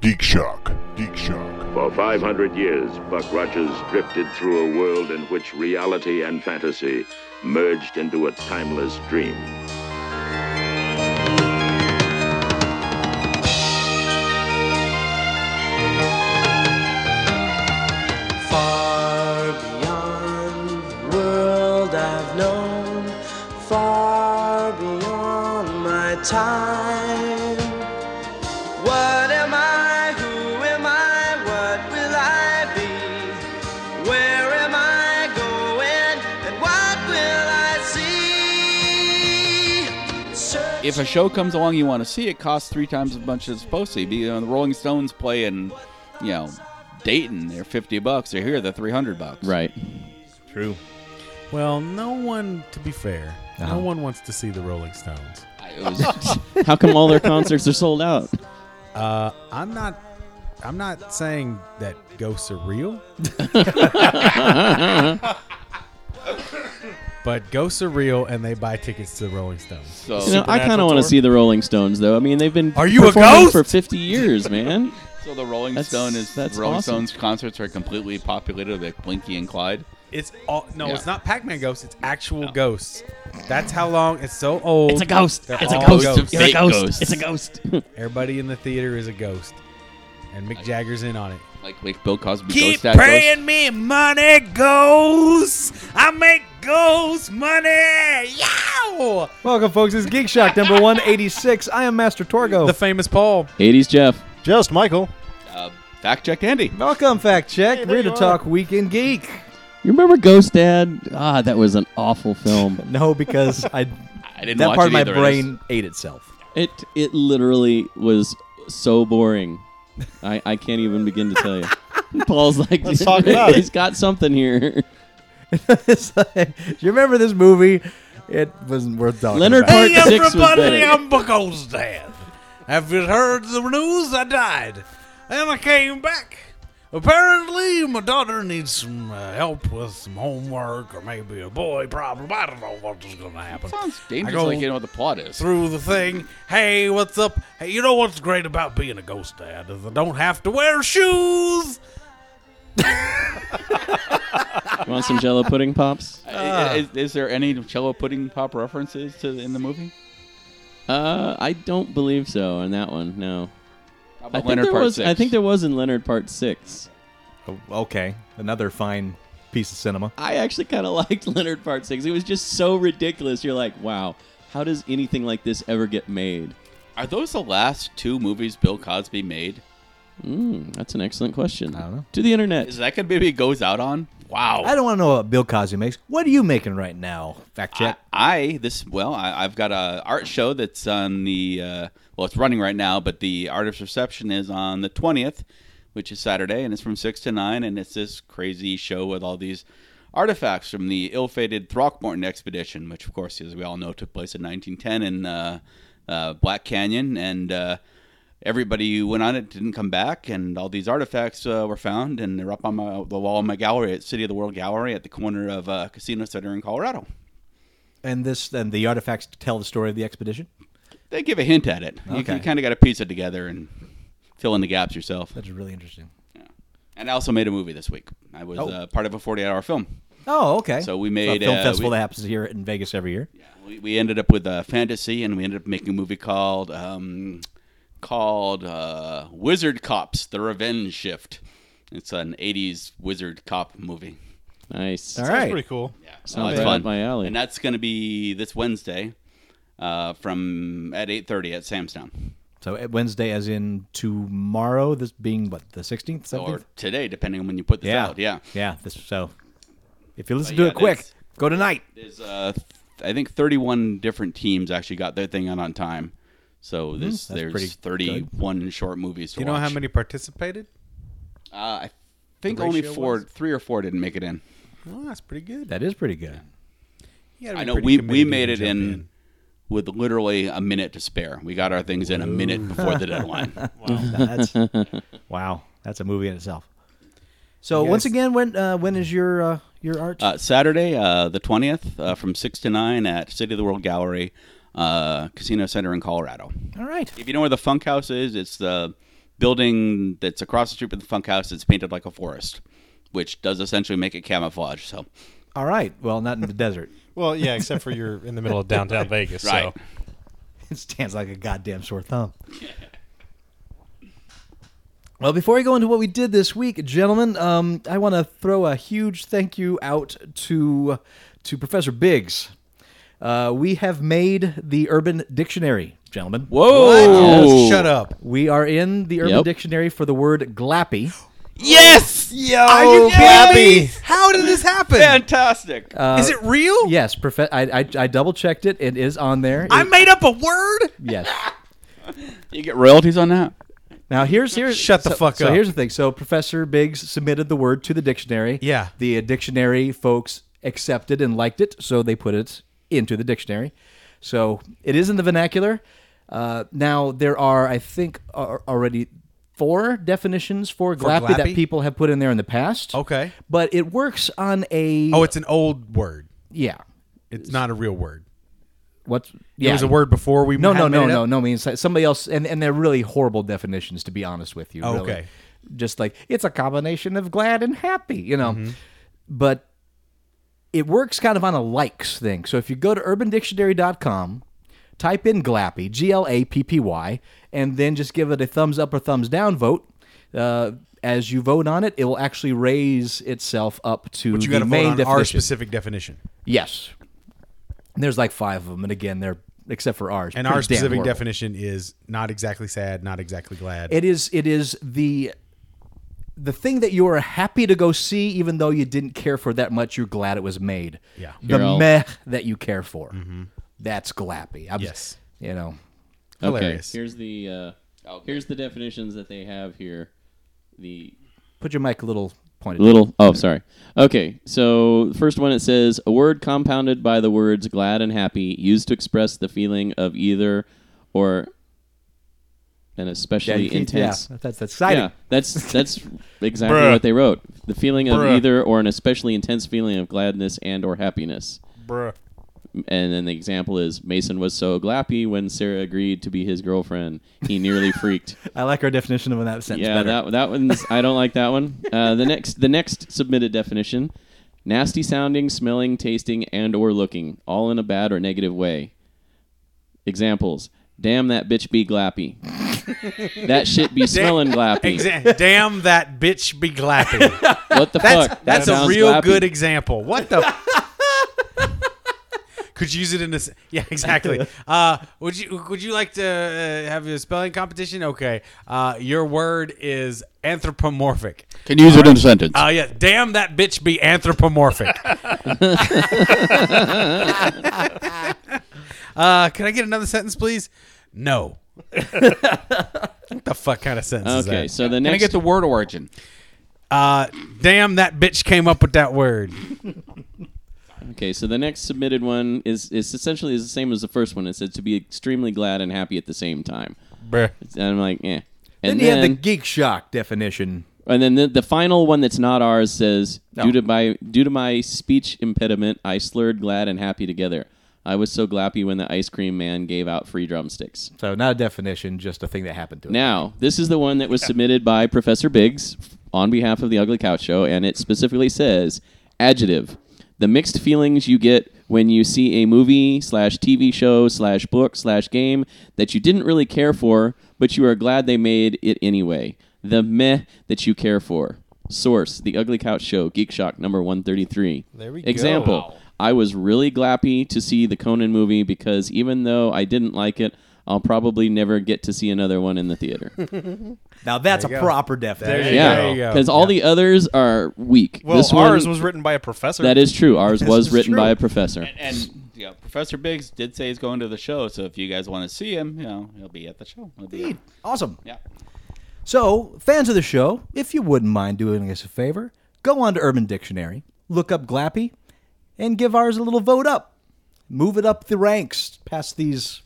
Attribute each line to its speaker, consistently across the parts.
Speaker 1: Geek Shock. Geek Shock.
Speaker 2: For 500 years, Buck Rogers drifted through a world in which reality and fantasy merged into a timeless dream.
Speaker 3: Far beyond the world I've known, far beyond my time. What am I? Who am I? What will I be? Where am I going? And what will I see? Search-
Speaker 4: If a show comes along you want to see, it costs three times as much as it's supposed to. You know, the Rolling Stones play in, you know, Dayton, they're fifty bucks. They're here, they're three hundred bucks.
Speaker 5: Right.
Speaker 6: True.
Speaker 7: Well, no one, to be fair,
Speaker 5: Uh-huh.
Speaker 7: no one wants to see the Rolling Stones.
Speaker 4: I- it was-
Speaker 5: How come all their concerts are sold out?
Speaker 7: Uh, I'm not. I'm not saying that ghosts are real, but ghosts are real, and they buy tickets to the Rolling Stones.
Speaker 4: so,
Speaker 5: You know, I kind of
Speaker 6: Supernatural
Speaker 5: want to
Speaker 6: tour?
Speaker 5: see the Rolling Stones, though. I mean, they've been
Speaker 7: Are you a
Speaker 5: performing
Speaker 7: ghost?
Speaker 5: for 50 years, man.
Speaker 4: so the Rolling
Speaker 5: That's-
Speaker 4: Stone is
Speaker 5: that's
Speaker 4: Rolling
Speaker 5: awesome.
Speaker 4: Stones concerts are completely populated with Blinky and Clyde.
Speaker 7: It's all no,
Speaker 4: Yeah.
Speaker 7: it's not Pac-Man ghosts. It's actual ghosts. That's how long. It's so old.
Speaker 5: It's a ghost.
Speaker 7: They're
Speaker 5: It's a
Speaker 7: all
Speaker 5: ghost.
Speaker 7: ghosts.
Speaker 5: It's a
Speaker 4: Fake
Speaker 5: ghost.
Speaker 4: ghosts.
Speaker 5: It's a ghost.
Speaker 7: Everybody in the theater is a ghost, and Mick Jagger's in on it.
Speaker 4: Like like Bill Cosby.
Speaker 7: Keep
Speaker 4: Ghost Dad Ghost.
Speaker 7: praying me money goes. I make ghost money. Yow!
Speaker 6: Welcome, folks. It's Geek Shock number 186. I am Master Torgo.
Speaker 7: The famous Paul.
Speaker 5: 80s Jeff.
Speaker 6: Just Michael.
Speaker 4: Uh, fact check Andy.
Speaker 6: Welcome, Fact Check. We're to talk Weekend Geek.
Speaker 5: You remember Ghost Dad? Ah, that was an awful film.
Speaker 6: No, because I
Speaker 4: I didn't
Speaker 6: that
Speaker 4: watch
Speaker 6: part of
Speaker 4: it
Speaker 6: my
Speaker 4: either. I
Speaker 6: brain ate itself.
Speaker 5: It it literally was so boring. I, I can't even begin to tell you. Paul's like,
Speaker 8: Let's talk about it.
Speaker 5: he's got something here.
Speaker 6: it's like, do you remember this movie? It wasn't worth talking
Speaker 5: Leonard
Speaker 6: about.
Speaker 5: Part six was better.
Speaker 7: Bucko's dad. Have you heard the news? I died, and I came back. Apparently, my daughter needs some uh, help with some homework or maybe a boy problem. I don't know what is going to happen.
Speaker 4: Sounds dangerous.
Speaker 7: I go-
Speaker 4: like you know what the plot is.
Speaker 7: through the thing. Hey, what's up? Hey, you know what's great about being a ghost dad is I don't have to wear shoes.
Speaker 5: Want some Jello pudding pops?
Speaker 4: I- is, is there any cello pudding pop references to in the movie?
Speaker 5: Uh, I don't believe so on that one. No,
Speaker 4: How about
Speaker 5: I think
Speaker 4: Leonard
Speaker 5: there
Speaker 4: Part
Speaker 5: was.
Speaker 4: Six?
Speaker 5: I think there was in Leonard Part Six.
Speaker 6: Oh, okay, another fine piece of cinema.
Speaker 5: I actually kind of liked Leonard Part Six. It was just so ridiculous. You're like, wow, how does anything like this ever get made?
Speaker 4: are those the last two movies Bill Cosby made?
Speaker 5: Mm, that's an excellent question.
Speaker 6: I don't know.
Speaker 5: To the internet.
Speaker 4: Is that gonna be what he goes out on? Wow.
Speaker 6: I don't want to know what Bill Cosby makes. What are you making right now? Fact
Speaker 4: I,
Speaker 6: check.
Speaker 4: I this well, I, I've got a art show that's on the uh, well, it's running right now, but the artist reception is on the twentieth, which is Saturday, and it's from six to nine, and it's this crazy show with all these artifacts from the ill-fated Throckmorton expedition, which of course, as we all know, took place in 1910 in uh, uh, Black Canyon, and uh, everybody who went on it didn't come back, and all these artifacts uh, were found, and they're up on my, the wall of my gallery at City of the World Gallery at the corner of uh, Casino Center in Colorado.
Speaker 6: and this and the artifacts tell the story of the expedition.
Speaker 4: they give a hint at it. You- You,
Speaker 6: Okay.
Speaker 4: kind of got to piece it together and fill in the gaps yourself.
Speaker 6: That's really interesting.
Speaker 4: And I also made a movie this week. I was
Speaker 6: Oh.
Speaker 4: uh, part of a 48-hour film.
Speaker 6: Oh, okay.
Speaker 4: So we
Speaker 6: It's a
Speaker 4: made,
Speaker 6: film
Speaker 4: uh,
Speaker 6: festival
Speaker 4: we-
Speaker 6: that happens here in Vegas every year.
Speaker 4: Yeah, we, we ended up with uh, fantasy, and we ended up making a movie called um, called uh, Wizard Cops: The Revenge Shift. It's an 80s wizard cop movie.
Speaker 5: nice.
Speaker 6: All
Speaker 8: That's
Speaker 6: right.
Speaker 8: pretty cool.
Speaker 4: Yeah,
Speaker 5: Sounds
Speaker 4: it's
Speaker 5: right up my alley.
Speaker 4: And that's going to be this Wednesday uh, from at 8:30 at Samstown.
Speaker 6: So uh, Wednesday, as in tomorrow, this being what the sixteenth,
Speaker 4: Or
Speaker 6: seventeenth.
Speaker 4: today, depending on when you put this out. Yeah.
Speaker 6: yeah. This, so if you listen
Speaker 4: But
Speaker 6: to
Speaker 4: yeah,
Speaker 6: it quick,
Speaker 4: that's-
Speaker 6: go tonight.
Speaker 4: There's, uh, th- I think 31 different teams actually got their thing out on time. So
Speaker 7: Hmm,
Speaker 4: this,
Speaker 6: that's pretty
Speaker 4: there's 31 short movies to
Speaker 7: You know how
Speaker 4: watch.
Speaker 7: many participated?
Speaker 4: Uh, I think
Speaker 7: the
Speaker 4: only
Speaker 7: ratio
Speaker 4: four,
Speaker 7: was?
Speaker 4: three or four didn't make it in.
Speaker 7: Well, that's pretty good.
Speaker 6: That is pretty good.
Speaker 7: You gotta be
Speaker 4: I know
Speaker 7: pretty
Speaker 4: we, we
Speaker 7: committed to
Speaker 4: made it
Speaker 7: jump
Speaker 4: in, with literally a minute to spare. We got our things in a minute before the deadline.
Speaker 6: That's wow. That's a movie in itself. So
Speaker 7: You
Speaker 6: once
Speaker 7: guys-
Speaker 6: again, when uh, when is your uh, your art?
Speaker 4: Uh, Saturday, uh, the 20th, uh, from 6 to 9 at City of the World Gallery, uh, Casino Center in Colorado.
Speaker 6: All right.
Speaker 4: If you know where the Funk House is, it's the building that's across the street from the funk house that's painted like a forest, which does essentially make it camouflage. So
Speaker 6: All right. Well, not in the desert.
Speaker 7: Well, yeah, except for you're in the middle of downtown Vegas.
Speaker 4: Right.
Speaker 7: So.
Speaker 6: It stands like a goddamn sore thumb. Well, before we go into what we did this week, gentlemen, um, I want to throw a huge thank you out to to Professor Biggs. Uh, we have made the Urban Dictionary, gentlemen.
Speaker 4: whoa,
Speaker 7: Yes, shut up.
Speaker 6: We are in the Urban
Speaker 5: Yep.
Speaker 6: Dictionary for the word glappy.
Speaker 4: yes,
Speaker 7: Yo, Are you
Speaker 4: kidding me?
Speaker 7: How did this happen?
Speaker 4: fantastic.
Speaker 6: Uh,
Speaker 7: Is it real?
Speaker 6: Yes, prof- I, I, I double checked it. It is on there. It-
Speaker 7: I made up a word.
Speaker 6: yes.
Speaker 4: you get royalties on that.
Speaker 6: Now here's here's
Speaker 7: Shut the
Speaker 6: so-
Speaker 7: fuck
Speaker 6: So
Speaker 7: up.
Speaker 6: here's the thing. So Professor Biggs submitted the word to the dictionary.
Speaker 7: Yeah.
Speaker 6: The uh, dictionary folks accepted and liked it, so they put it into the dictionary. So it is in the vernacular. Uh, now there are, I think, are already four definitions for glappy, that
Speaker 7: glappy?
Speaker 6: people have put in there in the past.
Speaker 7: Okay.
Speaker 6: But it works on a
Speaker 7: Oh, it's an old word.
Speaker 6: yeah.
Speaker 7: It's not a real word.
Speaker 6: What's
Speaker 7: It
Speaker 6: yeah.
Speaker 7: was a word before we
Speaker 6: No,
Speaker 7: had
Speaker 6: no,
Speaker 7: made
Speaker 6: no,
Speaker 7: it
Speaker 6: no,
Speaker 7: up?
Speaker 6: no. I mean, it's like somebody else, and, and they're really horrible definitions, to be honest with you. really.
Speaker 7: Okay.
Speaker 6: Just like it's a combination of glad and happy, you know.
Speaker 7: Mm-hmm.
Speaker 6: But it works kind of on a likes thing. So if you go to urbandictionary.com, type in glappy, G L A P P Y, and then just give it a thumbs up or thumbs down vote. Uh, as you vote on it, it will actually raise itself up to
Speaker 7: But you
Speaker 6: the
Speaker 7: got to vote
Speaker 6: main
Speaker 7: on our
Speaker 6: definition.
Speaker 7: specific definition.
Speaker 6: yes. And there's like five of them, and again, they're except for ours.
Speaker 7: And
Speaker 6: pretty
Speaker 7: our
Speaker 6: damn
Speaker 7: specific
Speaker 6: horrible.
Speaker 7: definition is not exactly sad, not exactly glad.
Speaker 6: It is. It is the the thing that you are happy to go see, even though you didn't care for that much. You're glad it was made.
Speaker 7: Yeah. Mm-hmm.
Speaker 6: The
Speaker 5: You're all-
Speaker 6: meh that you care for. That's glappy. I'm,
Speaker 7: Yes.
Speaker 6: You know.
Speaker 7: Hilarious.
Speaker 5: Okay. Here's the uh,
Speaker 4: Oh,
Speaker 5: here's the definitions that they have here. The
Speaker 6: Put your mic a little pointed.
Speaker 5: little oh sorry. Okay, so first one it says a word compounded by the words glad and happy, used to express the feeling of either or an especially
Speaker 6: yeah,
Speaker 5: intense.
Speaker 6: Yeah, that's that's exciting.
Speaker 5: Yeah, that's that's exactly what they wrote. The feeling of either or an especially intense feeling of gladness and or happiness.
Speaker 7: Bruh.
Speaker 5: And then the example is Mason was so glappy when Sarah agreed to be his girlfriend, he nearly freaked.
Speaker 6: I like our definition of that sentence
Speaker 5: yeah,
Speaker 6: better.
Speaker 5: that that one's I don't like that one. Uh, the next the next submitted definition: nasty sounding, smelling, tasting, and or looking, all in a bad or negative way. Examples: Damn that bitch be glappy. that shit be smelling glappy.
Speaker 7: Exa- Damn that bitch be glappy.
Speaker 5: What the
Speaker 7: That's
Speaker 5: fuck?
Speaker 7: that's
Speaker 5: That
Speaker 7: a
Speaker 5: sounds
Speaker 7: real
Speaker 5: glappy.
Speaker 7: good example. What the? Could you use it in this? Yeah, exactly. Uh, would you Would you like to uh, have a spelling competition? Okay. Uh, your word is anthropomorphic.
Speaker 4: Can you use it in a sentence?
Speaker 7: Oh yeah, damn that bitch be anthropomorphic. uh, can I get another sentence, please? No. what the fuck kind of sentence is
Speaker 5: Okay,
Speaker 7: that?
Speaker 5: so the
Speaker 4: Can I
Speaker 5: next
Speaker 4: get the word origin?
Speaker 7: Uh, damn that bitch came up with that word.
Speaker 5: Okay, so the next submitted one is, is essentially is the same as the first one. It said to be extremely glad and happy at the same time.
Speaker 7: Bruh.
Speaker 5: And I'm like, eh.
Speaker 6: Then
Speaker 5: And
Speaker 6: you have the
Speaker 5: then,
Speaker 6: geek shock definition.
Speaker 5: and then the, the final one that's not ours says, due to my due to my speech impediment, I slurred glad and happy together. I was so glappy when the ice cream man gave out free drumsticks.
Speaker 6: So not a definition, just a thing that happened to it.
Speaker 5: Now, this is the one that was submitted by Professor Biggs on behalf of the Ugly Couch Show, and it specifically says adjective: the mixed feelings you get when you see a movie slash TV show slash book slash game that you didn't really care for, but you are glad they made it anyway. The meh that you care for. Source: The Ugly Couch Show, Geek Shock number one thirty three. There
Speaker 7: we go.
Speaker 5: Example: I was really glappy to see the Conan movie because even though I didn't like it, I'll probably never get to see another one in the theater.
Speaker 6: Now that's a proper definition.
Speaker 7: you
Speaker 5: yeah,
Speaker 7: go. There
Speaker 5: because all the others are weak.
Speaker 9: Well,
Speaker 5: this
Speaker 9: ours
Speaker 5: one,
Speaker 9: was written by a professor.
Speaker 5: that is true. Ours was
Speaker 6: is
Speaker 5: written
Speaker 6: true.
Speaker 5: by a professor.
Speaker 4: And yeah, Professor Biggs did say he's going to the show, so if you guys want to see him, you know, he'll be at the show. He'll be-
Speaker 6: Awesome.
Speaker 4: yeah.
Speaker 6: So, fans of the show, if you wouldn't mind doing us a favor, go on to Urban Dictionary, look up Glappy, and give ours a little vote up. Move it up the ranks past these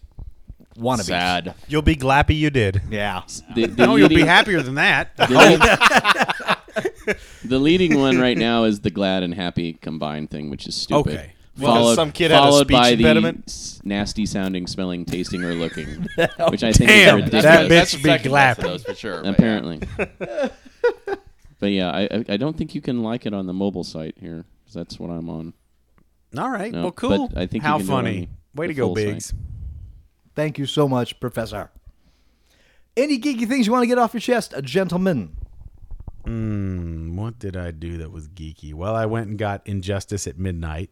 Speaker 6: wannabes.
Speaker 4: Sad.
Speaker 9: You'll be glappy you did.
Speaker 6: Yeah.
Speaker 5: The, the
Speaker 7: No, you'll
Speaker 5: leading,
Speaker 7: be happier than that.
Speaker 5: the lead- the leading one right now is the glad and happy combined thing, which is stupid.
Speaker 7: Okay.
Speaker 9: because
Speaker 5: followed,
Speaker 9: some kid had a
Speaker 5: followed
Speaker 9: speech
Speaker 5: by
Speaker 9: impediment.
Speaker 5: the s- nasty sounding, smelling, tasting, or looking, which I think
Speaker 3: damn,
Speaker 5: is
Speaker 3: that
Speaker 5: ridiculous.
Speaker 3: bitch
Speaker 4: that's the
Speaker 3: be
Speaker 4: second best of
Speaker 3: glapping.
Speaker 4: those for sure. but yeah.
Speaker 5: apparently. but yeah, I I- I don't think you can like it on the mobile site here 'cause that's what I'm on.
Speaker 7: All right.
Speaker 5: No,
Speaker 7: well,
Speaker 5: but
Speaker 7: cool.
Speaker 5: I think you
Speaker 7: How
Speaker 5: can do it on
Speaker 7: funny.
Speaker 5: the-
Speaker 7: Way to
Speaker 5: the
Speaker 7: go,
Speaker 5: full site.
Speaker 7: Biggs.
Speaker 6: Thank you so much, Professor. Any geeky things you want to get off your chest, a gentleman.
Speaker 7: Mm, what did I do that was geeky? Well, I went and got Injustice at Midnight.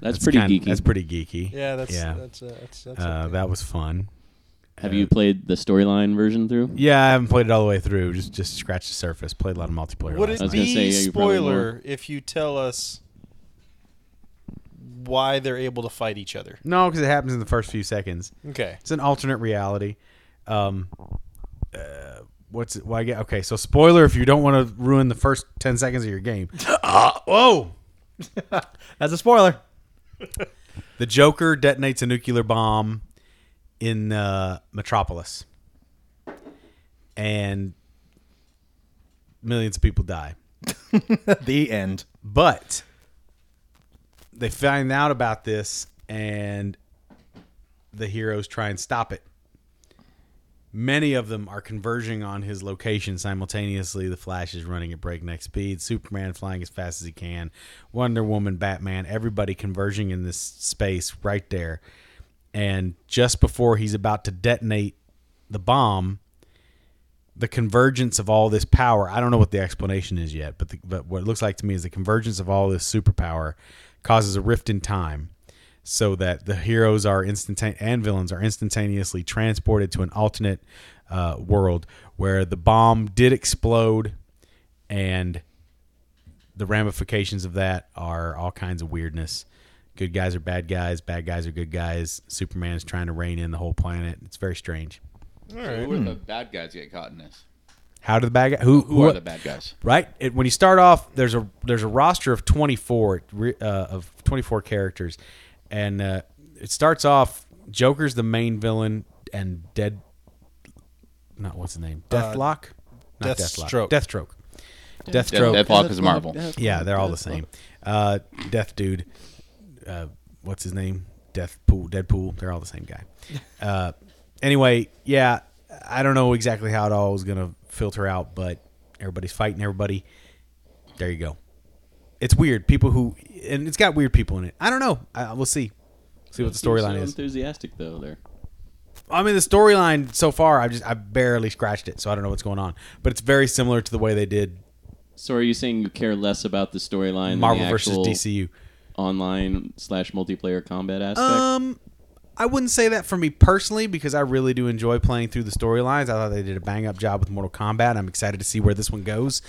Speaker 5: That's, pretty
Speaker 7: Kinda-
Speaker 5: geeky.
Speaker 7: That's pretty geeky.
Speaker 9: Yeah, that's
Speaker 7: yeah.
Speaker 9: that's uh, that's, that's
Speaker 7: uh, that was fun.
Speaker 5: Have you played the storyline version through?
Speaker 7: Yeah, I haven't played it all the way through. Just just scratched the surface. Played a lot of multiplayer.
Speaker 9: Would
Speaker 7: last
Speaker 5: I
Speaker 9: it
Speaker 5: was
Speaker 7: night.
Speaker 5: gonna
Speaker 9: be
Speaker 5: say, yeah, you probably
Speaker 9: spoiler
Speaker 5: were.
Speaker 9: if you tell us why they're able to fight each other?
Speaker 7: No, because it happens in the first few seconds.
Speaker 9: Okay.
Speaker 7: It's an alternate reality. Um, uh, what's it? Why? get okay. So spoiler if you don't want to ruin the first ten seconds of your game. Ah, whoa.
Speaker 6: That's a spoiler.
Speaker 7: The Joker detonates a nuclear bomb in uh, Metropolis, and millions of people die.
Speaker 6: the end.
Speaker 7: But they find out about this, and the heroes try and stop it. Many of them are converging on his location simultaneously. The Flash is running at breakneck speed. Superman flying as fast as he can. Wonder Woman, Batman, everybody converging in this space right there. And just before he's about to detonate the bomb, the convergence of all this power. I don't know what the explanation is yet, but the, but what it looks like to me is the convergence of all this superpower causes a rift in time, so that the heroes are instant and villains are instantaneously transported to an alternate uh, world where the bomb did explode, and the ramifications of that are all kinds of weirdness. Good guys are bad guys. Bad guys are good guys. Superman is trying to rein in the whole planet. It's very strange.
Speaker 4: So
Speaker 9: Hmm.
Speaker 4: who are the bad guys get caught in this?
Speaker 7: How do the bad guy? Who,
Speaker 4: Who are
Speaker 7: what-
Speaker 4: the bad guys?
Speaker 7: right? It, when you start off, there's a there's a roster of 24 re- uh, of 24 characters, and uh, it starts off. Joker's the main villain, and Dead, not what's the name, Deathlock, not
Speaker 9: Deathstroke.
Speaker 7: Deathstroke, Deathstroke,
Speaker 4: Death, Deathlock is Marvel.
Speaker 7: yeah, they're all the same. Uh, Death Dude, uh, what's his name? Deathpool, Deadpool. They're all the same guy. Uh, anyway, yeah, I don't know exactly how it all is gonna filter out, but everybody's fighting everybody. There you go. It's weird. People who and it's got weird people in it. I don't know. I, we'll see. See what the storyline
Speaker 5: so
Speaker 7: is.
Speaker 5: Enthusiastic though, there.
Speaker 7: I mean, the storyline so far, I've just I barely scratched it, so I don't know what's going on. But it's very similar to the way they did
Speaker 5: So are you saying you care less about the storyline
Speaker 7: Marvel
Speaker 5: than the
Speaker 7: versus
Speaker 5: actual
Speaker 7: DCU.
Speaker 5: online slash multiplayer combat aspect?
Speaker 7: Um, I wouldn't say that for me personally because I really do enjoy playing through the storylines. I thought they did a bang up job with Mortal Kombat. I'm excited to see where this one goes.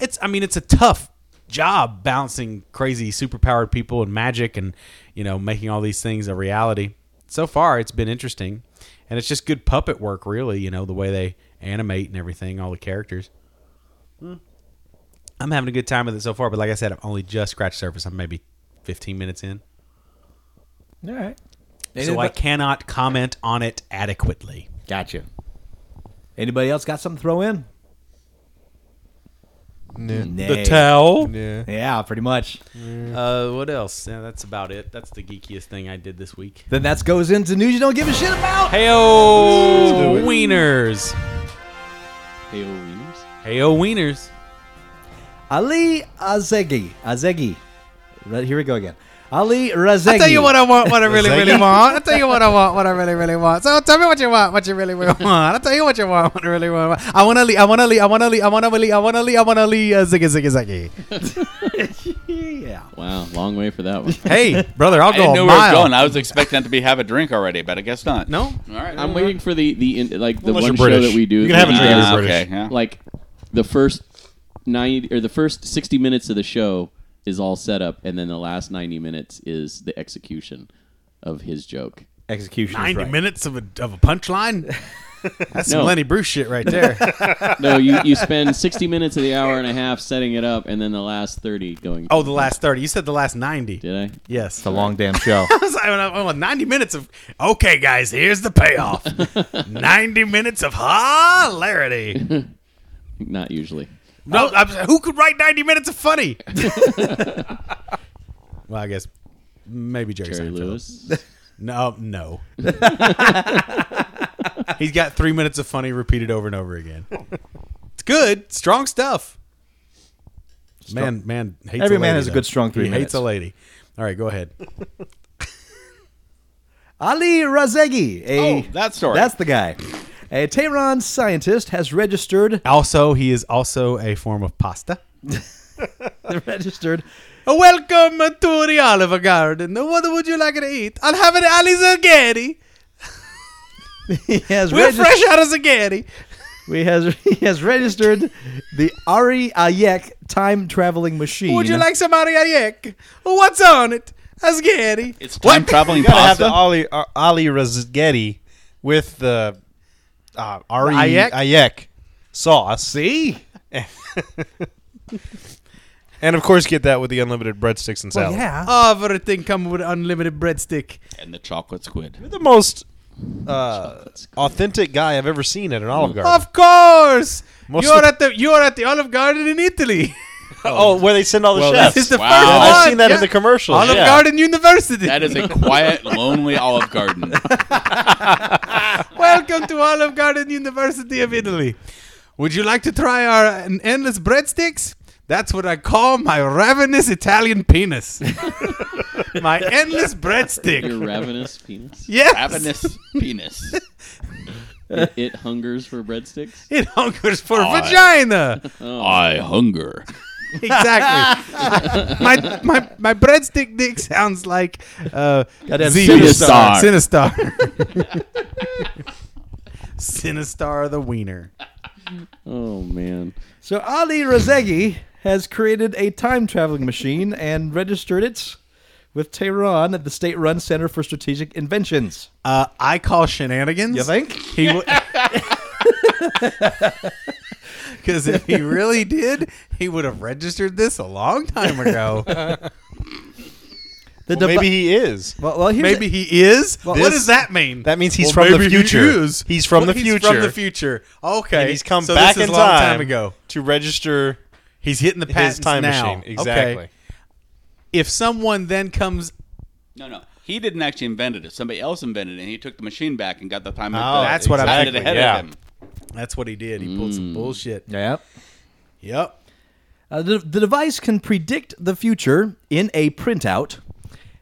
Speaker 7: It's, I mean, it's a tough job balancing crazy superpowered people and magic and you know making all these things a reality. So far, it's been interesting, and it's just good puppet work, really. You know the way they animate and everything, all the characters. I'm having a good time with it so far, but like I said, I've only just scratched the surface. I'm maybe 15 minutes in
Speaker 6: All right.
Speaker 7: so I cannot comment on it adequately.
Speaker 6: Got you. Anybody else got something to throw in? Nay.
Speaker 7: towel.
Speaker 9: Yeah.
Speaker 6: Yeah, pretty much.
Speaker 7: Uh, what else? Yeah, that's about it. That's the geekiest thing I did this week.
Speaker 6: Then that goes into news you don't give a shit about.
Speaker 7: Heyo wieners.
Speaker 5: Hey, oh, wieners?
Speaker 7: Heyo wieners.
Speaker 6: Ali Azegi. Azegi. Right, here we go again. Ali Razegi.
Speaker 3: I'll tell you what I want, what I really, really want. I'll tell you what I want, what I really, really want. So tell me what you want, what you really, really want. I'll tell you what you want, what I really want. I want to leave, I want to leave, I want to leave, I want to leave, I want to leave, I want to leave, uh, ziggy, ziggy, ziggy.
Speaker 6: Yeah.
Speaker 5: Wow, long way for that one.
Speaker 7: Hey, brother, I'll
Speaker 4: I
Speaker 7: go
Speaker 4: didn't
Speaker 7: a
Speaker 4: know where it was
Speaker 7: mile.
Speaker 4: going. I was expecting that to be have a drink already, but I guess not. Uh,
Speaker 7: No?
Speaker 4: All right.
Speaker 5: I'm waiting for the the in, like the one
Speaker 9: Unless you're
Speaker 5: show
Speaker 9: British.
Speaker 5: that we do.
Speaker 9: You can have a
Speaker 5: that-
Speaker 9: drink if
Speaker 5: Yeah,
Speaker 9: you're
Speaker 4: okay.
Speaker 9: British.
Speaker 4: Yeah.
Speaker 5: like the first 90 or the first 60 minutes of the show is all set up and then the last 90 minutes is the execution of his joke
Speaker 6: Execution. is
Speaker 7: 90
Speaker 6: right.
Speaker 7: minutes of a, of a punchline? That's some
Speaker 5: No.
Speaker 7: Lenny Bruce shit right there.
Speaker 5: no you, you spend 60 minutes of the hour and a half setting it up and then the last 30 going
Speaker 7: oh, the last 30. You said the last 90.
Speaker 5: did i
Speaker 7: Yes.
Speaker 6: It's a long damn show.
Speaker 7: I was like, I want 90 minutes of, okay, guys, here's the payoff 90 minutes of hilarity.
Speaker 5: not usually
Speaker 7: No,
Speaker 6: Oh.
Speaker 7: I'm, who could write 90 minutes of funny? well, I guess Maybe Jerry,
Speaker 5: Jerry
Speaker 7: Seinfeld.
Speaker 5: Lewis.
Speaker 7: No, oh, no. He's got three minutes of funny repeated over and over again. It's good, strong stuff. Man, man hates
Speaker 6: Every
Speaker 7: a
Speaker 6: man
Speaker 7: lady,
Speaker 6: has a
Speaker 7: though.
Speaker 6: good strong three
Speaker 7: He
Speaker 6: minutes.
Speaker 7: hates a lady. All right, go ahead.
Speaker 6: Ali Razegi. A,
Speaker 4: Oh, that story.
Speaker 6: That's the guy. A Tehran scientist has registered
Speaker 7: Also, he is also a form of pasta.
Speaker 6: registered
Speaker 7: Welcome to the Oliver Garden. What would you like to eat? I'll have an Ali Zaghetti.
Speaker 6: he has
Speaker 7: We're
Speaker 6: regis-
Speaker 7: fresh out of Zaghetti.
Speaker 6: we has he has registered the Ari Ayek time traveling machine.
Speaker 7: Would you like some Ariayek? What's on it? A Zaghetti.
Speaker 4: It's time traveling
Speaker 9: You gotta have the
Speaker 4: pasta.
Speaker 9: Ali uh, Ali Razgetti with the uh, Ari
Speaker 7: Ayek?
Speaker 9: Ayek, sauce.
Speaker 7: See?
Speaker 9: and of course, get that with the unlimited breadsticks and salad.
Speaker 6: yeah.
Speaker 7: Oh, Everything come with unlimited breadstick.
Speaker 4: and the chocolate squid.
Speaker 9: the most uh, authentic guy I've ever seen at an Olive Garden.
Speaker 7: Of course,
Speaker 9: Most
Speaker 7: you're
Speaker 9: of-
Speaker 7: at the you're at the Olive Garden in Italy.
Speaker 9: oh, where they send all the
Speaker 7: This
Speaker 9: chefs.
Speaker 7: is the
Speaker 4: Wow.
Speaker 7: first
Speaker 4: I've
Speaker 7: one.
Speaker 9: seen that in
Speaker 7: yeah.
Speaker 9: the commercials,
Speaker 7: Olive
Speaker 9: yeah.
Speaker 7: Garden University.
Speaker 4: That is a quiet, lonely Olive Garden.
Speaker 7: Welcome to Olive Garden University of Italy. Would you like to try our uh, endless breadsticks? That's what I call my ravenous Italian penis. my endless
Speaker 5: Your
Speaker 7: breadstick.
Speaker 5: ravenous penis.
Speaker 7: Yes,
Speaker 4: Ravenous penis.
Speaker 5: It hungers for breadsticks.
Speaker 7: it hungers for
Speaker 4: Aw.
Speaker 7: vagina.
Speaker 9: Oh.
Speaker 4: I hunger.
Speaker 7: Exactly. my my my breadstick dick sounds like uh
Speaker 6: Goddamn
Speaker 4: Sinistar.
Speaker 7: Sinistar. Sinistar the wiener.
Speaker 5: Oh man.
Speaker 6: So Ali Razegi has created a time traveling machine and registered it with Tehran at the state-run Center for Strategic Inventions.
Speaker 7: Uh, I call shenanigans.
Speaker 6: You think?
Speaker 7: He Because if he really did, he would have registered this a long time ago.
Speaker 6: The
Speaker 9: Well,
Speaker 6: devi-
Speaker 9: maybe he is.
Speaker 6: Well, well, here's
Speaker 7: Maybe he is. what
Speaker 9: this-
Speaker 7: does that mean?
Speaker 9: That means he's
Speaker 7: Well,
Speaker 9: from the
Speaker 7: maybe he
Speaker 9: future.
Speaker 7: is.
Speaker 9: He's from
Speaker 7: Well,
Speaker 9: the
Speaker 7: he's
Speaker 9: future.
Speaker 7: from the future. Okay.
Speaker 9: And he's come
Speaker 7: So
Speaker 9: back
Speaker 7: this is
Speaker 9: in
Speaker 7: a long
Speaker 9: time,
Speaker 7: time ago.
Speaker 9: to register
Speaker 7: He's hitting the patents
Speaker 9: his time
Speaker 7: now.
Speaker 9: machine. Exactly.
Speaker 7: Okay. If someone then comes,
Speaker 4: No, no. He didn't actually invent it. Somebody else invented it, and he took the machine back and got the time.
Speaker 9: Oh,
Speaker 7: that's what I'm
Speaker 4: had it
Speaker 7: thinking,
Speaker 4: ahead
Speaker 9: yeah.
Speaker 4: of him.
Speaker 7: that's what he did. He pulled some bullshit.
Speaker 6: Yep.
Speaker 7: Yep.
Speaker 6: Uh, the, the device can predict the future in a printout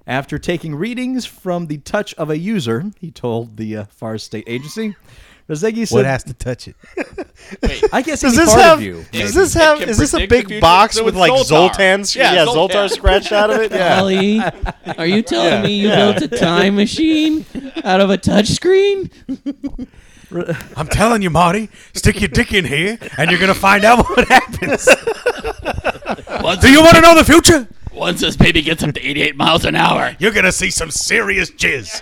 Speaker 6: after taking readings from the touch of a user, he told the uh, Far State Agency. Rozegi said,
Speaker 7: What has to touch it?
Speaker 6: I guess
Speaker 9: Does
Speaker 6: any
Speaker 9: this
Speaker 6: part
Speaker 9: have?
Speaker 6: of you.
Speaker 9: Does
Speaker 4: It-
Speaker 9: this
Speaker 4: it
Speaker 9: have?
Speaker 4: can
Speaker 9: Is this a
Speaker 4: predict the
Speaker 9: big
Speaker 4: future.
Speaker 9: box
Speaker 4: So
Speaker 9: with
Speaker 4: it's
Speaker 9: like
Speaker 4: Zoltar.
Speaker 9: Zoltan's?
Speaker 4: Yeah,
Speaker 9: Yeah,
Speaker 4: Zol-
Speaker 9: Zoltar
Speaker 4: yeah.
Speaker 9: scratched out of it. Yeah.
Speaker 5: Ali, are you telling me you built a time machine out of a touchscreen?
Speaker 7: I'm telling you, Marty, stick your dick in here, and you're gonna find out what happens.
Speaker 4: Once,
Speaker 7: Do you want to know the future?
Speaker 4: once this baby gets up to 88 miles an hour,
Speaker 7: You're gonna see some serious jizz.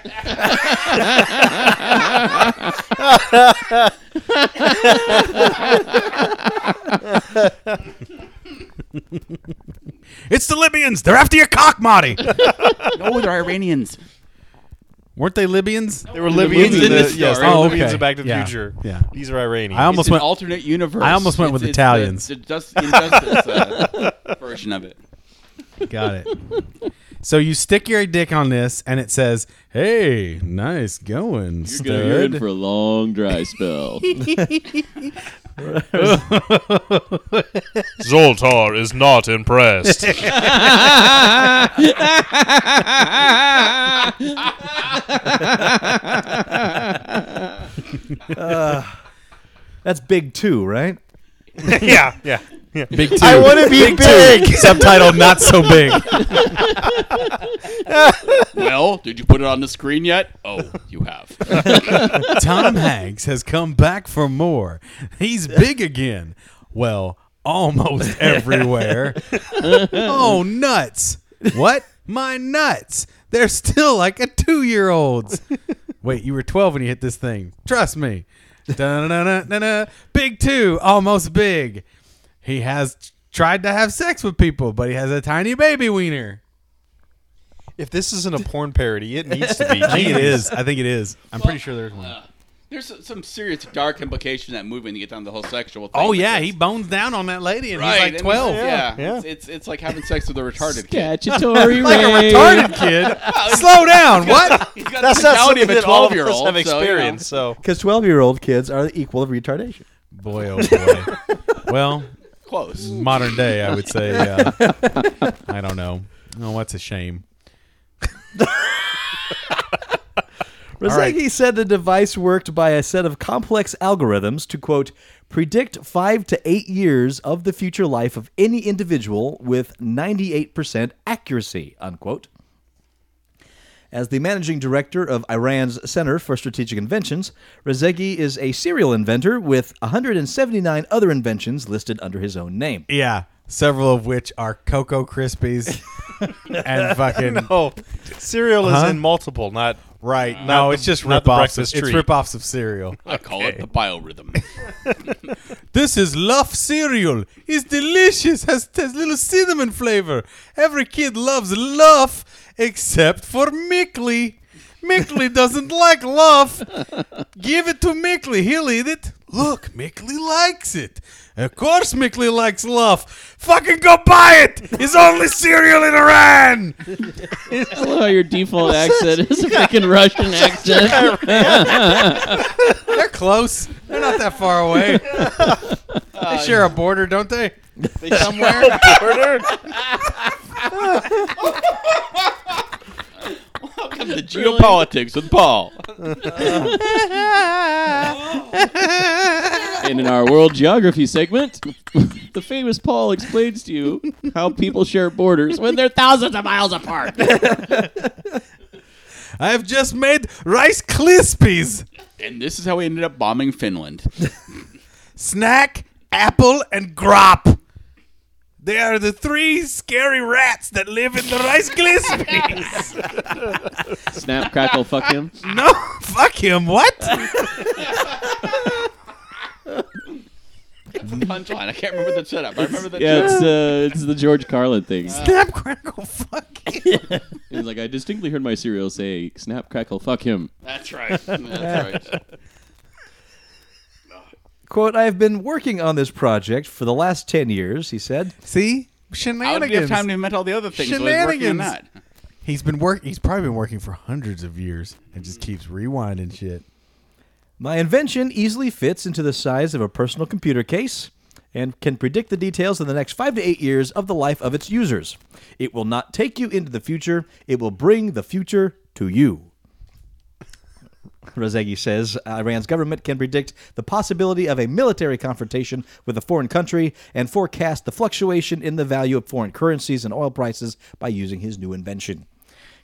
Speaker 7: it's the Libyans. They're after your cock, Marty.
Speaker 4: no, they're Oh, Iranians.
Speaker 7: Weren't they Libyans?
Speaker 9: There were Libyans
Speaker 4: Libyans
Speaker 9: in
Speaker 4: in
Speaker 9: the,
Speaker 4: this
Speaker 9: yes,
Speaker 4: story.
Speaker 9: there were
Speaker 7: Oh,
Speaker 9: Libyans
Speaker 7: okay.
Speaker 9: in Back to the
Speaker 7: Yeah.
Speaker 9: Future.
Speaker 7: Yeah.
Speaker 9: These are Iranians.
Speaker 7: I almost
Speaker 4: It's an
Speaker 7: went.
Speaker 4: alternate universe.
Speaker 7: I almost went with
Speaker 4: the-
Speaker 7: Italians.
Speaker 4: The, just, injustice uh, version of it.
Speaker 7: Got it. So you stick your dick on this, and it says, "Hey, nice going,
Speaker 5: You're in
Speaker 7: stud."
Speaker 5: for a long dry spell.
Speaker 10: Zoltar is not impressed.
Speaker 6: That's big two, right?
Speaker 9: yeah, yeah.
Speaker 7: Big two.
Speaker 9: I want to be big.
Speaker 7: Subtitle not so big.
Speaker 4: Well, did you put it on the screen yet? Oh, you have.
Speaker 7: Tom Hanks has come back for more. He's big again. Well, almost everywhere. oh, nuts. What? My nuts. They're still like a two year old's. Wait, you were 12 when you hit this thing. Trust me. Da-na-na-na-na. Big two, almost big. He has tried to have sex with people, but he has a tiny baby wiener.
Speaker 9: If this isn't a porn parody, it needs to be.
Speaker 7: I think it is. I think it is. I'm pretty sure there's one.
Speaker 4: There's s- some serious dark implication in that movie when you get down to the whole sexual thing.
Speaker 7: Oh yeah,
Speaker 4: because-
Speaker 7: he bones down on that lady, and
Speaker 4: right,
Speaker 7: he's
Speaker 4: and
Speaker 7: like twelve.
Speaker 4: Yeah,
Speaker 9: yeah.
Speaker 4: It's, it's it's like having sex with a retarded kid.
Speaker 5: Statutory
Speaker 9: Like a
Speaker 5: rape.
Speaker 9: retarded kid. Slow down. What?
Speaker 4: He's got
Speaker 9: That's
Speaker 4: the
Speaker 9: not
Speaker 4: mentality
Speaker 9: something
Speaker 4: of a
Speaker 9: that all
Speaker 4: twelve
Speaker 9: of us
Speaker 4: year old.
Speaker 9: have experienced. So,
Speaker 6: Because 12 year old kids are the equal of retardation.
Speaker 7: Boy, oh boy. well,
Speaker 4: close.
Speaker 7: modern day, I would say. Yeah. I don't know. Oh, that's a shame.
Speaker 6: Rosecki said the device worked by a set of complex algorithms to, quote, predict five to eight years of the future life of any individual with 98% accuracy, unquote. As the managing director of Iran's Center for Strategic Inventions, Rezegi is a serial inventor with 179 other inventions listed under his own name.
Speaker 7: Yeah. Several of which are Cocoa Krispies and fucking
Speaker 9: oh, cereal
Speaker 7: Huh?
Speaker 9: is in multiple, not
Speaker 7: right.
Speaker 9: Not
Speaker 7: no,
Speaker 9: the-
Speaker 7: it's just
Speaker 9: not the
Speaker 7: rip-offs. Of,
Speaker 9: breakfast
Speaker 7: it's
Speaker 9: treat.
Speaker 7: rip-offs of cereal.
Speaker 4: I call it the biorhythm.
Speaker 7: This is Luff cereal. It's delicious. Has has little cinnamon flavor. Every kid loves Luff except for Mickley. Mickley doesn't like Luff. Give it to Mickley. He'll eat it. Look, Mickley likes it. Of course, Mickley likes Luff. Fucking go buy it. It's only cereal in Iran.
Speaker 5: I love how your default accent is a freaking Russian accent.
Speaker 7: They're close. They're not that far away. they share a border, don't they?
Speaker 4: somewhere. Welcome to geopolitics with Paul.
Speaker 5: and in our world geography segment, the famous Paul explains to you how people share borders when they're thousands of miles apart.
Speaker 7: I have just made Rice Krispies.
Speaker 4: And this is how we ended up bombing Finland.
Speaker 7: Snack, Apple, and Grop. They are the three scary rats that live in the Rice Krispies.
Speaker 5: Snap, crackle, fuck him.
Speaker 7: no, fuck him. What?
Speaker 4: Punchline. I can't remember the setup. I remember the
Speaker 5: Yeah, it's, uh, it's the George Carlin thing.
Speaker 7: Snap, crackle, fuck him.
Speaker 5: He's like, I distinctly heard my cereal say, snap, crackle, fuck him.
Speaker 4: That's right. That's right.
Speaker 6: Quote, I have been working on this project for the last 10 years, he said.
Speaker 7: See,
Speaker 4: I would have
Speaker 7: shenanigans.
Speaker 4: time to invent all the other things. whether it's working or not.
Speaker 7: Shenanigans. he's been work. He's probably been working for hundreds of years and just keeps rewinding shit.
Speaker 6: My invention easily fits into the size of a personal computer case and can predict the details in the next five to eight years of the life of its users. It will not take you into the future, it will bring the future to you. Rozegi says Iran's government can predict the possibility of a military confrontation with a foreign country and forecast the fluctuation in the value of foreign currencies and oil prices by using his new invention.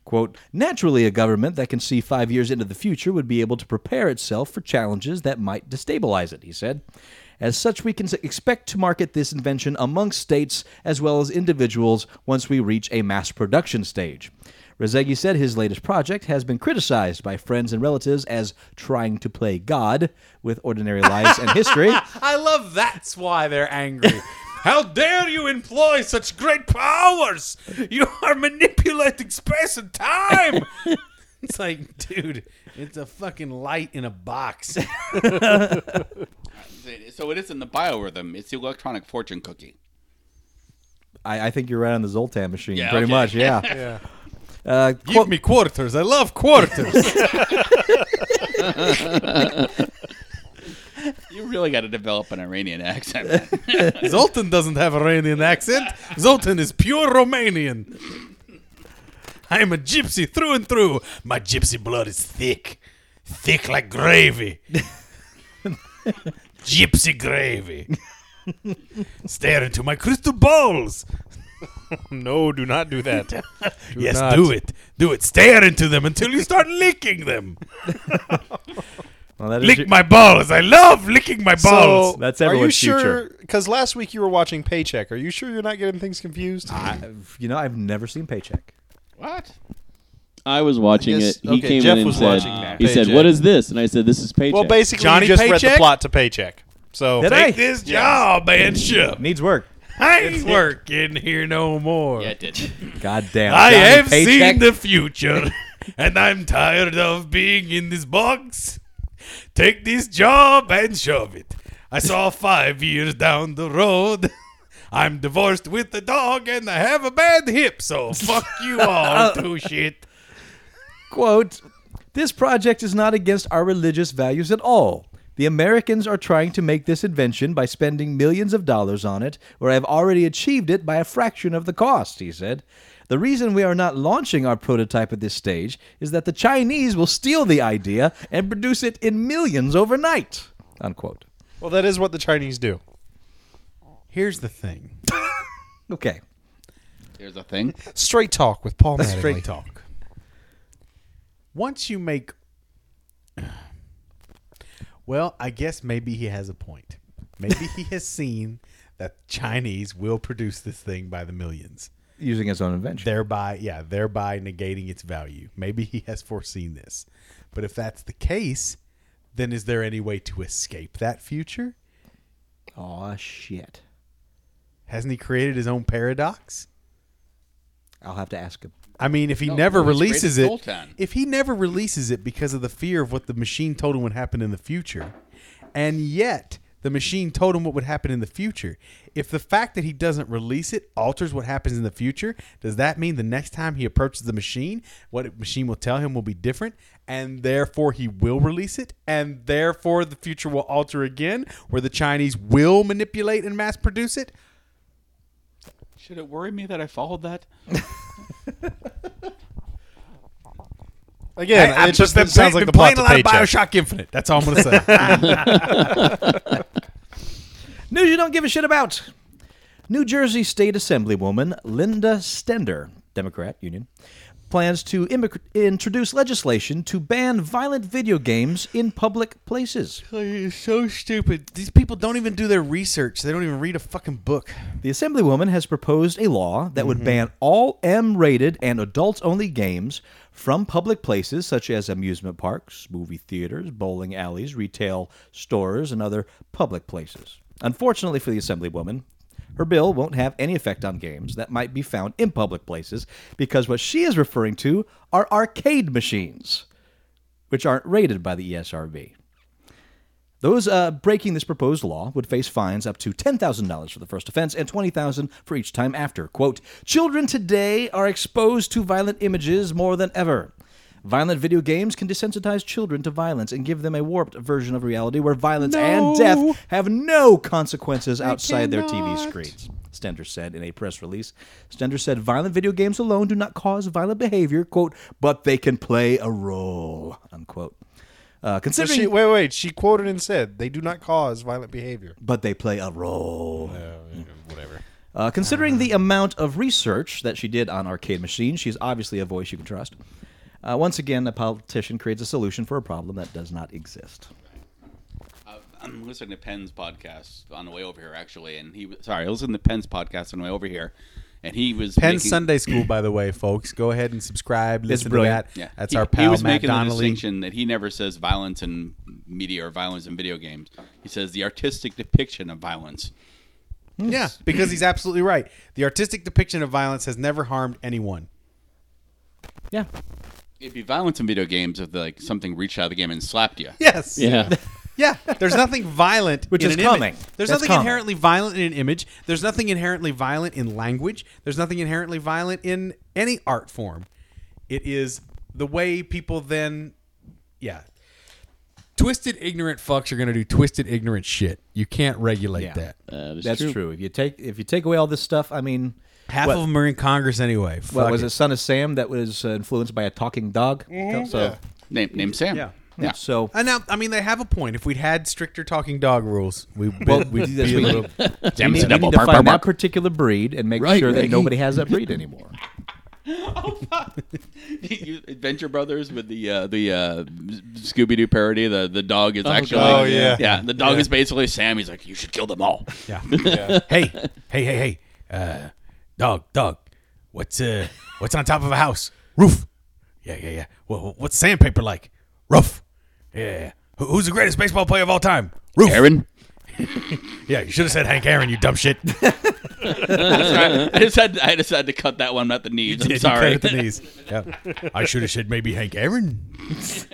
Speaker 6: Quote, naturally, a government that can see five years into the future would be able to prepare itself for challenges that might destabilize it, he said. As such, we can s- expect to market this invention among states as well as individuals once we reach a mass production stage. Rezegi said his latest project has been criticized by friends and relatives as trying to play God with ordinary lives and history.
Speaker 7: I love that's why they're angry. How dare you employ such great powers? You are manipulating space and time. it's like, dude, it's a fucking light in a box.
Speaker 4: So it isn't the biorhythm. It's the electronic fortune cookie.
Speaker 6: I, I think you're right on the Zoltan machine,
Speaker 4: Yeah,
Speaker 6: pretty
Speaker 4: okay.
Speaker 6: much, yeah. Uh,
Speaker 7: Give me quarters. I love quarters.
Speaker 4: You really got to develop an Iranian accent. man.
Speaker 7: Zoltan doesn't have a Iranian accent. Zoltan is pure Romanian. I am a gypsy through and through. My gypsy blood is thick, thick like gravy. gypsy gravy. Stare into my crystal balls.
Speaker 9: no, do not do that.
Speaker 7: yes, do it. Do it. Stare into them until you start licking them.
Speaker 6: well, that is
Speaker 7: Lick
Speaker 6: your-
Speaker 7: my balls. I love licking my balls.
Speaker 9: So,
Speaker 6: That's
Speaker 9: are you
Speaker 6: everyone's future.
Speaker 9: sure? Because last week you were watching Paycheck. Are you sure you're not getting things confused?
Speaker 6: you know, I've never seen Paycheck.
Speaker 4: what?
Speaker 5: I was watching
Speaker 9: Yes,
Speaker 5: it. He
Speaker 9: okay,
Speaker 5: came
Speaker 9: Jeff
Speaker 5: in and
Speaker 9: was
Speaker 5: said,
Speaker 9: watching that.
Speaker 5: he said,
Speaker 9: Paycheck.
Speaker 5: what is this? And I said, this is paycheck.
Speaker 9: well, basically,
Speaker 7: Johnny
Speaker 9: you just read
Speaker 7: Paycheck?
Speaker 9: the plot to Paycheck. So
Speaker 6: Did I?
Speaker 7: Take this job, man. Shove.
Speaker 6: Needs work.
Speaker 7: I ain't working here no more.
Speaker 4: Yeah, it did.
Speaker 6: God damn.
Speaker 7: I
Speaker 6: Johnny
Speaker 7: have
Speaker 6: Paycheck.
Speaker 7: seen the future, and I'm tired of being in this box
Speaker 3: Take this job and shove it. I saw five years down the road. I'm divorced with the dog and I have a bad hip, so fuck you all, two shit.
Speaker 6: Quote This project is not against our religious values at all. The Americans are trying to make this invention by spending millions of dollars on it, or have already achieved it by a fraction of the cost, he said. The reason we are not launching our prototype at this stage is that the Chinese will steal the idea and produce it in millions overnight. Unquote.
Speaker 9: Well, that is what the Chinese do.
Speaker 7: Here's the thing.
Speaker 6: Okay.
Speaker 4: There's a thing.
Speaker 9: Straight talk with Paul Mattingly.
Speaker 7: Straight talk. Once you make Well, I guess maybe he has a point. Maybe he has seen that Chinese will produce this thing by the millions.
Speaker 6: Using his own invention.
Speaker 7: thereby yeah thereby negating its value maybe he has foreseen this but if that's the case then is there any way to escape that future
Speaker 6: Aw, shit.
Speaker 7: hasn't he created his own paradox
Speaker 6: I'll have to ask him.
Speaker 7: i mean if he
Speaker 4: No,
Speaker 7: never
Speaker 4: he's created
Speaker 7: releases it
Speaker 4: Zoltan.
Speaker 7: if he never releases it because of the fear of what the machine told him would happen in the future and yet the machine told him what would happen in the future if the fact that he doesn't release it alters what happens in the future does that mean the next time he approaches the machine what the machine will tell him will be different and therefore he will release it and therefore the future will alter again where the chinese will manipulate and mass produce it
Speaker 4: Should it worry me that I followed that?
Speaker 9: Again,
Speaker 7: I've
Speaker 9: it just
Speaker 7: been
Speaker 9: it sounds
Speaker 7: play-
Speaker 9: like
Speaker 7: been
Speaker 9: the
Speaker 7: playing
Speaker 9: plot to
Speaker 7: a lot of
Speaker 9: paycheck.
Speaker 7: bioshock infinite that's all i'm gonna say
Speaker 6: News you don't give a shit about. New Jersey State Assemblywoman Linda Stender, Democrat Union, plans to immic- introduce legislation to ban violent video games in public places.
Speaker 7: It's so stupid. These people don't even do their research. They don't even read a fucking book.
Speaker 6: The Assemblywoman has proposed a law that would ban all M rated and adults only games from public places such as amusement parks, movie theaters, bowling alleys, retail stores, and other public places. Unfortunately for the Assemblywoman, her bill won't have any effect on games that might be found in public places because what she is referring to are arcade machines, which aren't rated by the E ESRB. Those uh, breaking this proposed law would face fines up to $10,000 for the first offense and $20,000 for each time after. Quote Children today are exposed to violent images more than ever. Violent video games can desensitize children to violence and give them a warped version of reality where violence and death have no consequences outside their TV screens. Stender said in a press release. Stender said violent video games alone do not cause violent behavior, quote, but they can play a role, unquote. Uh,
Speaker 9: So
Speaker 6: considering
Speaker 9: she, wait, wait. She quoted and said, "They do not cause violent behavior."
Speaker 6: but they play a role. whatever. Uh, considering the amount of research that she did on arcade machines, she's obviously a voice you can trust. Uh, once again, a politician creates a solution for a problem that does not exist.
Speaker 4: I'm listening to Penn's podcast on the way over here, actually, and he was- sorry, I listened to Penn's podcast on the way over here, and he was
Speaker 7: Penn
Speaker 4: making-
Speaker 7: Sunday School, by the way, folks. Go ahead and subscribe. Listen to
Speaker 6: brilliant.
Speaker 7: that.
Speaker 4: Yeah,
Speaker 7: That's
Speaker 4: He-
Speaker 7: our pal
Speaker 4: He was
Speaker 7: Matt
Speaker 4: making the
Speaker 7: Donnelly.
Speaker 4: distinction that he never says violence in media or violence in video games. He says the artistic depiction of violence.
Speaker 7: Yeah, because he's absolutely right. The artistic depiction of violence has never harmed anyone.
Speaker 6: Yeah.
Speaker 4: It'd be violence in video games if like something reached out of the game and slapped you.
Speaker 7: Yes.
Speaker 5: Yeah.
Speaker 7: Yeah. There's nothing violent,
Speaker 6: Which
Speaker 7: in
Speaker 6: is
Speaker 7: an image.
Speaker 6: coming.
Speaker 7: There's
Speaker 6: That's
Speaker 7: nothing
Speaker 6: coming.
Speaker 7: inherently violent in an image. There's nothing inherently violent in language. There's nothing inherently violent in any art form. It is the way people then, yeah. Twisted ignorant fucks are gonna do twisted ignorant shit. You can't regulate
Speaker 6: Yeah.
Speaker 7: that.
Speaker 5: That is
Speaker 6: That's true. If you take if you take away all this stuff, I mean,
Speaker 7: Half
Speaker 6: what,
Speaker 7: of them are in Congress anyway. Fuck
Speaker 6: what was
Speaker 7: it.
Speaker 6: it? Son of Sam that was uh, influenced by a talking dog. So
Speaker 4: Name name Sam.
Speaker 7: Yeah.
Speaker 4: Yeah.
Speaker 6: so
Speaker 7: And Uh, now, I mean, they have a point. If we'd had stricter talking dog rules, we
Speaker 6: Well,
Speaker 7: would we'd
Speaker 6: that's
Speaker 7: be a
Speaker 6: what you-
Speaker 7: little.
Speaker 6: we need, we need to find that particular breed and make
Speaker 5: Right,
Speaker 6: sure that
Speaker 5: Reggie.
Speaker 6: nobody has that breed anymore.
Speaker 4: You- Adventure Brothers with the uh, the uh, Scooby Doo parody. The the dog is actually
Speaker 9: God. Oh, yeah.
Speaker 4: yeah the dog is basically Sam. He's like you should kill them all.
Speaker 7: Yeah. hey, hey, hey, hey, uh, dog, dog. What's uh, what's on top of a house? Roof. Yeah, yeah, yeah. Well, what's sandpaper like? Roof. Yeah. Who, who's the greatest baseball player of all time? Roof.
Speaker 4: Aaron,
Speaker 7: Yeah, you should have said Hank Aaron. You dumb shit.
Speaker 4: Sorry, I just had I just had to cut that one at the knees. I'm sorry.
Speaker 7: I should have said maybe Hank Aaron.
Speaker 6: News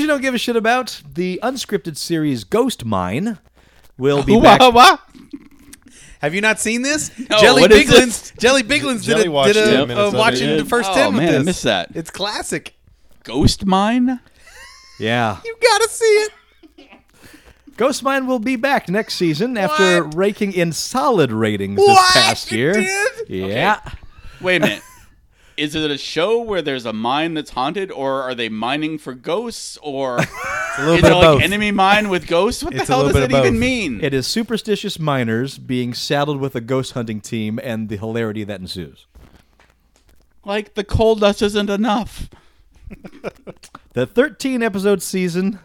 Speaker 6: you don't give a shit about the unscripted series Ghost Mine will be
Speaker 4: Ooh,
Speaker 6: back.
Speaker 4: wah, wah.
Speaker 7: Have you not seen this?
Speaker 4: No,
Speaker 7: Jelly
Speaker 4: what is
Speaker 7: Biglins. Jelly Biglins
Speaker 9: Jelly
Speaker 7: did a,
Speaker 9: watched
Speaker 7: did
Speaker 9: ten
Speaker 7: a,
Speaker 9: minutes
Speaker 7: a
Speaker 9: of it,
Speaker 7: watching
Speaker 9: yeah.
Speaker 7: the first
Speaker 4: Oh,
Speaker 7: ten with
Speaker 4: man, I
Speaker 7: this.
Speaker 4: missed that.
Speaker 7: It's classic.
Speaker 4: Ghost mine.
Speaker 6: Yeah.
Speaker 7: You gotta see it.
Speaker 6: Ghost Mine will be back next season after raking in solid ratings
Speaker 7: What?
Speaker 6: this past
Speaker 7: It
Speaker 6: year.
Speaker 7: did?
Speaker 6: Yeah.
Speaker 4: Wait a minute. Is it a show where there's a mine that's haunted, or are they mining for ghosts, or
Speaker 7: A little
Speaker 4: is it like enemy mine with ghosts? What
Speaker 7: It's
Speaker 4: the
Speaker 7: a
Speaker 4: hell does
Speaker 7: little
Speaker 4: that
Speaker 7: bit of
Speaker 4: even
Speaker 7: both.
Speaker 4: mean?
Speaker 6: It is superstitious miners being saddled with a ghost hunting team and the hilarity that ensues.
Speaker 4: like the coal dust isn't enough.
Speaker 6: The 13 episode season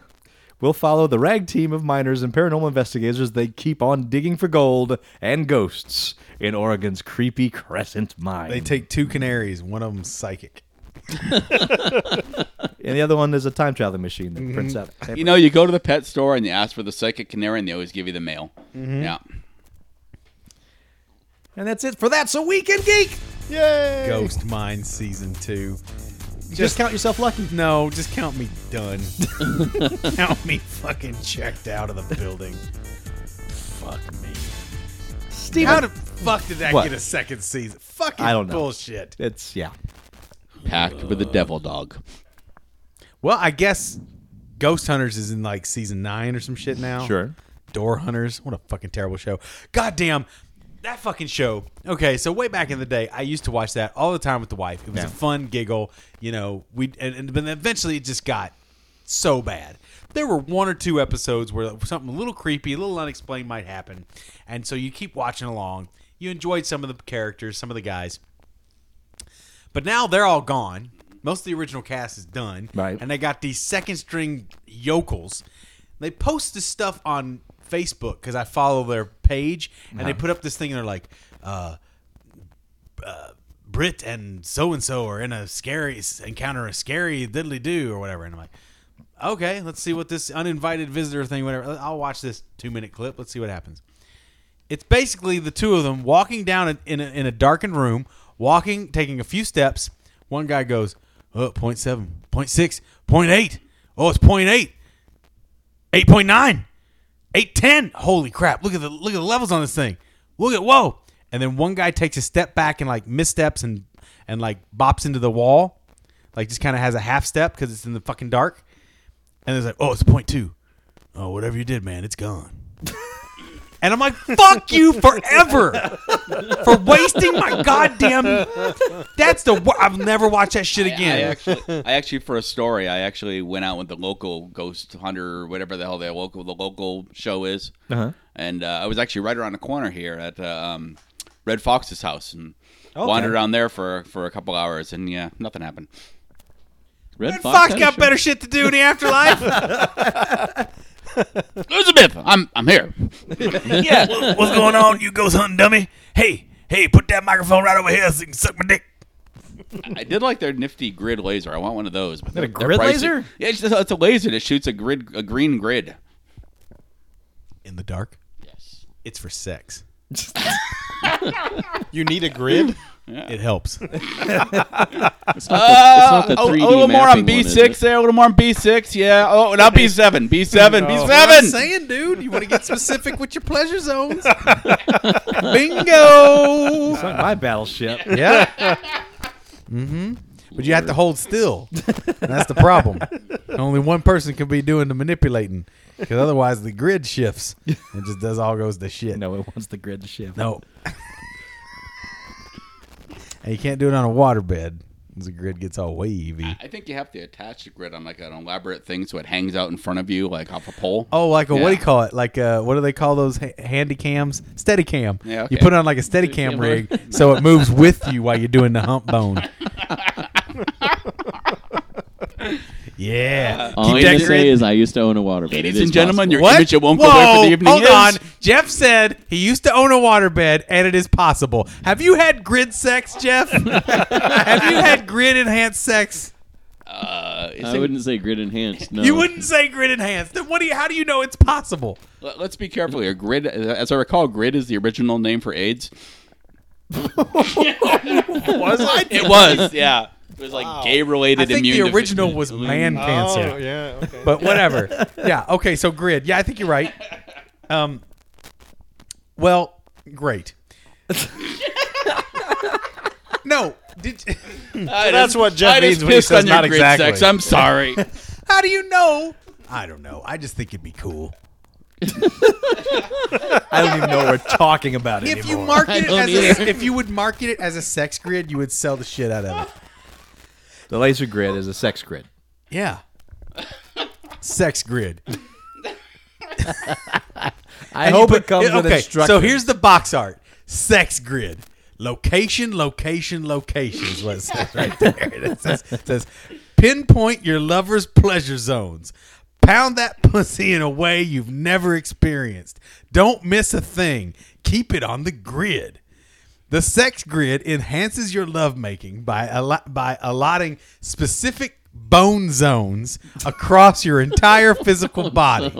Speaker 6: will follow the rag team of miners and paranormal investigators. They keep on digging for gold and ghosts in Oregon's creepy Crescent Mine.
Speaker 7: They take two canaries. One of them's psychic.
Speaker 6: and the other one is a time traveling machine that
Speaker 7: Mm-hmm.
Speaker 6: prints out.
Speaker 4: You know, you go to the pet store and you ask for the psychic canary, and they always give you the mail. Yeah.
Speaker 6: And that's it for That's a Weekend Geek.
Speaker 9: Yay!
Speaker 7: Ghost Mine season two.
Speaker 6: Just count yourself lucky.
Speaker 7: No, just count me done. count me fucking checked out of the building. Fuck me.
Speaker 6: Steven.
Speaker 7: How the fuck did that
Speaker 6: What?
Speaker 7: get a second season? Fucking
Speaker 6: I don't know.
Speaker 7: bullshit.
Speaker 6: it's, yeah.
Speaker 4: Packed with the devil dog.
Speaker 7: Well, I guess Ghost Hunters is in like season nine or some shit now.
Speaker 6: Oh.
Speaker 7: Door Hunters. What a fucking terrible show. Goddamn. That fucking show. Okay, so way back in the day, I used to watch that all the time with the wife. It was a fun giggle, you know. We and, and but eventually it just got so bad. There were one or two episodes where something a little creepy, a little unexplained might happen, and so you keep watching along. You enjoyed some of the characters, some of the guys, but now they're all gone. Most of the original cast is done,
Speaker 6: Right.
Speaker 7: And they got these second string yokels. They post this stuff on Facebook because I follow their page, and they put up this thing and they're like, uh, Brit and so and so are in a scary encounter, a scary diddly do or whatever. And I'm like, okay, let's see what this uninvited visitor thing, whatever. I'll watch this two minute clip. Let's see what happens. It's basically the two of them walking down in- in a, in a darkened room, walking, taking a few steps. One guy goes, oh, 0.7, 0.6, 0.8. Oh, it's 0.8, 8.9. 810 holy crap look at the look at the levels on this thing look at whoa and then one guy takes a step back and like missteps and and like bops into the wall like just kind of has a half step because it's in the fucking dark and it's like oh it's point two. Oh, whatever you did man it's gone and i'm like fuck you forever for wasting my goddamn that's the wor- i'll never watch that shit
Speaker 4: I
Speaker 7: again
Speaker 4: actually, I actually, for a story, I actually went out with the local ghost hunter, or whatever the hell the local the local show is, uh-huh. and uh, I was actually right around the corner here at uh, um, Red Fox's house and wandered around there for for a couple hours, and yeah, nothing happened.
Speaker 5: Red,
Speaker 7: Red Fox
Speaker 5: had a
Speaker 7: got
Speaker 5: show.
Speaker 7: better shit to do in the afterlife.
Speaker 4: Elizabeth, I'm I'm here.
Speaker 3: What's going on, you ghost hunting dummy? Hey, hey, put that microphone right over here so you can suck my dick.
Speaker 4: I did like their nifty grid laser. I want one of those. But they're,
Speaker 6: a
Speaker 4: they're
Speaker 6: grid
Speaker 4: pricey.
Speaker 6: laser?
Speaker 4: Yeah, it's, just, it's a laser that shoots a grid a green grid.
Speaker 7: in the dark
Speaker 4: Yes.
Speaker 7: it's for sex
Speaker 9: You need a grid?
Speaker 7: it helps
Speaker 5: It's not the, it's not
Speaker 4: Uh,
Speaker 5: the 3D
Speaker 4: oh, a little more on
Speaker 5: mapping one,
Speaker 4: B
Speaker 5: is
Speaker 4: six
Speaker 5: it?
Speaker 4: there. A little more on B six. Yeah. Oh, not B seven. B seven. B
Speaker 7: I'm
Speaker 4: seven.
Speaker 7: saying, dude, you want to get specific with your pleasure zones. Bingo.
Speaker 6: It's not my battleship.
Speaker 7: Yeah. Mm-hmm. But you have to hold still. And that's the problem. Only one person can be doing the manipulating, because otherwise the grid shifts and just does all goes to shit.
Speaker 6: No, it wants the grid to shift.
Speaker 7: No. and you can't do it on a waterbed. 'cause The grid gets all wavy.
Speaker 4: I think you have to attach the grid on like an elaborate thing so it hangs out in front of you like off a pole. Uh,
Speaker 7: Oh, like a what do you
Speaker 4: Yeah.
Speaker 7: call it? Like uh what do they call those ha- handy cams? Steady cam.
Speaker 4: Yeah, okay.
Speaker 7: You put on like a steady cam rig so it moves with you while you're doing the hump bone. yeah.
Speaker 5: All I'm
Speaker 7: Keep
Speaker 5: going
Speaker 7: that grid-
Speaker 5: to say is I used to own a water bed.
Speaker 4: Ladies
Speaker 5: It is
Speaker 4: and gentlemen,
Speaker 5: possible.
Speaker 4: your
Speaker 7: What?
Speaker 4: image it won't
Speaker 7: Whoa,
Speaker 4: go away for the evening
Speaker 7: hold
Speaker 4: is.
Speaker 7: on. Jeff said he used to own a waterbed and it is possible. Have you had grid sex, Jeff? Have you had grid enhanced sex?
Speaker 4: Uh, it's
Speaker 5: I
Speaker 4: in-
Speaker 5: wouldn't say grid enhanced. No.
Speaker 7: You wouldn't say grid enhanced. Then what do you how do you know it's possible?
Speaker 4: let- Let's be careful here. Grid, as I recall, grid is the original name for AIDS. was it? It was. Yeah. It was like gay related
Speaker 7: I think
Speaker 4: immune.
Speaker 7: the original
Speaker 4: deficiency.
Speaker 7: was man cancer.
Speaker 9: Oh, yeah. Okay.
Speaker 7: but whatever. yeah. Okay. So grid. Yeah, I think you're right. Um. Well, great. no. Did,
Speaker 4: I
Speaker 9: that's
Speaker 4: just-
Speaker 9: what Jeff
Speaker 4: I just
Speaker 9: means when he
Speaker 4: pissed
Speaker 9: says
Speaker 4: on your
Speaker 9: not
Speaker 4: grid
Speaker 9: exactly.
Speaker 4: sex. I'm sorry.
Speaker 7: how do you know? I don't know. I just think it'd be cool.
Speaker 6: I don't even know what we're talking about
Speaker 7: If
Speaker 6: anymore.
Speaker 7: you market it
Speaker 5: don't
Speaker 7: as
Speaker 5: either.
Speaker 7: a, if you would market it as a sex grid, you would sell the shit out of it.
Speaker 6: the laser grid is a sex grid.
Speaker 7: Yeah. Sex grid.
Speaker 6: I hope it comes with
Speaker 7: okay,
Speaker 6: instructions.
Speaker 7: So here's the box art. Sex grid. Location, location, location is what it says right there. It says, it says pinpoint your lover's pleasure zones. Pound that pussy in a way you've never experienced. Don't miss a thing. Keep it on the grid. The sex grid enhances your lovemaking by allo- by allotting specific bone zones across your entire physical body.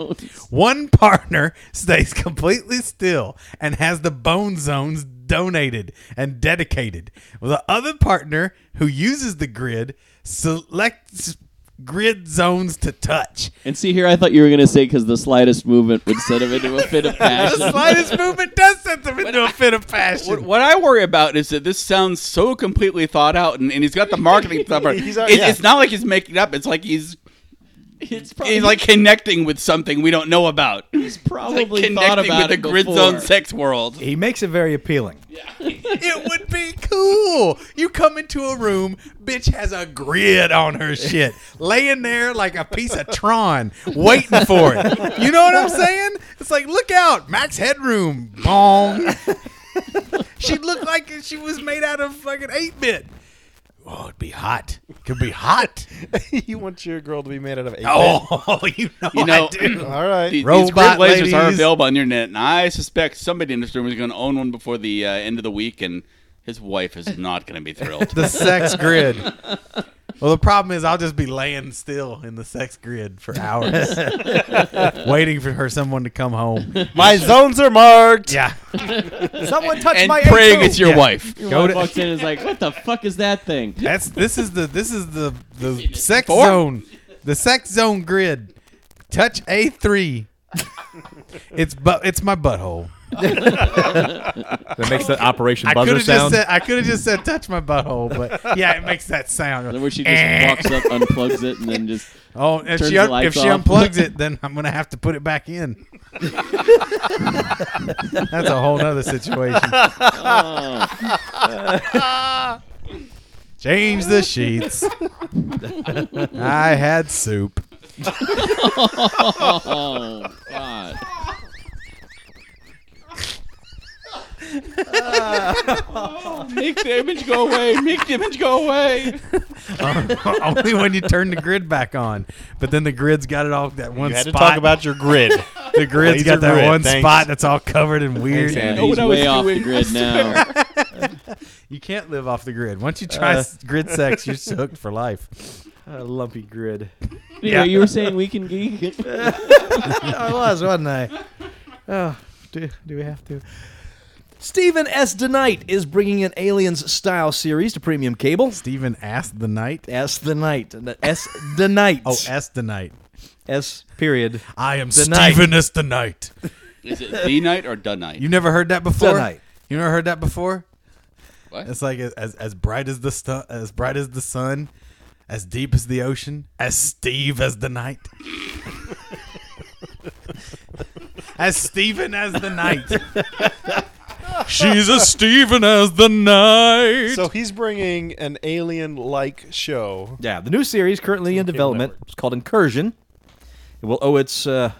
Speaker 7: One partner stays completely still and has the bone zones donated and dedicated. The other partner who uses the grid selects grid zones to touch.
Speaker 5: And see here, I thought you were going to say because the slightest movement would set him into a fit of
Speaker 7: The
Speaker 5: passion.
Speaker 7: slightest movement does set them into a fit of passion.
Speaker 4: What, what I worry about is that this sounds so completely thought out, and, and he's got the marketing stuff. right.
Speaker 9: He's out-
Speaker 4: It-
Speaker 9: yeah.
Speaker 4: It's not like he's making it up. It's like he's
Speaker 5: it's
Speaker 4: he's like connecting with something we don't know about. He's
Speaker 5: probably
Speaker 4: connecting
Speaker 5: thought about
Speaker 4: with the
Speaker 5: it
Speaker 4: grid
Speaker 5: before.
Speaker 4: zone sex world.
Speaker 6: he makes it very appealing.
Speaker 7: It would be cool. You come into a room, bitch has a grid on her shit, laying there like a piece of Tron, waiting for it. You know what I'm saying? It's like, look out, Max Headroom, bong. she looked like she was made out of fucking eight bit. Oh, it'd be hot. Could be hot.
Speaker 9: you want your girl to be made out of eight.
Speaker 7: Oh, you know,
Speaker 4: You know,
Speaker 7: I do.
Speaker 9: All right.
Speaker 4: These, these grid
Speaker 7: Robot
Speaker 4: lasers are
Speaker 7: ladies.
Speaker 4: available on the internet, and I suspect somebody in this room is going to own one before the uh, end of the week, and his wife is not going to be thrilled.
Speaker 7: the sex grid. Well, the problem is I'll just be laying still in the sex grid for hours, waiting for her someone to come home.
Speaker 9: My zones are marked.
Speaker 7: Yeah,
Speaker 6: Someone touched
Speaker 4: and
Speaker 6: my
Speaker 4: praying
Speaker 6: A2.
Speaker 4: it's your wife.
Speaker 7: go
Speaker 5: Go
Speaker 7: to-
Speaker 5: walks in and is like, what the fuck is that thing?
Speaker 7: that's this is the this is the the sex
Speaker 4: Four?
Speaker 7: zone, the sex zone grid. Touch A three. It's but it's my butthole.
Speaker 6: That makes the Operation
Speaker 7: I could
Speaker 6: Buzzer
Speaker 7: have just
Speaker 6: sound.
Speaker 7: said I could have just said touch my butthole, but yeah, it makes that sound.
Speaker 5: Then where she
Speaker 4: Eh.
Speaker 5: just walks up, unplugs it, and then just
Speaker 7: Oh, if
Speaker 5: Turns
Speaker 7: she
Speaker 5: the
Speaker 7: un- if
Speaker 5: lights
Speaker 7: she
Speaker 5: off.
Speaker 7: unplugs it, then I'm gonna have to put it back in. That's a whole nother situation. Change the sheets. I had soup.
Speaker 5: oh god.
Speaker 4: Make the image go away. Make the image go away.
Speaker 7: Only when you turn the grid back on. But then the grid's got it all that one
Speaker 9: You had to
Speaker 7: spot.
Speaker 9: talk about your grid.
Speaker 7: the grid's got
Speaker 9: laser
Speaker 7: that
Speaker 9: grid.
Speaker 7: one
Speaker 9: Thanks.
Speaker 7: spot that's all covered and weird.
Speaker 9: Andy.
Speaker 5: He's way off the grid
Speaker 6: Uh,
Speaker 5: now.
Speaker 7: you can't live off the grid. Once you
Speaker 9: Uh.
Speaker 7: try s- grid sex, you're hooked for life.
Speaker 6: a lumpy grid.
Speaker 5: Anyway, you were saying we can geek.
Speaker 6: I was, wasn't I? Oh, do, do we have to? Stephen S. DeKnight is bringing an Aliens style series to premium cable.
Speaker 7: Steven asked the night.
Speaker 6: S. the Knight. S. the Knight.
Speaker 7: Oh, asked the night.
Speaker 6: S. Period.
Speaker 7: I am
Speaker 6: The night.
Speaker 7: Stephen is the night.
Speaker 4: Is it the night or the night?
Speaker 7: You never heard that before.
Speaker 6: night.
Speaker 7: You never heard that before.
Speaker 4: What?
Speaker 7: It's like as as bright as the stu- as bright as the sun, as deep as the ocean, as Steve as the night, as Stephen as the night. She's as Stephen as the night.
Speaker 9: So he's bringing an alien-like show.
Speaker 6: Yeah, the new series currently in development. It's called Incursion. It will owe its uh,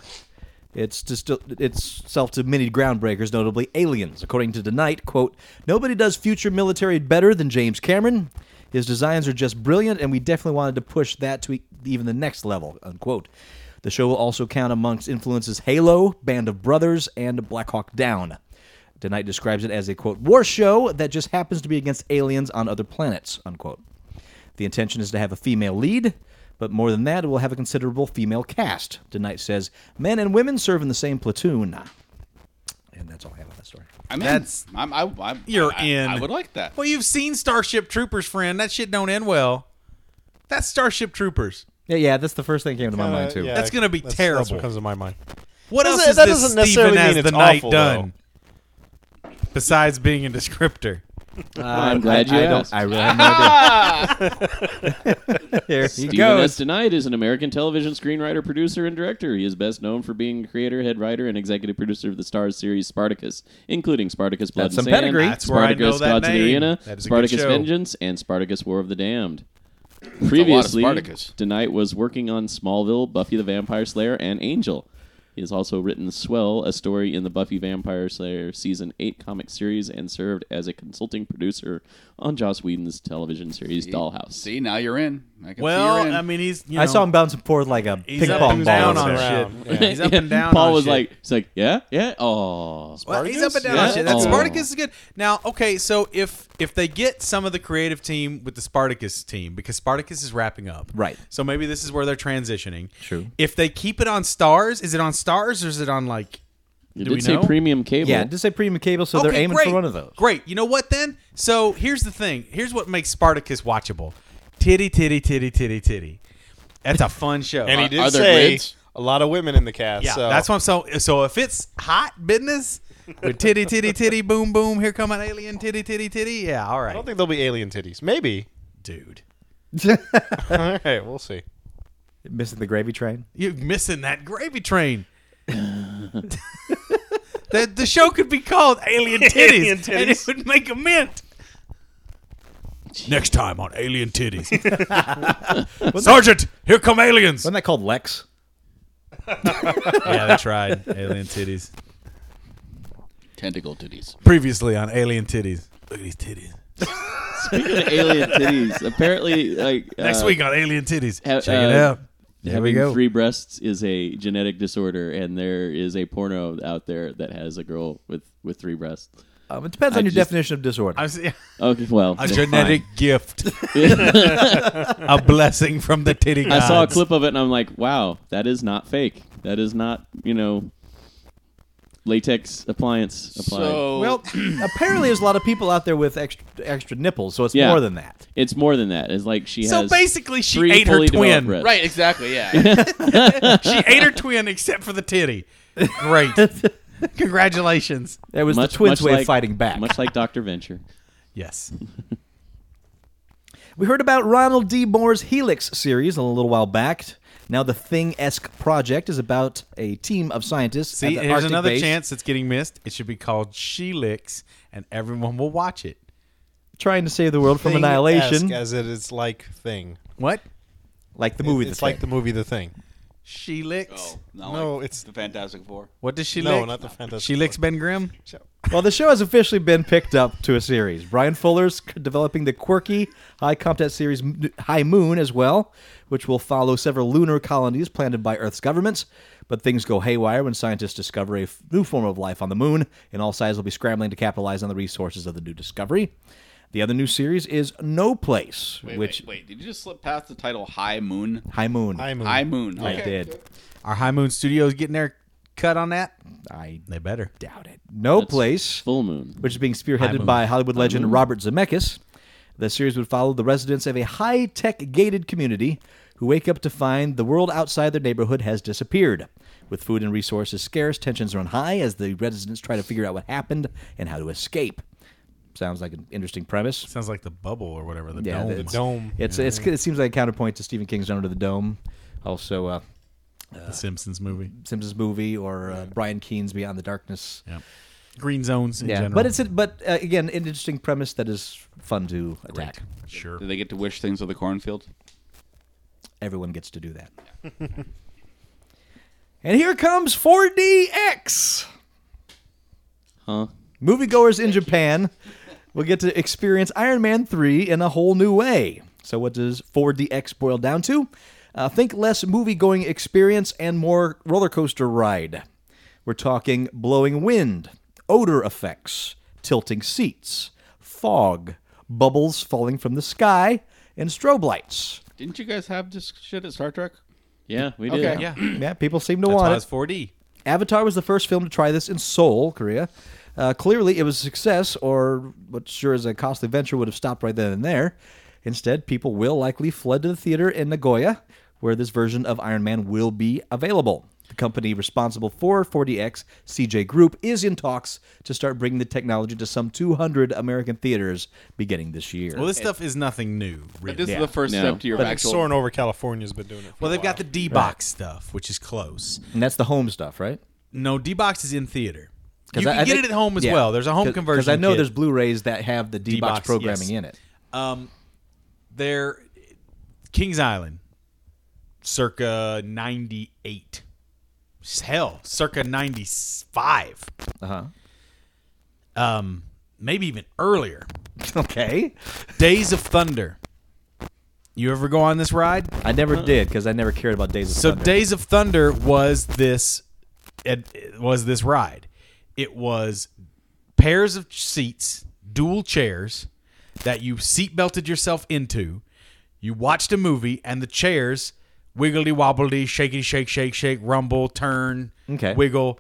Speaker 6: its distil- itself to many groundbreakers, notably Aliens. According to Tonight, quote, "Nobody does future military better than James Cameron. His designs are just brilliant, and we definitely wanted to push that to e- even the next level." Unquote. The show will also count amongst influences Halo, Band of Brothers, and Black Hawk Down. Tonight describes it as a quote war show that just happens to be against aliens on other planets unquote. The intention is to have a female lead, but more than that, it will have a considerable female cast. Tonight says men and women serve in the same platoon. And that's all I have on that story.
Speaker 4: I mean,
Speaker 7: That's-
Speaker 4: I'm, I, I,
Speaker 7: You're
Speaker 4: I-
Speaker 7: in.
Speaker 4: I would like that.
Speaker 7: Well, you've seen Starship Troopers, friend. That shit don't end well. That's Starship Troopers.
Speaker 6: Yeah, yeah, that's the first thing that came to
Speaker 7: Uh,
Speaker 6: my mind too.
Speaker 7: That's gonna be
Speaker 9: That's
Speaker 7: terrible.
Speaker 9: what comes to my mind.
Speaker 7: What
Speaker 9: Doesn't-
Speaker 7: else is
Speaker 9: that
Speaker 7: this
Speaker 9: doesn't necessarily
Speaker 7: Stephen
Speaker 9: mean
Speaker 7: has
Speaker 9: it's
Speaker 7: the night
Speaker 9: awful,
Speaker 7: done? Besides being a descriptor.
Speaker 5: I'm glad you
Speaker 6: I,
Speaker 5: asked.
Speaker 6: don't. I really have no idea. Here he
Speaker 5: Stephen
Speaker 6: goes.
Speaker 5: S. Tonight is an American television screenwriter, producer, and director. He is best known for being a creator, head writer, and executive producer of the Stars series Spartacus, including Spartacus Blood
Speaker 6: That's
Speaker 5: and
Speaker 6: some
Speaker 5: Sand,
Speaker 6: pedigree.
Speaker 7: That's where I
Speaker 5: Spartacus
Speaker 7: know that
Speaker 5: Gods of the
Speaker 7: name.
Speaker 5: Arena,
Speaker 7: That is a good
Speaker 5: Spartacus
Speaker 7: show.
Speaker 5: Vengeance, and Spartacus War of the Damned. Previously,
Speaker 4: Spartacus.
Speaker 5: tonight was working on Smallville, Buffy the Vampire Slayer, and Angel. He has also written Swell, a story in the Buffy Vampire Slayer season 8 comic series, and served as a consulting producer on Joss Whedon's television series Dollhouse.
Speaker 4: See, now you're in. I can see
Speaker 7: Well,
Speaker 4: you're in.
Speaker 7: I mean, he's. You know,
Speaker 6: I saw him bouncing forth like a
Speaker 7: He's
Speaker 6: ping
Speaker 7: up
Speaker 6: pong
Speaker 7: and
Speaker 6: ball.
Speaker 7: down
Speaker 6: over
Speaker 7: on
Speaker 6: there.
Speaker 9: around.
Speaker 7: shit. Yeah, He's up and down.
Speaker 5: Paul
Speaker 7: on
Speaker 5: was
Speaker 7: shit.
Speaker 5: like, he's like, yeah, yeah, oh,
Speaker 7: Well, he's up and down on
Speaker 5: Yeah.
Speaker 7: shit. That
Speaker 5: Oh.
Speaker 7: Spartacus is good. Now, okay, so if if they get some of the creative team with the Spartacus team, because Spartacus is wrapping up,
Speaker 6: Right.
Speaker 7: So maybe this is where they're transitioning.
Speaker 6: True.
Speaker 7: If they keep it on Stars, is it on Stars or is it on like?
Speaker 5: you
Speaker 7: do
Speaker 5: did
Speaker 7: we
Speaker 5: say
Speaker 7: know?
Speaker 5: premium cable.
Speaker 6: Yeah, just say premium cable, so they're aiming for one of those.
Speaker 7: Great. You know what then? So here's the thing. Here's what makes Spartacus watchable. Titty, titty, titty, titty, titty. That's a fun show.
Speaker 9: And he
Speaker 7: Uh,
Speaker 9: did
Speaker 4: are there
Speaker 9: say
Speaker 4: grids?
Speaker 9: a lot of women in the cast.
Speaker 7: yeah,
Speaker 9: so.
Speaker 7: that's what I'm so. So if it's hot business with titty, titty, titty, boom, boom, here come an alien, titty, titty, titty. Yeah, all
Speaker 9: I
Speaker 7: right,
Speaker 9: don't think there'll be alien titties. Maybe.
Speaker 7: dude.
Speaker 9: All right, we'll see.
Speaker 6: Missing the gravy train.
Speaker 7: You're missing that gravy train. the, the show could be called Alien Titties,
Speaker 9: Alien
Speaker 7: and it
Speaker 9: Titties.
Speaker 7: would make a mint. Next time on Alien Titties. Sergeant, here come aliens.
Speaker 6: Wasn't that called Lex?
Speaker 7: yeah, they tried Alien Titties.
Speaker 4: tentacle duties.
Speaker 7: Previously on Alien Titties. Look at these titties.
Speaker 5: Speaking of alien titties, apparently, like
Speaker 7: Next
Speaker 5: uh,
Speaker 7: week on Alien Titties.
Speaker 5: ha-
Speaker 7: Check it
Speaker 5: uh,
Speaker 7: out. There we
Speaker 5: having
Speaker 7: go.
Speaker 5: three breasts is a genetic disorder, and there is a porno out there that has a girl with with three breasts.
Speaker 6: Um, it depends
Speaker 5: I
Speaker 6: on your
Speaker 5: just-
Speaker 6: definition of disorder.
Speaker 7: I'm s-
Speaker 5: Okay, well,
Speaker 7: a
Speaker 5: then
Speaker 7: genetic gift. a blessing from the titty
Speaker 5: fine.
Speaker 7: gods.
Speaker 5: I saw a clip of it, and I'm like, wow, that is not fake. That is not, you know, latex appliance applied.
Speaker 4: So,
Speaker 6: well, apparently there's a lot of people out there with extra, extra nipples, so it's
Speaker 5: Yeah.
Speaker 6: more than that.
Speaker 5: it's more than that. It's like she
Speaker 7: So
Speaker 5: has
Speaker 7: basically, she
Speaker 5: three
Speaker 7: ate her
Speaker 5: fully developed
Speaker 7: twin.
Speaker 5: breasts.
Speaker 4: right, exactly, yeah.
Speaker 7: She ate her twin except for the titty. Great. Congratulations.
Speaker 6: That was
Speaker 5: Much-
Speaker 6: the twins'
Speaker 5: much
Speaker 6: way
Speaker 5: like-
Speaker 6: of fighting back.
Speaker 5: much like Doctor Venture.
Speaker 7: Yes.
Speaker 6: We heard about Ronald D. Moore's Helix series a little while back. Now, the Thing esque project is about a team of scientists. at
Speaker 7: See,
Speaker 6: the
Speaker 7: here's
Speaker 6: Arctic
Speaker 7: another
Speaker 6: base.
Speaker 7: chance that's getting missed. It should be called She Licks, and everyone will watch it.
Speaker 6: Trying to save the world from
Speaker 9: Thing-esque,
Speaker 6: annihilation,
Speaker 9: As it is like thing.
Speaker 7: What?
Speaker 6: like the movie.
Speaker 9: it's
Speaker 6: the
Speaker 9: like
Speaker 6: Thing.
Speaker 9: the movie The Thing.
Speaker 7: She Licks.
Speaker 4: Oh, not
Speaker 9: No,
Speaker 4: like
Speaker 9: it's-
Speaker 4: the Fantastic Four.
Speaker 7: What does she
Speaker 9: No,
Speaker 7: lick?
Speaker 9: not the Fantastic
Speaker 7: She Licks Ben Grimm?
Speaker 6: Well, the show has officially been picked up to a series. Brian Fuller's c- developing the quirky high concept series M- High Moon as well, which will follow several lunar colonies planted by Earth's governments. But things go haywire when scientists discover a f- new form of life on the moon, and all sides will be scrambling to capitalize on the resources of the new discovery. The other new series is No Place,
Speaker 4: Wait,
Speaker 6: which
Speaker 4: wait, wait, did you just slip past the title High Moon?
Speaker 6: High Moon.
Speaker 9: High Moon.
Speaker 4: High Moon.
Speaker 6: I
Speaker 4: Okay.
Speaker 6: did.
Speaker 7: Are High Moon Studios getting their cut on that?
Speaker 6: I
Speaker 7: They better.
Speaker 6: doubt it. No Place.
Speaker 5: Full moon.
Speaker 6: which is being spearheaded by Hollywood legend Robert Zemeckis. The series would follow the residents of a high tech gated community who wake up to find the world outside their neighborhood has disappeared. With food and resources scarce, tensions run high as the residents try to figure out what happened and how to escape. Sounds like an interesting premise.
Speaker 7: Sounds like the bubble or whatever, the
Speaker 6: Yeah,
Speaker 7: dome.
Speaker 6: it's-
Speaker 9: Dome.
Speaker 6: It's, it's, it seems like a counterpoint to Stephen King's Under the Dome, also uh,
Speaker 7: the Simpsons movie.
Speaker 6: Simpsons movie or uh, Brian Keene's Beyond the Darkness.
Speaker 7: Yeah. Green zones in general.
Speaker 6: but it's a, but uh, again, an interesting premise that is fun to attack.
Speaker 7: sure.
Speaker 4: Did they get to wish things of the cornfield?
Speaker 6: everyone gets to do that. and here comes 4DX.
Speaker 5: Huh?
Speaker 6: Moviegoers in Japan will get to experience Iron Man 3 in a whole new way. So, what does 4DX boil down to? Uh, think less movie going experience and more roller coaster ride. We're talking blowing wind, odor effects, tilting seats, fog, bubbles falling from the sky, and strobe lights.
Speaker 4: Didn't you guys have this shit at Star Trek?
Speaker 5: Yeah, we did.
Speaker 4: Okay.
Speaker 7: yeah.
Speaker 6: Yeah, people seem to
Speaker 7: That's
Speaker 6: want
Speaker 7: why
Speaker 6: it.
Speaker 7: it's 4D.
Speaker 6: Avatar was the first film to try this in Seoul, Korea. Uh, clearly, it was a success, or what sure as a costly venture would have stopped right then and there. Instead, people will likely fled to the theater in Nagoya, where this version of Iron Man will be available. The company responsible for 4DX, CJ Group, is in talks to start bringing the technology to some 200 American theaters beginning this year.
Speaker 7: Well, this stuff is nothing new, really.
Speaker 4: This is the first
Speaker 5: No.
Speaker 4: step to your
Speaker 9: Like
Speaker 4: actual.
Speaker 9: soaring over California's been doing it. For
Speaker 7: Well,
Speaker 9: a
Speaker 7: they've
Speaker 9: while.
Speaker 7: got the D box stuff, which is close.
Speaker 6: and that's the home stuff, right?
Speaker 7: No, D box is in theater.
Speaker 6: 'Cause
Speaker 7: You can
Speaker 6: I- I
Speaker 7: get
Speaker 6: think-
Speaker 7: it at home as
Speaker 6: yeah.
Speaker 7: well. There's a home conversion.
Speaker 6: I know
Speaker 7: kit.
Speaker 6: there's Blu-rays that have the D-box,
Speaker 7: D-box,
Speaker 6: programming
Speaker 7: yes.
Speaker 6: in it.
Speaker 7: Um, there, Kings Island, circa '98. Hell, circa '95.
Speaker 6: Uh huh.
Speaker 7: Um, maybe even earlier.
Speaker 6: Okay.
Speaker 7: Days of Thunder. You ever go on this ride?
Speaker 6: I never did because I never cared about Days of
Speaker 7: So
Speaker 6: Thunder.
Speaker 7: Days of Thunder was this it, it was this ride. It was pairs of seats, dual chairs that you seat belted yourself into. You watched a movie and the chairs wiggly wobbly, shaky shake shake shake, rumble, turn,
Speaker 6: Okay.
Speaker 7: wiggle,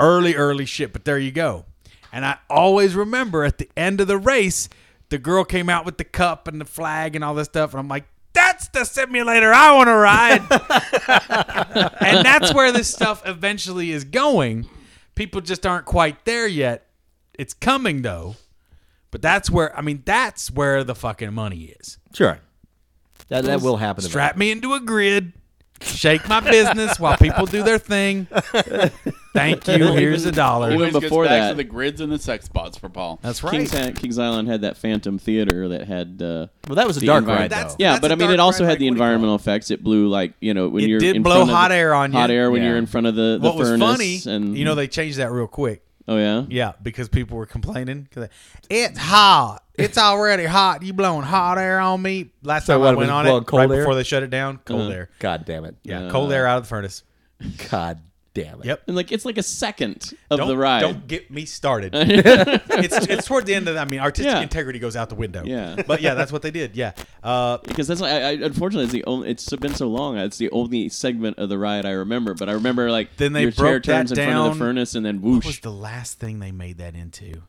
Speaker 7: early early shit, but there you go. And I always remember at the end of the race, the girl came out with the cup and the flag and all this stuff and I'm like, that's the simulator I want to ride and that's where this stuff eventually is going. People just aren't quite there yet. It's coming though. But that's where I mean that's where the fucking money is.
Speaker 6: sure. That, that will happen. eventually.
Speaker 7: Strap me into a grid, shake my business while people do their thing. Thank you. Here's a dollar.
Speaker 4: Always gets
Speaker 5: before
Speaker 4: back
Speaker 5: that-
Speaker 4: to the grids and the sex spots for Paul.
Speaker 7: That's
Speaker 5: Kings,
Speaker 7: right.
Speaker 5: Kings Island had that Phantom Theater that had. Uh,
Speaker 6: Well, that was a
Speaker 5: the
Speaker 6: dark
Speaker 5: environment.
Speaker 6: ride, though.
Speaker 7: That's-
Speaker 5: Yeah,
Speaker 7: That's
Speaker 5: but
Speaker 7: a
Speaker 5: I mean, it
Speaker 7: dark
Speaker 5: also
Speaker 7: ride, like, what
Speaker 5: had the
Speaker 7: do you call
Speaker 5: environmental effects. It blew like you know when
Speaker 7: It
Speaker 5: you're
Speaker 7: did
Speaker 5: in
Speaker 7: blow
Speaker 5: front of
Speaker 7: hot
Speaker 5: the-
Speaker 7: air on you.
Speaker 5: Hot air when you're
Speaker 6: Yeah.
Speaker 5: in front of the, the
Speaker 7: What was funny,
Speaker 5: furnace and
Speaker 7: you know, they changed that real quick.
Speaker 5: oh yeah
Speaker 7: Yeah, because people were complaining. 'Cause they- It's hot. It's already hot. You blowing hot air on me. Last time
Speaker 6: what,
Speaker 7: I
Speaker 6: it was
Speaker 7: went on
Speaker 6: blowing
Speaker 7: it,
Speaker 6: cold
Speaker 7: right
Speaker 6: air?
Speaker 7: before they shut it down, cold
Speaker 5: Uh-huh.
Speaker 7: air.
Speaker 6: God damn it.
Speaker 7: Yeah,
Speaker 5: Uh,
Speaker 7: cold air out of the furnace.
Speaker 6: God damn it.
Speaker 7: Yep.
Speaker 5: and like it's like a second of
Speaker 7: Don't,
Speaker 5: the ride.
Speaker 7: don't get me started. it's it's toward the end of. the- I mean, artistic
Speaker 5: Yeah.
Speaker 7: integrity goes out the window.
Speaker 5: Yeah.
Speaker 7: but yeah, that's what they did. Yeah, uh,
Speaker 5: because that's I, I unfortunately it's the only it's been so long it's the only segment of the ride I remember but I remember like
Speaker 7: Then they
Speaker 5: your chair
Speaker 7: broke that
Speaker 5: turns in front of
Speaker 7: down.
Speaker 5: the furnace and then
Speaker 7: what was
Speaker 5: whoosh
Speaker 7: the last thing they made that into?
Speaker 6: It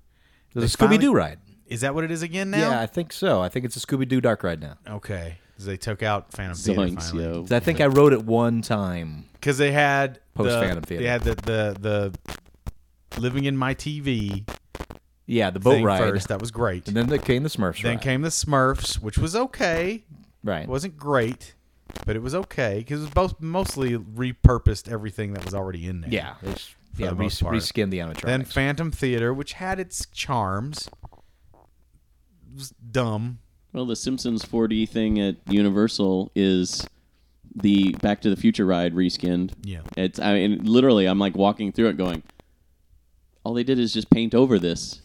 Speaker 6: was a
Speaker 7: They
Speaker 6: Scooby Doo
Speaker 7: finally-
Speaker 6: ride.
Speaker 7: Is that what it is again
Speaker 6: Yeah, I
Speaker 7: now?
Speaker 6: think so. I think it's a Scooby Doo dark ride now.
Speaker 7: Yeah. Okay. So They took out Phantom Theater
Speaker 5: zoinks
Speaker 7: finally.
Speaker 5: yo
Speaker 6: 'Cause I think I rode it one time.
Speaker 7: because they had
Speaker 6: Post
Speaker 7: the-
Speaker 6: Phantom Theater.
Speaker 7: They had the the the living in my TV
Speaker 6: Yeah, the boat
Speaker 7: thing
Speaker 6: ride.
Speaker 7: first. That was great.
Speaker 6: And then there came the Smurfs
Speaker 7: then
Speaker 6: ride.
Speaker 7: came the Smurfs, which was okay.
Speaker 6: right.
Speaker 7: It wasn't great, but it was okay because it was both mostly repurposed everything that was already in there.
Speaker 6: yeah. It's,
Speaker 7: the
Speaker 6: yeah,
Speaker 7: most
Speaker 6: res-
Speaker 7: part.
Speaker 6: reskinned the animatronics.
Speaker 7: Then Phantom Theater, which had its charms, It was dumb.
Speaker 5: well the Simpsons 4D thing at Universal is the Back to the Future ride reskinned
Speaker 7: Yeah.
Speaker 5: it's I mean literally I'm like walking through it going all they did is just paint over this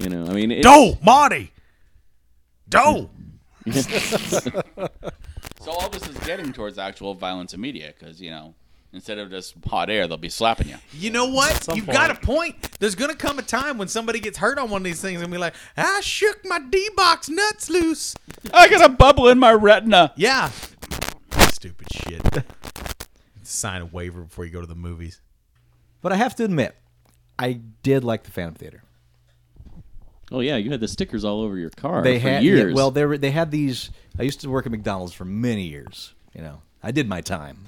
Speaker 5: you know I mean it's,
Speaker 7: Doe Marty. Doe.
Speaker 4: So all this is getting towards actual violence in media because you know instead of just hot air, they'll be slapping you.
Speaker 7: You know what? You got a point. There's gonna come a time when somebody gets hurt on one of these things and be like, "I shook my D box nuts loose."
Speaker 4: I got a bubble in my retina.
Speaker 7: Yeah. Stupid shit. Sign a waiver before you go to the movies.
Speaker 6: But I have to admit, I did like the Phantom Theater.
Speaker 5: oh yeah you had the stickers all over your car
Speaker 6: They
Speaker 5: for
Speaker 6: had yeah,
Speaker 5: years
Speaker 6: well, they were, they had these. I used to work at McDonald's for many years. You know, I did my time,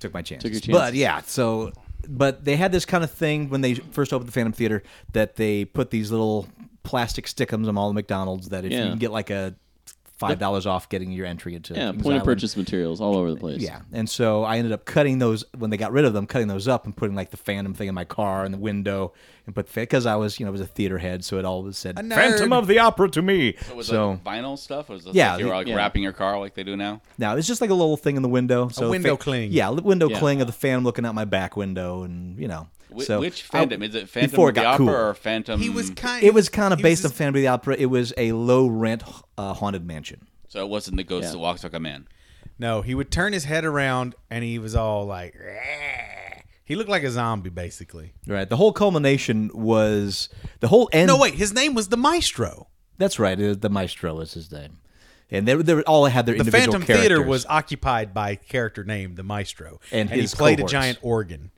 Speaker 6: took my chances.
Speaker 5: your chances.
Speaker 6: But yeah, so but they had this kind of thing when they first opened the Phantom Theater that they put these little plastic stickums on all the McDonald's that if you
Speaker 5: Yeah.
Speaker 6: can get like a five dollars off getting your entry into
Speaker 5: yeah
Speaker 6: Kings
Speaker 5: point of
Speaker 6: Island.
Speaker 5: purchase materials all over the place
Speaker 6: Yeah, and so I ended up cutting those when they got rid of them, cutting those up and putting like the Phantom thing in my car and the window, and put because I was you know I was a theater head, so it always said
Speaker 7: nerd.
Speaker 6: Phantom of the Opera to me.
Speaker 4: It was
Speaker 6: so
Speaker 4: like vinyl stuff. Or was it
Speaker 6: Yeah,
Speaker 4: like you were like
Speaker 5: yeah.
Speaker 4: wrapping your car like they do now.
Speaker 6: now it's just like a little thing in the window, so the
Speaker 7: window cling.
Speaker 6: yeah, li- window
Speaker 5: Yeah.
Speaker 6: cling of the Phantom looking out my back window, and you know,
Speaker 4: Wh-
Speaker 6: so
Speaker 4: Which
Speaker 6: I-
Speaker 4: Phantom is it? Phantom
Speaker 6: before
Speaker 4: of the
Speaker 6: it got
Speaker 4: Opera
Speaker 6: cool.
Speaker 4: or Phantom?
Speaker 7: He Mm. was kind.
Speaker 6: It was kind of
Speaker 7: he
Speaker 6: based on
Speaker 7: just-
Speaker 6: Phantom of the Opera. It was a low rent uh, haunted mansion.
Speaker 4: So it wasn't the ghost that walks like a man.
Speaker 7: No, he would turn his head around and he was all like, "Rah." he looked like a zombie basically.
Speaker 6: Right. The whole culmination was the whole end.
Speaker 7: No, wait, his name was the Maestro.
Speaker 6: That's right. uh, The maestro is his name, and they were- they were- all had their
Speaker 7: The
Speaker 6: individual
Speaker 7: Phantom
Speaker 6: characters.
Speaker 7: Theater was occupied by a character named the Maestro,
Speaker 6: And
Speaker 7: he
Speaker 6: his
Speaker 7: played
Speaker 6: cohorts.
Speaker 7: a giant organ.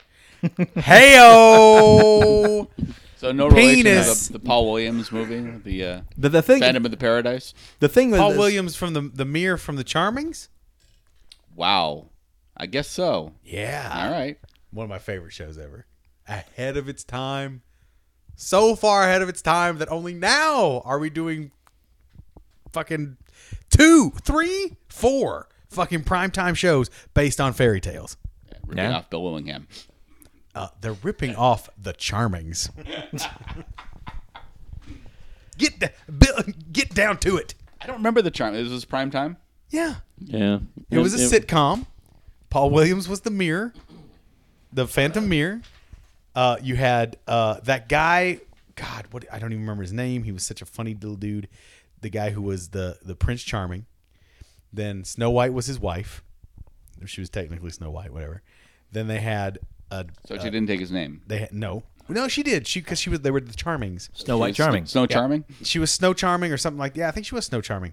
Speaker 7: Heyo!
Speaker 4: So no relation
Speaker 7: Penis.
Speaker 4: to the, the Paul Williams movie, the uh,
Speaker 6: But the thing,
Speaker 4: Phantom of the Paradise.
Speaker 6: the thing with
Speaker 7: Paul
Speaker 6: this-
Speaker 7: Williams from the the Mirror from the Charmings.
Speaker 4: Wow, I guess so.
Speaker 7: Yeah,
Speaker 4: All right.
Speaker 7: one of my favorite shows ever. Ahead of its time, so far ahead of its time that only now are we doing fucking two, three, four fucking primetime shows based on fairy tales.
Speaker 4: Ripping
Speaker 6: Yeah.
Speaker 4: off Bill Willingham.
Speaker 7: Uh, they're ripping off the Charmings. get da- Bill, get down to it.
Speaker 4: I don't remember the charm. This was prime time.
Speaker 7: Yeah.
Speaker 5: Yeah,
Speaker 7: It was a sitcom. Paul Williams was the mirror, the Phantom Mirror. Uh, you had uh, that guy. God, what I don't even remember his name. He was such a funny little dude. The guy who was the the Prince Charming. Then Snow White was his wife. She was technically Snow White, whatever. Then they had a.
Speaker 4: So she didn't take his name.
Speaker 7: They had no, no, she did. She because she was they were the Charmings
Speaker 6: Snow White
Speaker 4: She was
Speaker 6: Charming.
Speaker 4: Snow Charming.
Speaker 7: she was Snow Charming or something like. Yeah, I think she was Snow Charming.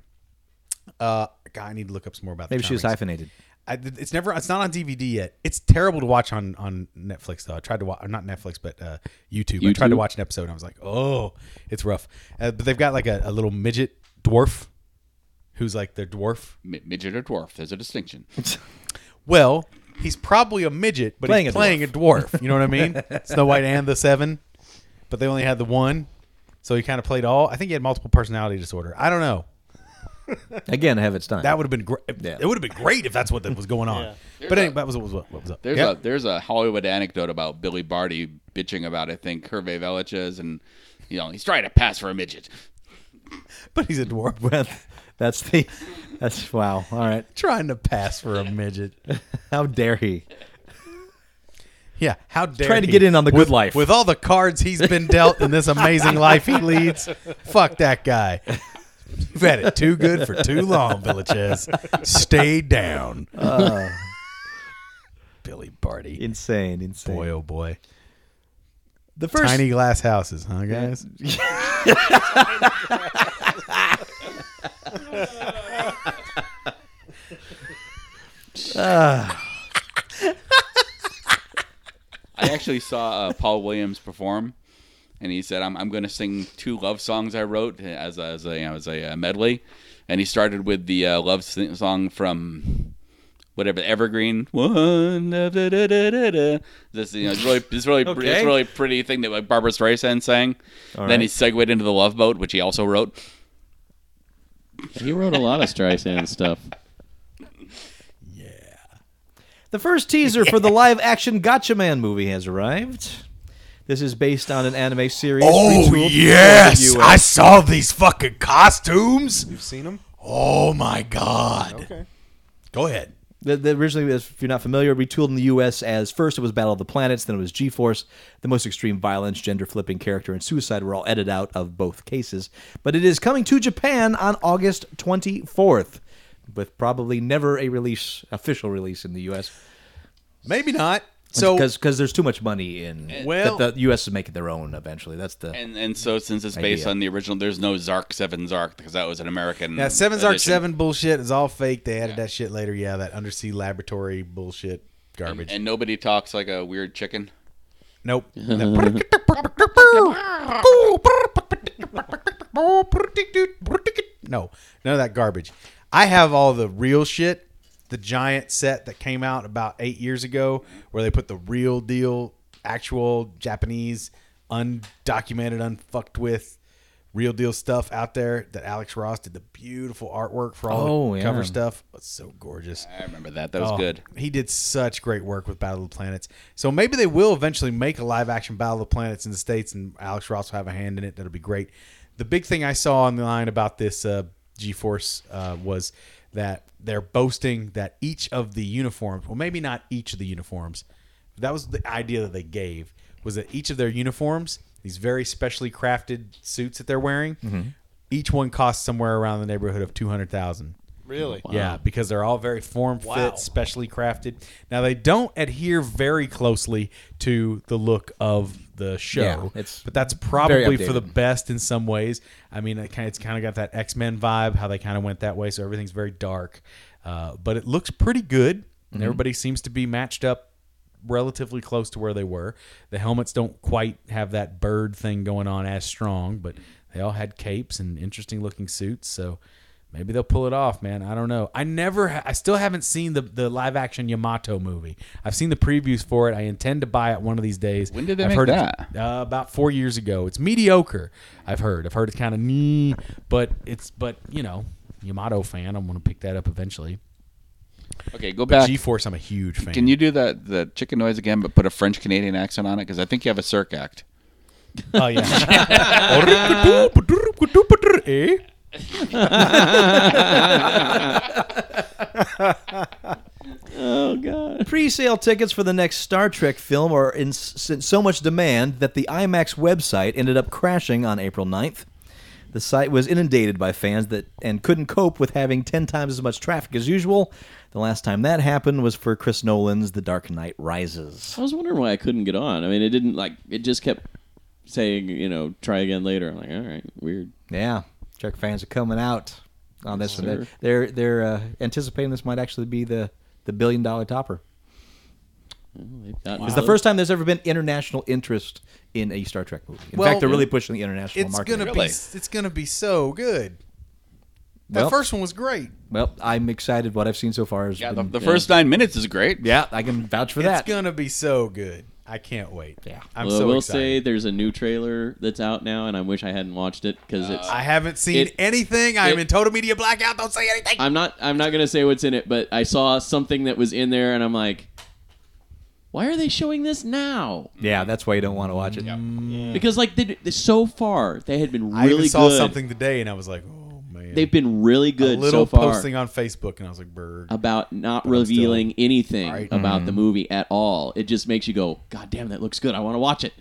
Speaker 7: Uh, God, I need to look up some more about.
Speaker 6: Maybe
Speaker 7: the
Speaker 6: she was
Speaker 7: Charmings.
Speaker 6: hyphenated.
Speaker 7: I, th- it's never. It's not on DVD yet. It's terrible to watch on on Netflix though. I tried to watch not Netflix but uh, YouTube. I tried to
Speaker 5: YouTube?
Speaker 7: watch an episode. and I was like, oh, it's rough. Uh, but they've got like a, a little midget dwarf, who's like their dwarf.
Speaker 4: Mi- Midget or dwarf? There's a distinction.
Speaker 7: Well, he's probably a midget, but
Speaker 6: Playing
Speaker 7: he's
Speaker 6: a
Speaker 7: playing a dwarf. You know what I mean? Snow White and the Seven, but they only had the one, so he kind of played all. I think he had multiple personality disorder. I don't know.
Speaker 6: Again, have its time.
Speaker 7: That would have been great.
Speaker 6: Yeah.
Speaker 7: It would have been great if that's what that was going on. But anyway, that was what was, what was up.
Speaker 4: There's
Speaker 7: Yeah.
Speaker 4: a there's a Hollywood anecdote about Billy Barty bitching about I think Hervé Veliches and you know he's trying to pass for a midget.
Speaker 7: but he's a dwarf.
Speaker 6: Well, that's the. That's wow. All right.
Speaker 7: trying to pass for a midget.
Speaker 6: How dare he?
Speaker 7: Yeah, how dare
Speaker 6: Trying to
Speaker 7: he.
Speaker 6: get in on the good
Speaker 7: with,
Speaker 6: life.
Speaker 7: with all the cards he's been dealt in this amazing life he leads. Fuck that guy. You've had it too good for too long, Villiches. Stay down,
Speaker 6: Uh.
Speaker 7: Billy Barty.
Speaker 6: Insane. Insane.
Speaker 7: Boy, oh boy.
Speaker 6: the first
Speaker 7: Tiny glass houses, huh, guys?
Speaker 4: I actually saw uh, Paul Williams perform, and he said, "I'm I'm going to sing two love songs I wrote as a, as a you know, as a uh, medley," and he started with the uh, love sing- song from whatever Evergreen one. Da, da, da, da, da, da. This you know it's really this really pre- this
Speaker 6: Okay.
Speaker 4: really pretty thing that like Barbara Streisand sang. Then he segued into the Love Boat, which he also wrote.
Speaker 5: He wrote a lot of Streisand stuff.
Speaker 6: The first teaser for the live action Gotcha Man movie has arrived. This is based on an anime series. retooled
Speaker 3: Oh
Speaker 6: for the
Speaker 3: yes, I
Speaker 6: US.
Speaker 3: saw these fucking costumes.
Speaker 7: You've seen him?
Speaker 3: Oh my god. Okay. Go ahead.
Speaker 6: The- the- originally, if you're not familiar, retooled in the U.S. as first it was Battle of the Planets, then it was G-Force. The most extreme violence, gender flipping, character, and suicide were all edited out of both cases. But it is coming to Japan on August 24th, with probably never a release, official release in the U.S.
Speaker 7: Maybe not. So
Speaker 6: because because there's too much money in
Speaker 7: Well-
Speaker 6: that the U.S. is making their own eventually. That's the
Speaker 4: And and so since it's based
Speaker 6: Idea.
Speaker 4: on the original, there's no Zark Seven Zark because that was an American.
Speaker 7: Yeah, Seven's Arc
Speaker 4: Mm-hmm. edition.
Speaker 7: Seven bullshit is all fake. They added that shit later. Yeah, that undersea laboratory bullshit garbage.
Speaker 4: and nobody talks like a weird chicken.
Speaker 7: nope. no, none of that garbage. I have all the real shit. The giant set that came out about eight years ago, where they put the real deal, actual Japanese, undocumented, unfucked with, real deal stuff out there. That Alex Ross did the beautiful artwork for all
Speaker 6: Oh,
Speaker 7: the
Speaker 6: yeah.
Speaker 7: cover stuff. It's so gorgeous.
Speaker 4: I remember that. That was
Speaker 7: Oh,
Speaker 4: good.
Speaker 7: He did such great work with Battle of the Planets. So maybe they will eventually make a live action Battle of the Planets in the States, and Alex Ross will have a hand in it. That'll be great. The big thing I saw online about this uh, G Force uh, was that they're boasting that each of the uniforms, well, maybe not each of the uniforms, but that was the idea that they gave, was that each of their uniforms, these very specially crafted suits that they're wearing,
Speaker 4: Mm-hmm.
Speaker 7: each one costs somewhere around the neighborhood of 200000
Speaker 9: Really?
Speaker 7: yeah, because they're all very form fit, specially crafted. Now they don't adhere very closely to the look of the show,
Speaker 6: Yeah, it's
Speaker 7: but that's probably
Speaker 6: updated.
Speaker 7: for the best in some ways. I mean, it kind of, it's kind of got that X Men vibe, how they kind of went that way. So
Speaker 6: Mm-hmm.
Speaker 7: everything's very dark, uh, but it looks pretty good. And everybody seems to be matched up relatively close to where they were. The helmets don't quite have that bird thing going on as strong, but they all had capes and interesting looking suits. So maybe they'll pull it off, man. I don't know. I never, ha- I still haven't seen the, the live action Yamato movie. I've seen the previews for it. I intend to buy it one of these days.
Speaker 4: When did they
Speaker 7: I've
Speaker 4: make
Speaker 7: heard it's-
Speaker 4: that?
Speaker 7: uh, about four years ago. It's mediocre. I've heard. I've heard it's kind of nee, but it's but you know, Yamato fan. I'm gonna pick that up eventually.
Speaker 4: Okay, go
Speaker 7: But
Speaker 4: back.
Speaker 7: G-force, I'm a huge fan.
Speaker 4: Can you do that the chicken noise again, but put a French Canadian accent on it? Because I think you have a Cirque act.
Speaker 7: Oh yeah. Eh?
Speaker 5: Oh god.
Speaker 6: Pre-sale tickets for the next Star Trek film are in s- in so much demand that the IMAX website ended up crashing on April 9th. The site was inundated by fans that and couldn't cope with having 10 times as much traffic as usual. The last time that happened was for Chris Nolan's The Dark Knight Rises.
Speaker 5: I was wondering why I couldn't get on. I mean, it didn't like it just kept saying, you know, try again later. I'm like, all right, weird.
Speaker 6: Yeah, Trek fans are coming out on this one.
Speaker 5: sir.
Speaker 6: They're they're uh, anticipating this might actually be the the billion dollar topper. It's the first time there's ever been international interest in a Star Trek movie. In
Speaker 7: Well,
Speaker 6: fact, they're really pushing the international
Speaker 7: It's
Speaker 6: market.
Speaker 7: gonna be
Speaker 4: Really?
Speaker 7: it's gonna be so good. That
Speaker 6: Well-
Speaker 7: first one was great.
Speaker 6: Well, I'm excited. What I've seen so far is
Speaker 4: Yeah, the,
Speaker 6: been-
Speaker 4: the first nine minutes is great.
Speaker 6: yeah, I can vouch for that.
Speaker 7: It's gonna be so good. I can't wait.
Speaker 6: Yeah.
Speaker 7: I'm
Speaker 5: Well,
Speaker 7: so
Speaker 5: I will say
Speaker 7: excited.
Speaker 5: there's a new trailer that's out now, and I wish I hadn't watched it because it's.
Speaker 7: Uh, I haven't seen
Speaker 5: it-
Speaker 7: anything. I'm
Speaker 5: it-
Speaker 7: in total media blackout. Don't say anything.
Speaker 5: I'm not. I'm not gonna say what's in it, but I saw something that was in there, and I'm like, why are they showing this now?
Speaker 6: yeah, that's why you don't want to watch it.
Speaker 5: Because like they, they- so far they had been
Speaker 7: I
Speaker 5: Mm, really
Speaker 7: even saw
Speaker 5: good.
Speaker 7: something today, and I was like, oh man.
Speaker 5: They've been really good
Speaker 7: a little
Speaker 5: so far
Speaker 7: posting on Facebook, and I was like, "Bird."
Speaker 5: about not
Speaker 7: I'm still-
Speaker 5: revealing anything
Speaker 7: Right.
Speaker 5: about the movie at all. It just makes you go, God damn, that looks good. I want to watch it.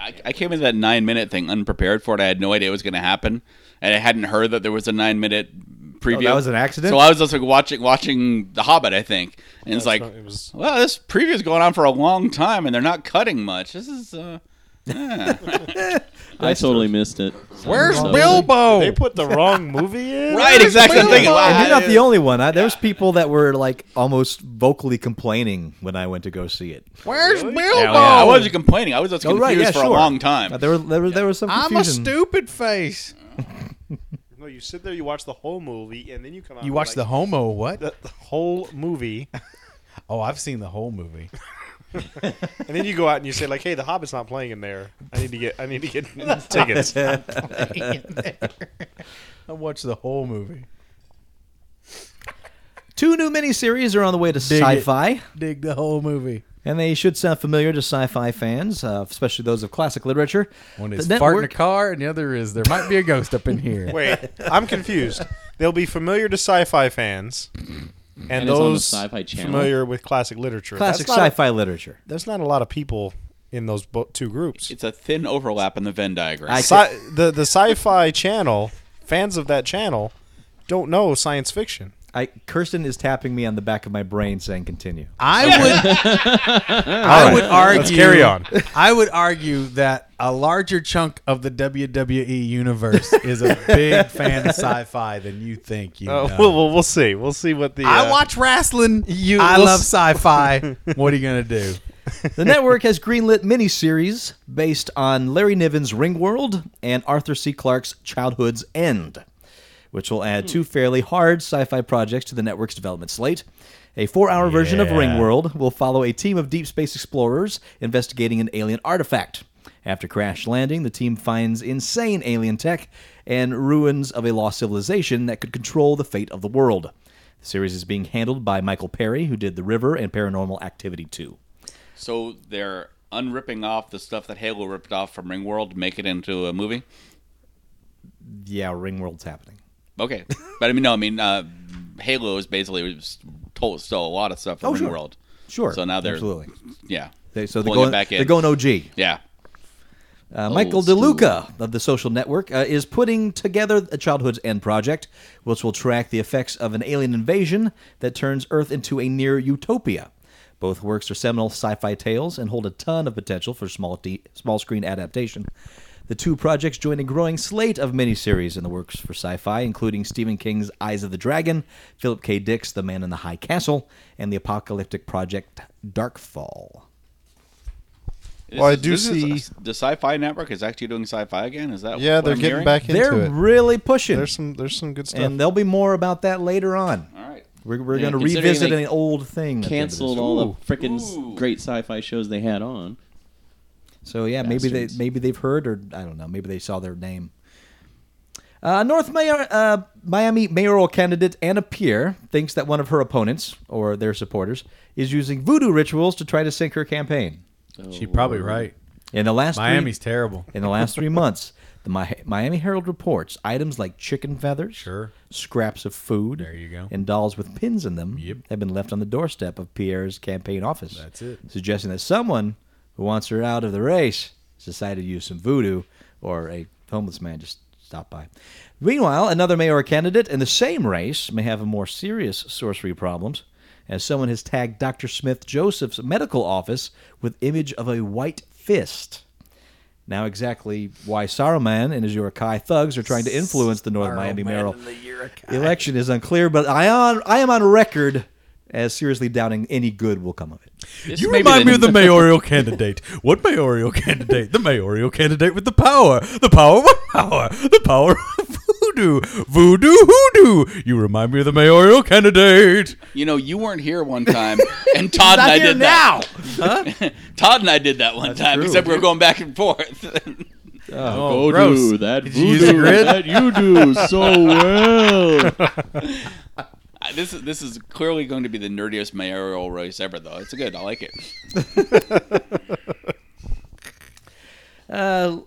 Speaker 4: I, I came into that nine minute thing unprepared for it. I had no idea it was going to happen, and I hadn't heard that there was a nine minute preview.
Speaker 6: Oh, that was an accident?
Speaker 4: So I was just like watching watching The Hobbit, I think, and it's like,
Speaker 10: not- it was-
Speaker 4: well, this preview is going on for a long time, and they're not cutting much. This is. Uh, yeah.
Speaker 5: I totally missed it.
Speaker 7: Where's
Speaker 5: So-
Speaker 7: Bilbo?
Speaker 9: They put the wrong movie in.
Speaker 4: right, exactly. I'm thinking, wow,
Speaker 6: And you're not the only one. I, there was people that were like almost vocally complaining when I went to go see it.
Speaker 7: Where's Bilbo?
Speaker 4: Yeah, I wasn't complaining. I was just
Speaker 6: Oh,
Speaker 4: confused
Speaker 6: right, yeah,
Speaker 4: for
Speaker 6: sure.
Speaker 4: a long time.
Speaker 6: But There, were, there, were- there was some
Speaker 7: I'm
Speaker 6: confusion.
Speaker 7: a stupid face.
Speaker 9: No, you sit there, you watch the whole movie, and then you come out.
Speaker 7: You
Speaker 9: with,
Speaker 7: watch
Speaker 9: like,
Speaker 7: the homo what?
Speaker 9: the, the whole movie,
Speaker 7: Oh, I've seen the whole movie.
Speaker 9: and then you go out and you say like, "Hey, The Hobbit's not playing in there. I need to get. I need to get tickets."
Speaker 7: I watched the whole movie.
Speaker 6: Two new miniseries are on the way to
Speaker 7: it.
Speaker 6: sci-fi.
Speaker 7: Dig the whole movie.
Speaker 6: And they should sound familiar to sci-fi fans, uh, especially those of classic literature.
Speaker 7: One
Speaker 6: The
Speaker 7: is fart in a
Speaker 6: network-
Speaker 7: car, and the other is there might be a ghost up in here.
Speaker 9: Wait, I'm confused. They'll be familiar to sci-fi fans, and,
Speaker 5: And it's on the
Speaker 9: those
Speaker 5: Sci-Fi Channel?
Speaker 9: familiar with classic literature.
Speaker 6: classic
Speaker 9: That's not a-
Speaker 6: sci-fi literature.
Speaker 9: there's not a lot of people in those bo- two groups.
Speaker 4: it's a thin overlap in the Venn diagram.
Speaker 6: I-
Speaker 9: Sci- the the sci-fi channel fans of that channel don't know science fiction.
Speaker 6: I Kirsten is tapping me on the back of my brain, saying, "Continue."
Speaker 7: I would, I would argue.
Speaker 9: Let's carry on. Uh,
Speaker 7: I would argue that a larger chunk of the WWE universe is a big fan of sci-fi than you think. You
Speaker 9: Uh,
Speaker 7: know.
Speaker 9: we'll, we'll we'll see. We'll see what the
Speaker 7: I
Speaker 9: uh,
Speaker 7: watch wrestling.
Speaker 9: You-
Speaker 7: I
Speaker 9: we'll
Speaker 7: love
Speaker 9: s-
Speaker 7: sci-fi. what are you gonna do?
Speaker 6: The network has greenlit miniseries based on Larry Niven's Ringworld and Arthur C. Clarke's Childhood's End, which will add two fairly hard sci-fi projects to the network's development slate. A four-hour version of
Speaker 7: Yeah.
Speaker 6: Ringworld will follow a team of deep space explorers investigating an alien artifact. After crash landing, the team finds insane alien tech and ruins of a lost civilization that could control the fate of the world. The series is being handled by Michael Perry, who did The River and Paranormal Activity 2.
Speaker 4: so they're unripping off the stuff that Halo ripped off from Ringworld, make it into a movie.
Speaker 6: yeah, Ringworld's happening.
Speaker 4: Okay, but I mean, no, I mean, uh, Halo is basically was told stole a lot of stuff from
Speaker 6: Oh, sure.
Speaker 4: Ringworld.
Speaker 6: Sure.
Speaker 4: So now they're
Speaker 6: absolutely.
Speaker 4: yeah.
Speaker 6: They, so they're
Speaker 4: pulling
Speaker 6: going,
Speaker 4: it back in.
Speaker 6: they're going OG.
Speaker 4: yeah.
Speaker 6: Uh, Michael
Speaker 5: school.
Speaker 6: DeLuca of the Social Network uh, is putting together a Childhood's End project, which will track the effects of an alien invasion that turns Earth into a near utopia. Both works are seminal sci-fi tales and hold a ton of potential for small t- small screen adaptation. The two projects join a growing slate of miniseries in the works for sci fi, including Stephen King's Eyes of the Dragon, Philip K. Dick's The Man in the High Castle, and the apocalyptic project Darkfall.
Speaker 4: This
Speaker 11: Well, I
Speaker 4: is-
Speaker 11: do
Speaker 4: this is-
Speaker 11: see-
Speaker 4: the Sci-Fi Network is actually doing Sci-Fi again. Is that
Speaker 11: Yeah,
Speaker 4: what
Speaker 11: they're
Speaker 4: I'm
Speaker 11: getting
Speaker 4: hearing?
Speaker 11: back into
Speaker 6: They're
Speaker 11: it.
Speaker 6: really pushing.
Speaker 11: There's some there's some good stuff.
Speaker 6: and there'll be more about that later on.
Speaker 4: All right.
Speaker 6: We're, we're
Speaker 5: Yeah,
Speaker 6: going to
Speaker 5: considering
Speaker 6: revisit
Speaker 5: they
Speaker 6: an old thing. at the end of this.
Speaker 5: Canceled all the frickin' great sci-fi shows they had on.
Speaker 6: So yeah, maybe they
Speaker 5: Bastards.
Speaker 6: maybe they've heard or I don't know. Maybe they saw their name. Uh, North Mayor, uh, Miami mayoral candidate Anna Pierre thinks that one of her opponents or their supporters is using voodoo rituals to try to sink her campaign.
Speaker 7: She
Speaker 4: uh,
Speaker 7: probably right.
Speaker 6: In the last three-
Speaker 7: Miami's terrible.
Speaker 6: in the last three months, the Mi- Miami Herald reports items like chicken feathers,
Speaker 7: Sure.
Speaker 6: scraps of food,
Speaker 7: There you go.
Speaker 6: and dolls with pins in them
Speaker 7: Yep.
Speaker 6: have been left on the doorstep of Pierre's campaign office.
Speaker 7: That's it.
Speaker 6: Suggesting that someone who wants her out of the race has decided to use some voodoo or a homeless man just stopped by. Meanwhile, another mayor candidate in the same race may have more serious sorcery problems. As someone has tagged Dr. Smith Joseph's medical office with image of a white fist. Now, exactly why Saruman and his Urukai thugs are trying to influence the North Miami mayoral election is unclear, but I, on, I am on record as seriously doubting any good will come of it.
Speaker 4: This
Speaker 7: You
Speaker 4: may be
Speaker 7: remind
Speaker 4: the-
Speaker 7: me of the mayoral candidate. What mayoral candidate? The mayoral candidate with the power. The power, what power? The power of voodoo. Voodoo hoodoo. You remind me of the mayoral candidate.
Speaker 4: You know, you weren't here one time, and Todd and I did that. Todd and I did that one time, except we were going back and forth.
Speaker 5: Oh,
Speaker 7: gross.
Speaker 5: do that
Speaker 7: you use the
Speaker 5: voodoo
Speaker 7: grid?
Speaker 5: that you do so well.
Speaker 4: Uh, this is this is clearly going to be the nerdiest mayoral race ever, though. It's good. I like it.
Speaker 6: Uh,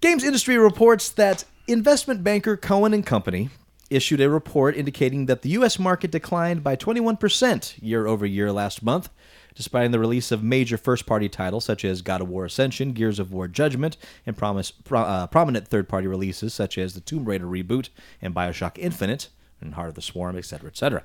Speaker 6: Games Industry reports that investment banker Cohen and Company issued a report indicating that the U.S. market declined by 21% year over year last month, despite the release of major first-party titles such as God of War Ascension, Gears of War Judgment, and promise, pro, uh, prominent third-party releases such as the Tomb Raider reboot and Bioshock Infinite and Heart of the Swarm, etc., etc.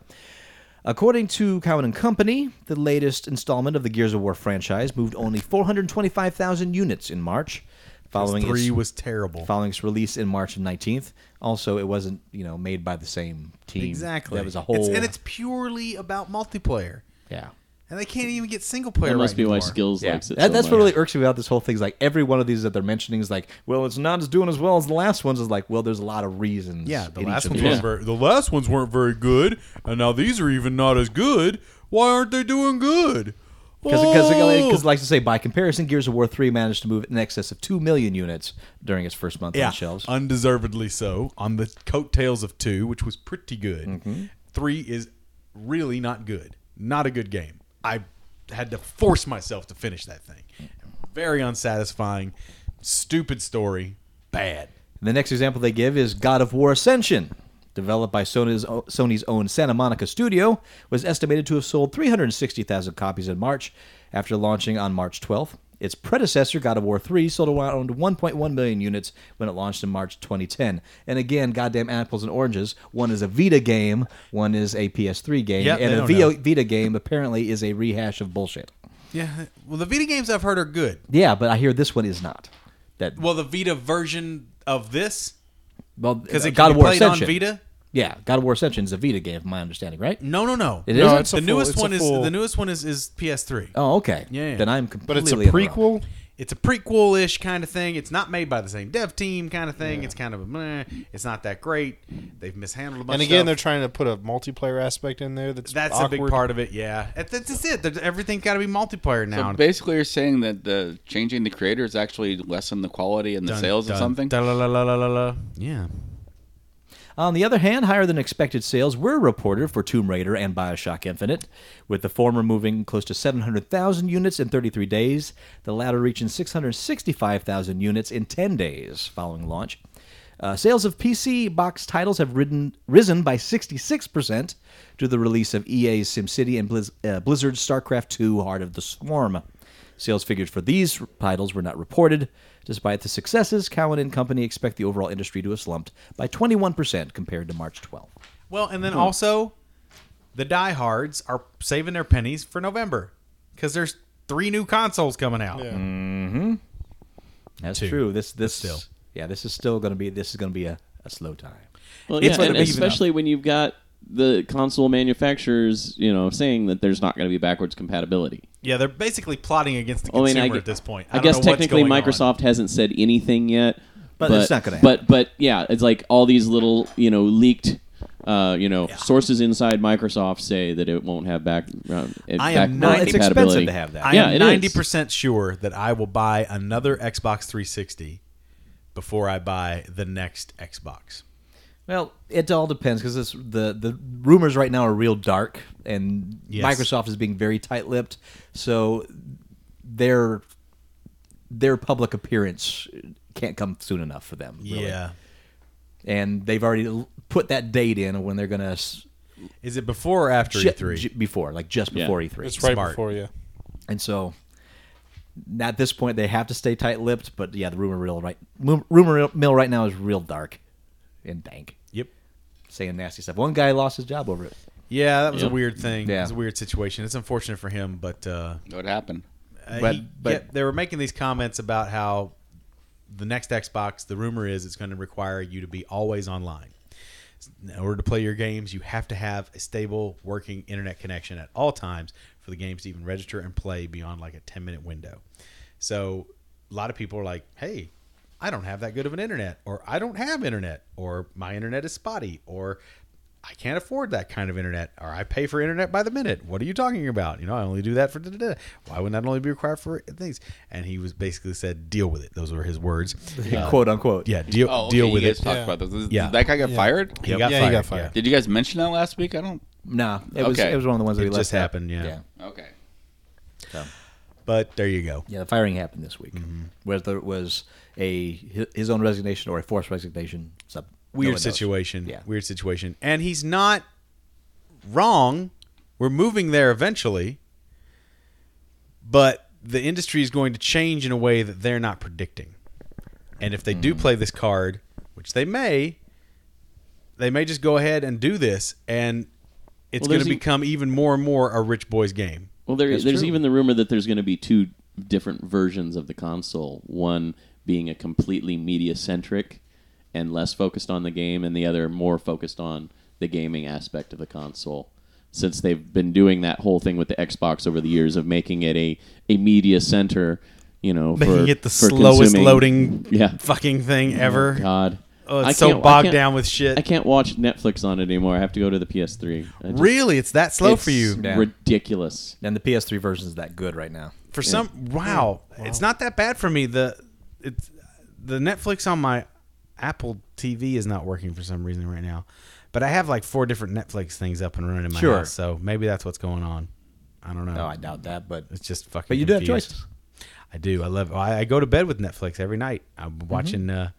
Speaker 6: According to Cowan and Company, the latest installment of the Gears of War franchise moved only 425,000 units in March, following
Speaker 7: Three
Speaker 6: its,
Speaker 7: was terrible.
Speaker 6: following its release in March of 19th. Also, it wasn't you know made by the same team.
Speaker 7: Exactly.
Speaker 6: That was a whole.
Speaker 7: It's, and it's purely about multiplayer.
Speaker 6: yeah.
Speaker 7: And they can't even get single player.
Speaker 5: That must
Speaker 7: right
Speaker 5: be why
Speaker 7: anymore.
Speaker 5: Skills
Speaker 6: Yeah,
Speaker 5: likes it.
Speaker 6: that,
Speaker 5: so
Speaker 6: that's
Speaker 5: much.
Speaker 6: what really irks me about this whole thing. Is like every one of these that they're mentioning is like, well, it's not as doing as well as the last ones. Is like, well, there's a lot of reasons.
Speaker 7: Yeah, the
Speaker 6: in each
Speaker 7: last
Speaker 6: of
Speaker 7: ones
Speaker 6: these.
Speaker 7: weren't very, the last ones weren't very good, and now these are even not as good. Why aren't they doing good?
Speaker 6: Because,
Speaker 7: Oh!
Speaker 6: because, like to say, by comparison, Gears of War three managed to move in excess of two million units during its first month
Speaker 7: yeah,
Speaker 6: on shelves.
Speaker 7: undeservedly so on the coattails of two, which was pretty good.
Speaker 6: Mm-hmm.
Speaker 7: Three is really not good, not a good game. I had to force myself to finish that thing. Very unsatisfying, stupid story, bad.
Speaker 6: The next example they give is God of War Ascension, developed by Sony's, Sony's own Santa Monica studio, was estimated to have sold 360,000 copies in March after launching on March 12th. Its predecessor, God of War 3, sold around 1.1 million units when it launched in March 2010. And again, goddamn apples and oranges. One is a Vita game, one is a PS3 game,
Speaker 7: Yep, they
Speaker 6: and a
Speaker 7: don't
Speaker 6: Vio-
Speaker 7: know.
Speaker 6: Vita game apparently is a rehash of bullshit.
Speaker 7: Yeah, well, the Vita games I've heard are good.
Speaker 6: Yeah, but I hear this one is not. That
Speaker 7: Well, the Vita version of this
Speaker 6: well, uh,
Speaker 7: because it
Speaker 6: God
Speaker 7: can be
Speaker 6: of War
Speaker 7: played on
Speaker 6: Ascension.
Speaker 7: Vita.
Speaker 6: Yeah, God of War Ascension is a Vita game, from my understanding, right?
Speaker 11: Mm.
Speaker 7: No, no, no.
Speaker 6: It isn't?
Speaker 7: the
Speaker 6: it's
Speaker 11: a full-
Speaker 7: newest
Speaker 11: it's a
Speaker 7: one is
Speaker 11: full-
Speaker 7: the newest one is, is PS3.
Speaker 6: Oh, okay.
Speaker 7: Yeah, yeah.
Speaker 6: Then I'm completely.
Speaker 11: but it's a
Speaker 6: in the wrong.
Speaker 11: prequel.
Speaker 7: It's a prequel ish kind of thing. It's not made by the same dev team kind of thing. It's kind of a meh. It's not that great. They've mishandled a bunch.
Speaker 11: And
Speaker 7: of
Speaker 11: again,
Speaker 7: stuff.
Speaker 11: they're trying to put a multiplayer aspect in there. That's
Speaker 7: that's
Speaker 11: awkward.
Speaker 7: a big part of it. Yeah, That- that's, just it. There's- everything's got to be multiplayer
Speaker 4: So
Speaker 7: now.
Speaker 4: basically, you're saying that the changing the creators actually lessen the quality and the
Speaker 7: Dun,
Speaker 4: sales
Speaker 7: dun,
Speaker 4: of something.
Speaker 7: da, la, la, la, la, la, la. Yeah,
Speaker 6: On the other hand, higher than expected sales were reported for Tomb Raider and Bioshock Infinite, with the former moving close to 700,000 units in 33 days, the latter reaching 665,000 units in 10 days following launch. Uh, sales of PC box titles have ridden, risen by 66% due to the release of EA's SimCity and Blizz, uh, Blizzard's StarCraft II Heart of the Swarm. Sales figures for these titles were not reported. Despite the successes, Cowan and Company expect the overall industry to have slumped by 21% compared to March 12th.
Speaker 7: Well, and then
Speaker 5: Hmm.
Speaker 7: also, the diehards are saving their pennies
Speaker 5: Mm.
Speaker 7: for November because there's three new consoles coming out.
Speaker 11: Yeah.
Speaker 6: That's
Speaker 3: Two.
Speaker 6: true. This this
Speaker 3: still.
Speaker 6: yeah, this is still going to be this is going to be a, a slow time.
Speaker 5: Well,
Speaker 6: It's
Speaker 5: yeah,
Speaker 6: gonna
Speaker 5: and
Speaker 6: be even
Speaker 5: especially when you've got the console manufacturers, you know, saying that there's not going to be backwards compatibility.
Speaker 7: Yeah, they're basically plotting against the
Speaker 5: I mean,
Speaker 7: consumer
Speaker 5: I gu-
Speaker 7: at this point.
Speaker 5: I,
Speaker 7: don't
Speaker 5: guess
Speaker 7: know what's
Speaker 5: technically
Speaker 7: going on.
Speaker 5: Microsoft hasn't said anything yet,
Speaker 7: But it's not gonna
Speaker 5: But but yeah, it's like all these little you know leaked. Uh, you know, sources inside Microsoft say that it won't have back. Uh,
Speaker 7: I
Speaker 5: back
Speaker 7: am 90
Speaker 5: compatibility.
Speaker 7: I
Speaker 5: yeah,
Speaker 7: am
Speaker 5: it is.
Speaker 7: ninety percent sure that I will buy another Xbox 360 before I buy the next Xbox.
Speaker 6: Well, it all depends because the the rumors right now are real dark, and
Speaker 7: Yes.
Speaker 6: Microsoft is being very tight-lipped. So their their public appearance can't come soon enough for them. really.
Speaker 7: Yeah.
Speaker 6: and they've already l- put that date in when they're going to.
Speaker 7: Is it before or after E E3?
Speaker 6: before, like just
Speaker 7: Yeah.
Speaker 6: before E3.
Speaker 7: It's right Smart. before,
Speaker 11: yeah.
Speaker 6: And so, at this point, they have to stay tight-lipped. But yeah, the rumor mill right mu- rumor mill right now is real dark and dank.
Speaker 7: Yep,
Speaker 6: saying nasty stuff. One guy lost his job over it.
Speaker 7: Yeah, that was
Speaker 6: Yep.
Speaker 7: a weird thing.
Speaker 6: Yeah.
Speaker 7: It was a weird situation. It's unfortunate for him, but uh,
Speaker 4: what happened?
Speaker 7: but
Speaker 4: But- but-
Speaker 7: Uh, they were making these comments about how the next Xbox, the rumor is, it's going to require you to be always online. In order to play your games, you have to have a stable, working internet connection at all times for the games to even register and play beyond like a ten minute window. So a lot of people are like, "Hey, I don't have that good of an internet, or I don't have internet, or my internet is spotty, or I can't afford that kind of internet, or I pay for internet by the minute. What are you talking about? You know, I only do that for da da da. Why would that only be required for things? And he was basically said, "Deal with it." Those were his words,
Speaker 4: Yeah.
Speaker 6: Quote, unquote.
Speaker 7: Uh, Yeah, deal
Speaker 4: Oh, okay,
Speaker 7: deal with
Speaker 4: you guys
Speaker 7: it.
Speaker 4: Talked about this. That guy got fired.
Speaker 7: He got fired. yeah.
Speaker 4: Did you guys mention that last week? I don't.
Speaker 6: No, it was
Speaker 4: Okay.
Speaker 6: it was one of the ones that
Speaker 7: It
Speaker 6: we
Speaker 7: just
Speaker 6: left out.
Speaker 7: happened, yeah.
Speaker 4: Okay.
Speaker 7: But there you go.
Speaker 6: Yeah, the firing happened this week.
Speaker 7: Mm-hmm.
Speaker 6: Whether it was a hi- his own resignation or a forced resignation, it's up- no
Speaker 7: weird
Speaker 6: one knows.
Speaker 7: situation. Weird situation. And he's not wrong. We're moving there eventually. But the industry is going to change in a way that they're not predicting. And if they do play this card, which they may, they may just go ahead and do this and it's
Speaker 5: Well,
Speaker 7: going
Speaker 5: there's
Speaker 7: to
Speaker 5: e-
Speaker 7: become even more and more a rich boys game.
Speaker 5: Well, there,
Speaker 7: That's
Speaker 5: there's
Speaker 7: true.
Speaker 5: even the rumor that there's going to be two different versions of the console. One being a completely media centric and less focused on the game, and the other more focused on the gaming aspect of the console. Since they've been doing that whole thing with the Xbox over the years of making it a, a media center, you know, for-
Speaker 7: Making it the
Speaker 5: for
Speaker 7: slowest
Speaker 5: consuming-
Speaker 7: loading
Speaker 5: yeah.
Speaker 7: fucking thing
Speaker 5: Oh,
Speaker 7: ever.
Speaker 5: God.
Speaker 7: Oh, it's
Speaker 5: I
Speaker 7: so
Speaker 5: can't- I
Speaker 7: bogged
Speaker 5: can't-
Speaker 7: down with shit.
Speaker 5: I can't watch Netflix on it anymore. I have to go to the PS3. I just-
Speaker 7: Really? It's that slow for
Speaker 5: It's
Speaker 7: you?
Speaker 6: Yeah.
Speaker 5: Ridiculous.
Speaker 6: And the PS3 version is that good right now.
Speaker 7: for some wow, it's not that bad for me the it's the netflix on my apple tv is not working for some reason right now but i have like four different netflix things up and running in my
Speaker 6: Sure.
Speaker 7: house so maybe that's what's going on i don't know
Speaker 6: No, I doubt that, but
Speaker 7: Oh. it's just fucking
Speaker 6: But you do have
Speaker 7: confused.
Speaker 6: choices.
Speaker 7: i do i love i, I go to bed with netflix every night i'm
Speaker 6: Mm-hmm.
Speaker 7: watching uh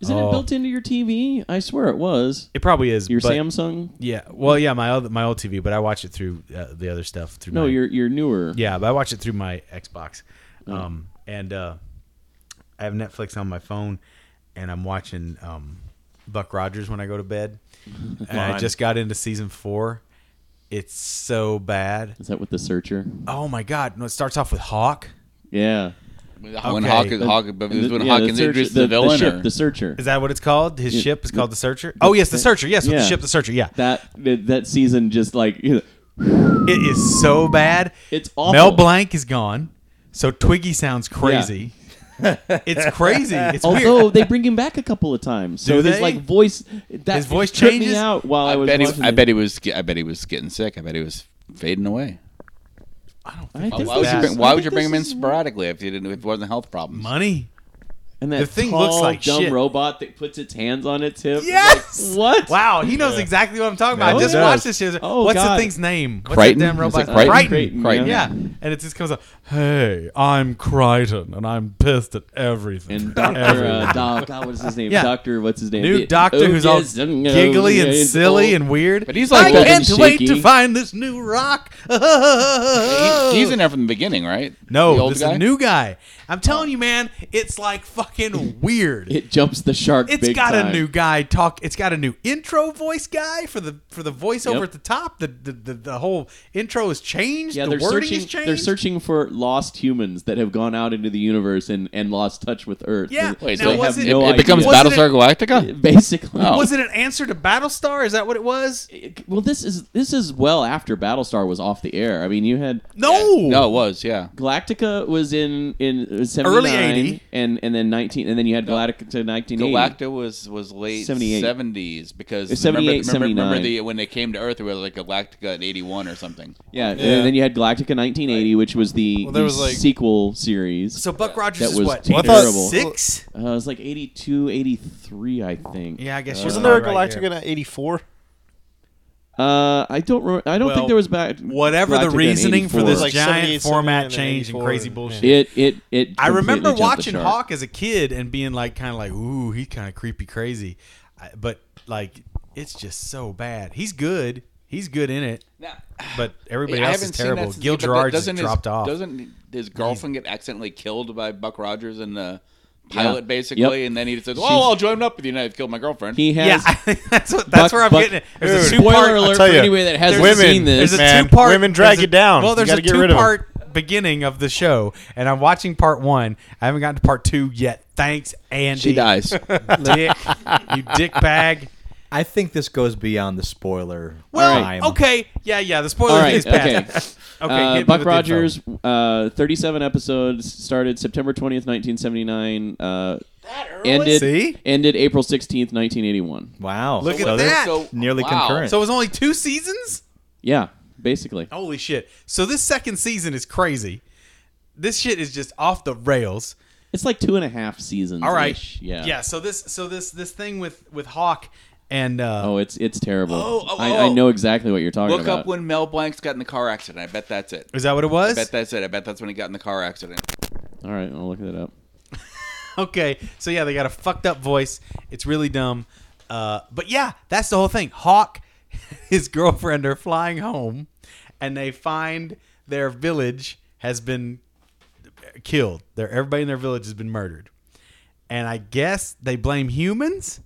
Speaker 5: Isn't
Speaker 7: oh,
Speaker 5: it built into your TV? I swear it was.
Speaker 7: It probably is
Speaker 5: Your
Speaker 7: but-
Speaker 5: Samsung?
Speaker 7: yeah well yeah my old my old tv but i watch it through uh, the other stuff through
Speaker 5: No,
Speaker 7: my,
Speaker 5: your your newer.
Speaker 7: Yeah, but I watch it through my Xbox.
Speaker 5: Mm.
Speaker 7: Um, and uh, I have Netflix on my phone, and I'm watching um, Buck Rogers when I go to bed. and I
Speaker 5: Fine.
Speaker 7: just got into season four. It's so bad.
Speaker 5: Is that with the searcher?
Speaker 7: Oh my god! No, it starts off with Hawk.
Speaker 5: Yeah.
Speaker 4: When Hawk- Hawk- but it was when Hawk and Idris the
Speaker 5: the,
Speaker 4: villain,
Speaker 5: ship,
Speaker 4: or-
Speaker 5: the searcher.
Speaker 7: Is that what it's called? His
Speaker 5: Yeah,
Speaker 7: ship is
Speaker 5: the-
Speaker 7: called the Searcher. Oh yes, the Searcher. Yes, with the ship, the Searcher. Yeah.
Speaker 5: That that that season just like you know,
Speaker 7: It is so bad.
Speaker 5: It's awful.
Speaker 7: Mel Blanc is gone, so Twiggy sounds crazy. it's crazy. It's weird.
Speaker 5: Although they bring him back a couple of times, so
Speaker 7: Do
Speaker 5: his
Speaker 7: they?
Speaker 5: like voice that
Speaker 7: His voice
Speaker 5: tripped
Speaker 7: changes?
Speaker 5: me out while I, was
Speaker 4: bet
Speaker 5: watching.
Speaker 4: he, I
Speaker 5: it.
Speaker 4: bet he was. ge- I bet he was getting sick. I bet he was fading away.
Speaker 5: I
Speaker 4: Why
Speaker 5: think
Speaker 4: why would
Speaker 5: this
Speaker 4: you
Speaker 5: is-
Speaker 4: bring, why
Speaker 5: I
Speaker 4: would
Speaker 5: think
Speaker 4: you bring him
Speaker 5: this
Speaker 4: in sporadically if you didn't if it wasn't health problems?
Speaker 7: Money.
Speaker 5: And that
Speaker 7: The thing
Speaker 5: tall,
Speaker 7: looks like
Speaker 5: dumb
Speaker 7: shit.
Speaker 5: robot that puts its hands on its hip.
Speaker 7: Yes.
Speaker 5: Like, what?
Speaker 7: Wow, he knows exactly what I'm talking about.
Speaker 5: No,
Speaker 7: I just
Speaker 5: he does.
Speaker 7: watched this. Year.
Speaker 5: Oh,
Speaker 7: What's
Speaker 5: God.
Speaker 7: the thing's name? What's
Speaker 5: Crichton?
Speaker 7: that damn
Speaker 5: Is
Speaker 7: robot?
Speaker 5: it Crichton?
Speaker 7: Crichton.
Speaker 5: Crichton,
Speaker 7: Yeah.
Speaker 5: yeah.
Speaker 7: and it just comes up. Hey, I'm Crichton, and I'm pissed at everything.
Speaker 5: And Doctor uh, Doc, God, what's his name?
Speaker 7: Yeah.
Speaker 5: Doctor, what's his name?
Speaker 7: New
Speaker 5: The-
Speaker 7: doctor who's all
Speaker 5: Otis, um,
Speaker 7: giggly and
Speaker 5: uh,
Speaker 7: silly
Speaker 5: oh.
Speaker 7: and weird.
Speaker 4: But he's like
Speaker 7: I
Speaker 4: old
Speaker 7: can't
Speaker 5: and
Speaker 7: wait to
Speaker 5: shaky.
Speaker 7: find this new rock.
Speaker 4: He- he's in there from the beginning, right? the
Speaker 7: No,
Speaker 4: old
Speaker 7: this is
Speaker 4: guy?
Speaker 7: a new guy. I'm telling you, man, it's like fucking weird.
Speaker 5: It jumps the shark.
Speaker 7: It's
Speaker 5: big
Speaker 7: got
Speaker 5: time.
Speaker 7: a new guy talk. It's got a new intro voice guy for the for the voiceover
Speaker 5: Yep.
Speaker 7: at the top. The the, the, the whole intro is changed.
Speaker 5: Yeah,
Speaker 7: the
Speaker 5: they're
Speaker 7: wording
Speaker 5: searching.
Speaker 7: is changed.
Speaker 5: They're they're searching for lost humans that have gone out into the universe and, and lost touch with Earth.
Speaker 7: Yeah.
Speaker 5: They-
Speaker 7: Wait,
Speaker 5: they
Speaker 7: now
Speaker 5: have
Speaker 7: was it-
Speaker 5: no
Speaker 7: It becomes
Speaker 5: idea.
Speaker 7: Battlestar Oh.
Speaker 12: Galactica?
Speaker 5: basically.
Speaker 7: Was it an answer to Battlestar? Is that what it was?
Speaker 5: Well, this is this is well after Battlestar was off the air. I mean, you had
Speaker 7: no,
Speaker 4: no, it was yeah.
Speaker 5: Galactica was in in
Speaker 4: Early
Speaker 5: 79,
Speaker 4: 80.
Speaker 5: and and then nineteen, and then you had Galactica nineteen eighty.
Speaker 4: Galacta was was late
Speaker 5: 78.
Speaker 4: seventies because
Speaker 5: It's
Speaker 4: remember-
Speaker 5: 78,
Speaker 4: remember, remember
Speaker 5: 79.
Speaker 4: the when they came to Earth, it was like Galactica in eighty one or something.
Speaker 5: Yeah, and then you had Galactica 1980, which was the,
Speaker 4: Well, there
Speaker 5: the
Speaker 4: was, like-
Speaker 5: sequel series.
Speaker 4: So Buck Rogers
Speaker 5: that
Speaker 4: is
Speaker 5: was
Speaker 4: what,
Speaker 5: terrible.
Speaker 11: 86?
Speaker 5: Uh, it was like 82, 83, I think. Uh,
Speaker 11: wasn't there a Galactica in '84?
Speaker 5: Uh, I don't. Re- I don't
Speaker 11: Well,
Speaker 5: think there was back.
Speaker 7: whatever the
Speaker 5: Galactica in
Speaker 7: reasoning for
Speaker 5: 84.
Speaker 7: this Like giant 78, format 78, change and 84, crazy and- bullshit.
Speaker 5: It it it.
Speaker 7: I remember
Speaker 5: completely jumped the
Speaker 7: watching
Speaker 5: shark.
Speaker 7: Hawk as a kid and being like, kind of like, ooh, he's kind of creepy, crazy, I, but like, it's just so bad. He's good. He's good in it, but everybody
Speaker 4: I
Speaker 7: else
Speaker 4: haven't
Speaker 7: is
Speaker 4: seen that
Speaker 7: terrible.
Speaker 4: since-
Speaker 7: Gil
Speaker 4: but that-
Speaker 7: Gerard's just
Speaker 4: doesn't his-
Speaker 7: dropped off. Mm.
Speaker 4: Doesn't his girlfriend get accidentally killed by Buck Rogers and the pilot,
Speaker 7: Yep.
Speaker 4: basically? And then he says, "Oh,
Speaker 7: She's-
Speaker 4: I'll join up with you. and I've killed my girlfriend."
Speaker 5: He has.
Speaker 7: Yeah, that's what, that's
Speaker 4: Buck-
Speaker 7: where I'm
Speaker 4: Buck-
Speaker 7: getting it. There's
Speaker 4: Dude,
Speaker 7: a two-part,
Speaker 4: spoiler alert I'll tell for you, anybody that hasn't
Speaker 7: there's-
Speaker 4: seen this,
Speaker 7: There's a
Speaker 4: man.
Speaker 7: two-part.
Speaker 11: Women drag
Speaker 7: there's a-
Speaker 11: you down.
Speaker 7: Well,
Speaker 11: You
Speaker 7: there's
Speaker 11: gotta
Speaker 7: a
Speaker 11: get rid of 'em.
Speaker 7: two-part beginning of the show, and I'm watching part one. I haven't gotten to part two yet. Thanks, Andy.
Speaker 6: She dies.
Speaker 7: dick, you dick bag.
Speaker 6: I think this goes beyond the spoiler.
Speaker 7: Well,
Speaker 6: time.
Speaker 7: okay, yeah, yeah. The spoiler
Speaker 5: All right,
Speaker 7: is
Speaker 5: okay.
Speaker 7: past.
Speaker 5: Uh,
Speaker 7: hit me with
Speaker 5: Buck
Speaker 7: info.
Speaker 5: Rogers, uh, 37 episodes, started September 20th, 1979. Uh, Ended,
Speaker 7: See?
Speaker 5: ended April 16th, 1981.
Speaker 6: Wow.
Speaker 7: Look at that. So it
Speaker 5: So,
Speaker 7: was only two seasons.
Speaker 5: yeah, basically.
Speaker 7: Holy shit! So this second season is crazy. This shit is just off the rails.
Speaker 5: It's like two and a half seasons.
Speaker 7: All right.
Speaker 5: Yeah.
Speaker 7: Yeah. So this. So this. This thing with with Hawk and uh,
Speaker 5: Oh, it's it's terrible.
Speaker 4: Oh, oh,
Speaker 5: I, I
Speaker 4: oh.
Speaker 5: know exactly what you're talking
Speaker 4: Look
Speaker 5: about.
Speaker 4: up when Mel Blanc's got in the car accident. I bet that's
Speaker 5: Oh,
Speaker 4: it.
Speaker 7: Is that what it was?
Speaker 4: I bet that's it. I bet that's when he got in the car accident.
Speaker 5: All right, I'll look that up.
Speaker 7: okay. So yeah, they got a fucked up voice. It's really dumb. Uh, but yeah, that's the whole thing. Hawk, his girlfriend are flying home, and they find their village has been killed. Their everybody in their village has been murdered, and I guess they blame humans.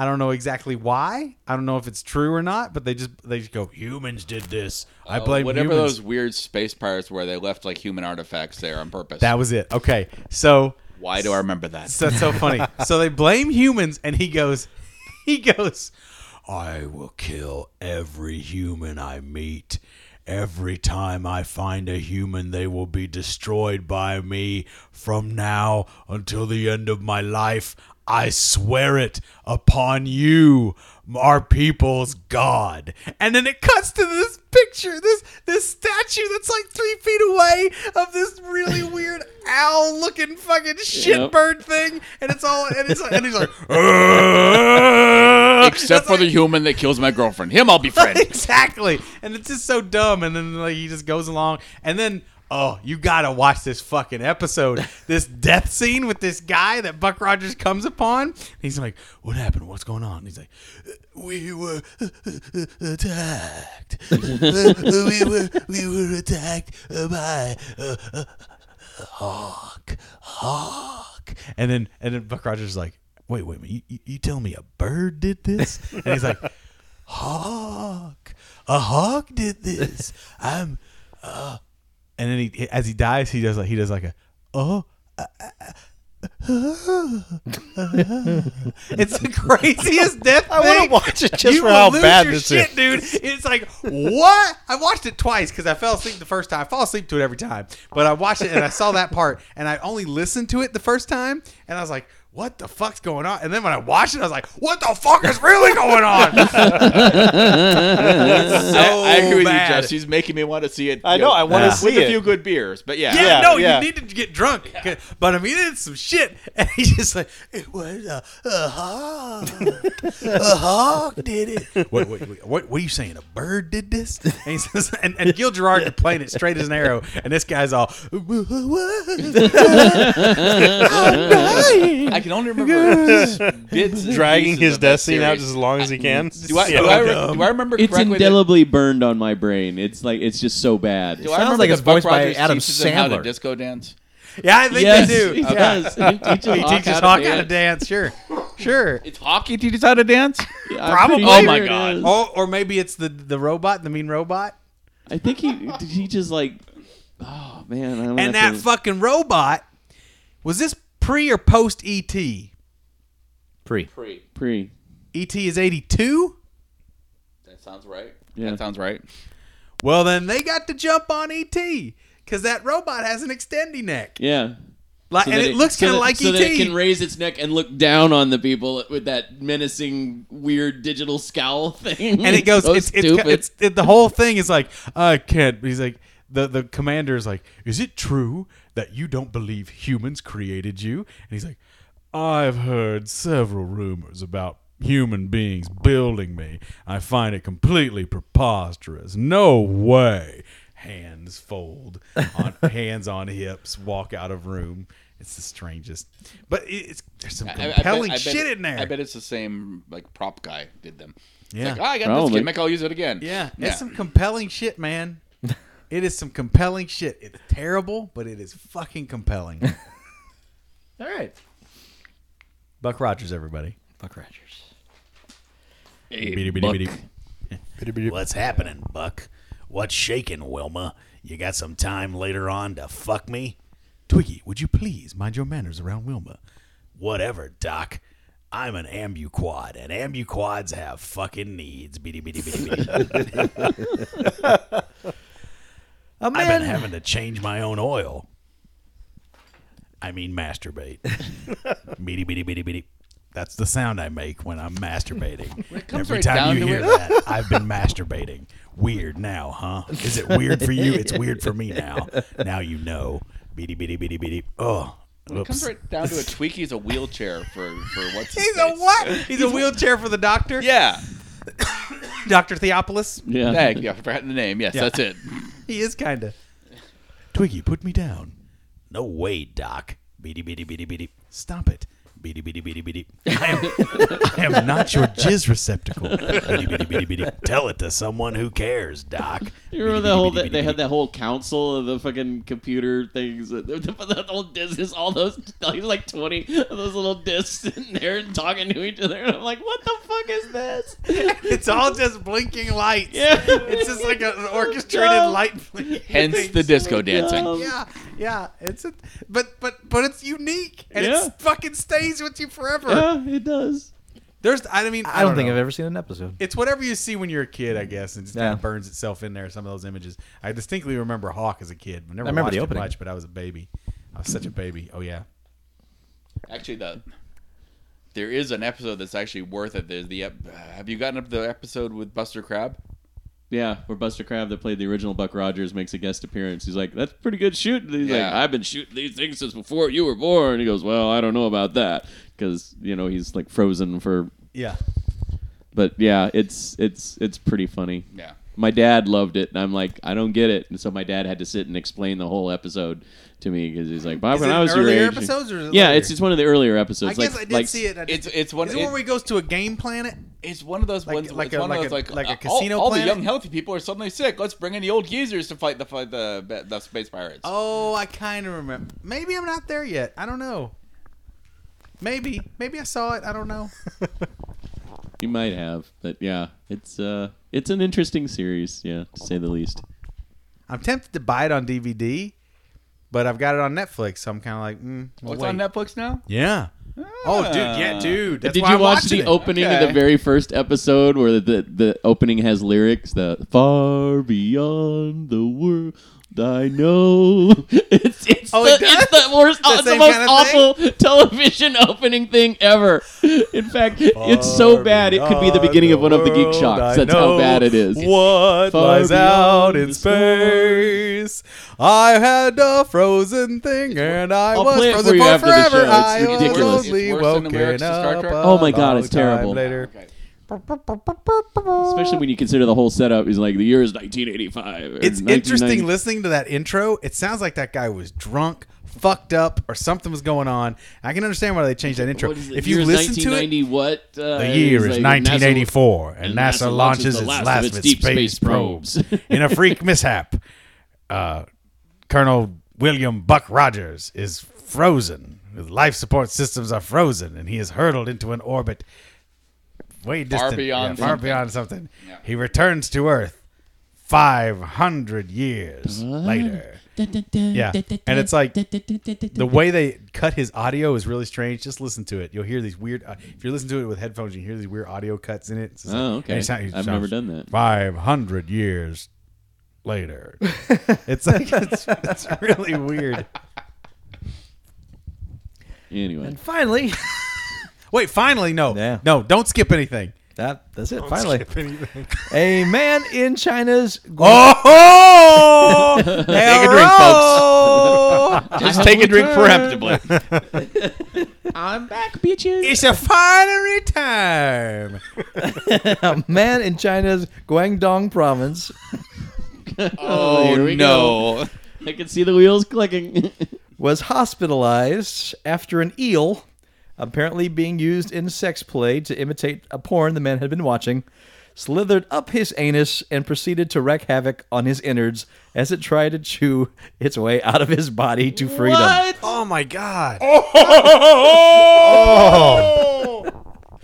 Speaker 7: I don't know exactly why. I don't know if it's true or not, but they just they just go humans did this. I
Speaker 4: Uh,
Speaker 7: blame
Speaker 4: whatever
Speaker 7: humans.
Speaker 4: those weird space pirates where they left like human artifacts there on purpose.
Speaker 7: That was it. Okay. So
Speaker 4: Why do I remember that?
Speaker 7: So that's so funny. so they blame humans and he goes he goes I will kill every human I meet. Every time I find a human, they will be destroyed by me from now until the end of my life. I swear it upon you, our people's god. And then it cuts to this picture, this this statue that's like three feet away of this really weird owl looking fucking
Speaker 3: Yep.
Speaker 7: shitbird bird thing, and it's all and it's and he's like
Speaker 4: Except for the human that kills my girlfriend. Him, I'll befriend.
Speaker 7: exactly. And it's just so dumb. And then like he just goes along. And then oh, you gotta watch this fucking episode. this death scene with this guy that Buck Rogers comes upon. He's like, "What happened? What's going on?" And he's like, "We were attacked. we were we were attacked by." Uh, uh, Hawk, Hawk, and then and then Buck Rogers is like, wait, wait a minute, you, you, you tell me a bird did this? And he's like, Hawk, a hawk did this. I'm, uh, and then he as he dies, he does like he does like a oh. it's the craziest death.
Speaker 11: I wanna
Speaker 7: thing.
Speaker 11: watch it just
Speaker 7: You
Speaker 11: for
Speaker 7: will
Speaker 11: how
Speaker 7: lose
Speaker 11: bad
Speaker 7: your
Speaker 11: this
Speaker 7: shit,
Speaker 11: is.
Speaker 7: dude. It's like what? I watched it twice because I fell asleep the first time. I fall asleep to it every time, but I watched it and I saw that part, and I only listened to it the first time, and I was like, "What the fuck's going on?" And then when I watched it, I was like, "What the fuck is really going on?" It's so
Speaker 4: I, I agree with
Speaker 7: bad.
Speaker 4: you, Josh. He's making me want to see it.
Speaker 7: I
Speaker 4: you
Speaker 7: know, I wanna
Speaker 4: with-
Speaker 7: see
Speaker 4: with
Speaker 7: it.
Speaker 4: a few good beers, but yeah,
Speaker 7: Yeah, no, you need to get drunk. 'Cause- But I mean, it's some shit. And he's just like, it was a, a hawk. a hawk did it. Wait, wait, wait. What, what are you saying? A bird did this? And, he says, and, and Gil Gerard is playing it straight as an arrow. And this guy's all,
Speaker 4: I can only remember bits, and
Speaker 11: Dragging
Speaker 4: pieces
Speaker 11: his
Speaker 4: of that
Speaker 11: death scene out
Speaker 4: series.
Speaker 11: as long as he can.
Speaker 4: Do I, do I, re- do I remember
Speaker 5: It's
Speaker 4: correctly? that-
Speaker 5: indelibly burned on my brain. It's like it's just so bad.
Speaker 4: do I remember that Buck Rogers teaches them How to disco dance.
Speaker 7: Yeah, I think
Speaker 5: Yes,
Speaker 7: they do.
Speaker 5: he
Speaker 7: Yeah.
Speaker 5: does. He teaches
Speaker 7: He
Speaker 5: Hawk
Speaker 7: teaches
Speaker 5: how to
Speaker 7: Hawk how to dance. Sure, sure.
Speaker 4: It's Hawk he teaches how to dance.
Speaker 5: I'm
Speaker 7: Probably.
Speaker 5: pretty Oh my sure it God. is.
Speaker 7: Or, or maybe it's the the robot, the mean robot.
Speaker 5: I think he he just like Oh man, I don't
Speaker 7: and that fucking robot was this pre or post E ET?
Speaker 6: Pre.
Speaker 4: Pre.
Speaker 5: pre.
Speaker 7: ET E is eighty two.
Speaker 4: That sounds right.
Speaker 5: Yeah.
Speaker 4: That sounds right.
Speaker 7: Well, then they got to jump on ET because that robot has an extendy neck,
Speaker 5: Yeah.
Speaker 7: like,
Speaker 5: So
Speaker 7: and
Speaker 5: that
Speaker 7: it, looks
Speaker 5: so
Speaker 7: kind of
Speaker 5: that-
Speaker 7: like E
Speaker 5: so
Speaker 7: ET.
Speaker 5: that it can raise its neck and look down on the people with that menacing, weird digital scowl thing.
Speaker 7: and it goes,
Speaker 5: so
Speaker 7: it's, it's,
Speaker 5: stupid.
Speaker 7: it's- it- the whole thing is like, I can't. He's like, the the commander is like, is it true that you don't believe humans created you? And he's like, I've heard several rumors about human beings building me. I find it completely preposterous. No way. Hands fold on hands on hips, walk out of room. It's the strangest, but it- it's there's some
Speaker 4: I- I bet-
Speaker 7: compelling
Speaker 4: I bet
Speaker 7: shit
Speaker 4: it-
Speaker 7: in there.
Speaker 4: I bet it's the same like prop guy did them. It's
Speaker 7: Yeah.
Speaker 4: like, oh, I got
Speaker 5: Probably.
Speaker 4: this gimmick. I'll use it again.
Speaker 7: Yeah,
Speaker 4: Yeah.
Speaker 7: it's some compelling shit, man. It is some compelling shit. It's terrible, but it is fucking compelling.
Speaker 6: All right.
Speaker 7: Buck Rogers, everybody.
Speaker 6: Buck Rogers.
Speaker 7: Bitty, bitty, bitty.
Speaker 3: What's happening, Buck? What's shaking, Wilma? You got some time later on to fuck me?
Speaker 7: Twiggy, would you please mind your manners around Wilma?
Speaker 3: Whatever, Doc. I'm an ambuquad, and ambuquads have fucking needs. Bitty, bitty, bitty, bitty.
Speaker 6: A
Speaker 3: I've been
Speaker 6: man,
Speaker 3: having to change my own oil. I mean, masturbate. bitty, bitty, bitty, bitty.
Speaker 7: That's the sound I make when I'm masturbating.
Speaker 4: comes
Speaker 7: Every
Speaker 4: right down
Speaker 7: time you
Speaker 4: to
Speaker 7: hear
Speaker 4: it.
Speaker 7: that, I've been masturbating. Weird now, huh? Is it weird for you? It's weird for me now. Now you know. Bitty, bitty, bitty, bitty. Oh,
Speaker 4: It comes right down to a Tweaky's a wheelchair for for what's his
Speaker 7: He's a
Speaker 4: face.
Speaker 7: what? He's a wheelchair for the doctor.
Speaker 4: Yeah.
Speaker 7: Doctor Theopolis.
Speaker 5: yeah.
Speaker 4: Thank you. I forgot the name. Yes, that's it.
Speaker 7: He is kind of.
Speaker 3: Twiggy, put me down. No way, Doc. Bitty, bitty, bitty, bitty.
Speaker 7: Stop it.
Speaker 3: Bitty, bitty, bitty, bitty.
Speaker 7: I am not your jizz receptacle.
Speaker 3: bitty, bitty, bitty, bitty. Tell it to someone who cares, Doc.
Speaker 5: You remember the whole they had that whole council of the fucking computer things, the, the, the whole discs, all those like, like twenty of those little discs sitting there and talking to each other. And I'm like, what the fuck is this?
Speaker 7: It's all just blinking lights.
Speaker 5: Yeah.
Speaker 7: It's just like an orchestrated
Speaker 5: Dumb.
Speaker 7: light blinking.
Speaker 4: Hence
Speaker 7: thing.
Speaker 4: the disco dancing.
Speaker 5: Um,
Speaker 7: Yeah, yeah. It's a, but but but it's unique and
Speaker 5: Yeah.
Speaker 7: it fucking stays with you forever.
Speaker 5: yeah, it does.
Speaker 7: There's I mean
Speaker 6: I don't think
Speaker 7: know.
Speaker 6: I've ever seen an episode.
Speaker 7: It's whatever you see when you're a kid, I guess, and just
Speaker 6: Yeah.
Speaker 7: kind of burns itself in there. Some of those images. I distinctly remember Hawk as a kid. I never
Speaker 6: I remember
Speaker 7: watched
Speaker 6: the
Speaker 7: it
Speaker 6: opening.
Speaker 7: much, but I was a baby. I was such a baby. Oh yeah.
Speaker 4: Actually, the there is an episode that's actually worth it. There's the ep- uh, have you gotten up to the episode with Buster Crab?
Speaker 5: Yeah, where Buster Crab that played the original Buck Rogers makes a guest appearance. He's like, "That's pretty good shooting." He's like,
Speaker 4: Yeah.
Speaker 5: "I've been shooting these things since before you were born." He goes, "Well, I don't know about that because you know he's like frozen for."
Speaker 7: Yeah.
Speaker 5: But yeah, it's it's it's pretty funny.
Speaker 4: Yeah.
Speaker 5: My dad loved it, and I'm like, I don't get it. And so my dad had to sit and explain the whole episode to me because he's like, Bob,
Speaker 7: Is
Speaker 5: when
Speaker 7: it
Speaker 5: I was
Speaker 7: earlier
Speaker 5: your age,
Speaker 7: episodes or is it
Speaker 5: yeah,
Speaker 7: later?
Speaker 5: it's it's one of the earlier episodes.
Speaker 7: I
Speaker 5: like,
Speaker 7: guess I did
Speaker 5: like,
Speaker 7: see it. I
Speaker 4: It's
Speaker 7: just-
Speaker 4: it's one
Speaker 7: Is it where
Speaker 4: it-
Speaker 7: he goes to a game planet?
Speaker 4: It's one of those
Speaker 7: Like-
Speaker 4: ones.
Speaker 7: like
Speaker 4: it's
Speaker 7: a-
Speaker 4: one
Speaker 7: like
Speaker 4: of
Speaker 7: a-
Speaker 4: those like,
Speaker 7: like a
Speaker 4: uh,
Speaker 7: casino
Speaker 4: All, all the
Speaker 7: planet?
Speaker 4: young healthy people are suddenly sick. Let's bring in the old geezers to fight the fight the the space pirates.
Speaker 7: Oh, I kind of remember. Maybe I'm not there yet. I don't know. Maybe, maybe I saw it. I don't know.
Speaker 5: You might have, but yeah, it's uh, it's an interesting series, yeah, to say the least.
Speaker 7: I'm tempted to buy it on DVD, but I've got it on Netflix, so I'm kind of like, mm, well,
Speaker 4: What's
Speaker 7: wait.
Speaker 4: on Netflix Ah. now?
Speaker 7: Yeah. Oh, dude, yeah, dude. That's
Speaker 5: Did
Speaker 7: why
Speaker 5: you
Speaker 7: I'm
Speaker 5: watch
Speaker 7: watching
Speaker 5: the
Speaker 7: it.
Speaker 5: opening of
Speaker 4: Okay.
Speaker 5: the very first episode where the, the opening has lyrics the far beyond the world I know it's it's,
Speaker 7: Oh,
Speaker 5: the,
Speaker 7: it does?
Speaker 5: it's the worst
Speaker 7: The
Speaker 5: it's the
Speaker 7: same
Speaker 5: most
Speaker 7: kinda thing?
Speaker 5: awful television opening thing ever. In fact, it's so bad it could be the beginning of one of the Geek Shocks.
Speaker 7: I
Speaker 5: That's how
Speaker 7: know
Speaker 5: bad it is.
Speaker 7: What
Speaker 5: Far
Speaker 7: lies out
Speaker 5: beyond
Speaker 7: in
Speaker 5: the
Speaker 7: space? I had a frozen thing, and I
Speaker 5: I'll
Speaker 7: was
Speaker 5: play it for
Speaker 7: frozen
Speaker 5: you after the
Speaker 7: forever.
Speaker 5: show. It's
Speaker 7: I was
Speaker 5: ridiculous. It's
Speaker 7: only
Speaker 4: worse than the
Speaker 7: woken
Speaker 4: lyrics to Star
Speaker 7: up
Speaker 4: Trek?
Speaker 7: a
Speaker 5: Oh my God,
Speaker 7: long
Speaker 5: it's terrible.
Speaker 7: time Later.
Speaker 4: Okay.
Speaker 5: Especially when you consider the whole setup is like the year is 1985. or
Speaker 7: It's interesting
Speaker 5: 1990.
Speaker 7: listening to that intro. It sounds like that guy was drunk, fucked up, or something was going on. I can understand why they changed that intro.
Speaker 5: What is it?
Speaker 7: If you
Speaker 5: Year's
Speaker 7: listen to it,
Speaker 5: 1990 what? Uh,
Speaker 7: The year
Speaker 5: it's
Speaker 7: is
Speaker 5: like
Speaker 7: 1984, and
Speaker 5: and
Speaker 7: NASA, launches its
Speaker 5: of
Speaker 7: last of its
Speaker 5: deep
Speaker 7: space, probes in a freak mishap. Uh, Colonel William Buck Rogers is frozen. His life support systems are frozen, and he is hurtled into an orbit way distant,
Speaker 4: beyond
Speaker 7: yeah, far
Speaker 4: something.
Speaker 7: beyond something.
Speaker 4: Yeah.
Speaker 7: He returns to Earth
Speaker 3: 500 years later.
Speaker 7: Yeah. And it's like the way they cut his audio is really strange. Just listen to it. You'll hear these weird. Uh, if you listen to it with headphones, you hear these weird audio cuts in it. It's just
Speaker 5: Oh,
Speaker 7: like-
Speaker 5: okay.
Speaker 7: and it's not- it
Speaker 5: I've
Speaker 7: sounds-
Speaker 5: never done that.
Speaker 7: 500 years later. it's like, it's, it's really weird.
Speaker 5: Anyway,
Speaker 6: Finally,
Speaker 7: Wait, finally, no. No, don't skip anything.
Speaker 6: that that's it. Finally,
Speaker 9: Skip anything.
Speaker 6: a man in China's
Speaker 7: Oh! take
Speaker 5: drink,
Speaker 4: Just take a drink preemptively.
Speaker 5: I'm back, bitches.
Speaker 7: It's a fiery time.
Speaker 6: a man in China's Guangdong province
Speaker 4: Oh,
Speaker 5: Here we
Speaker 4: no.
Speaker 5: I can see the wheels clicking.
Speaker 6: was hospitalized after an eel apparently being used in sex play to imitate a porn the man had been watching slithered up his anus and proceeded to wreak havoc on his innards as it tried to chew its way out of his body to freedom
Speaker 9: Oh my god.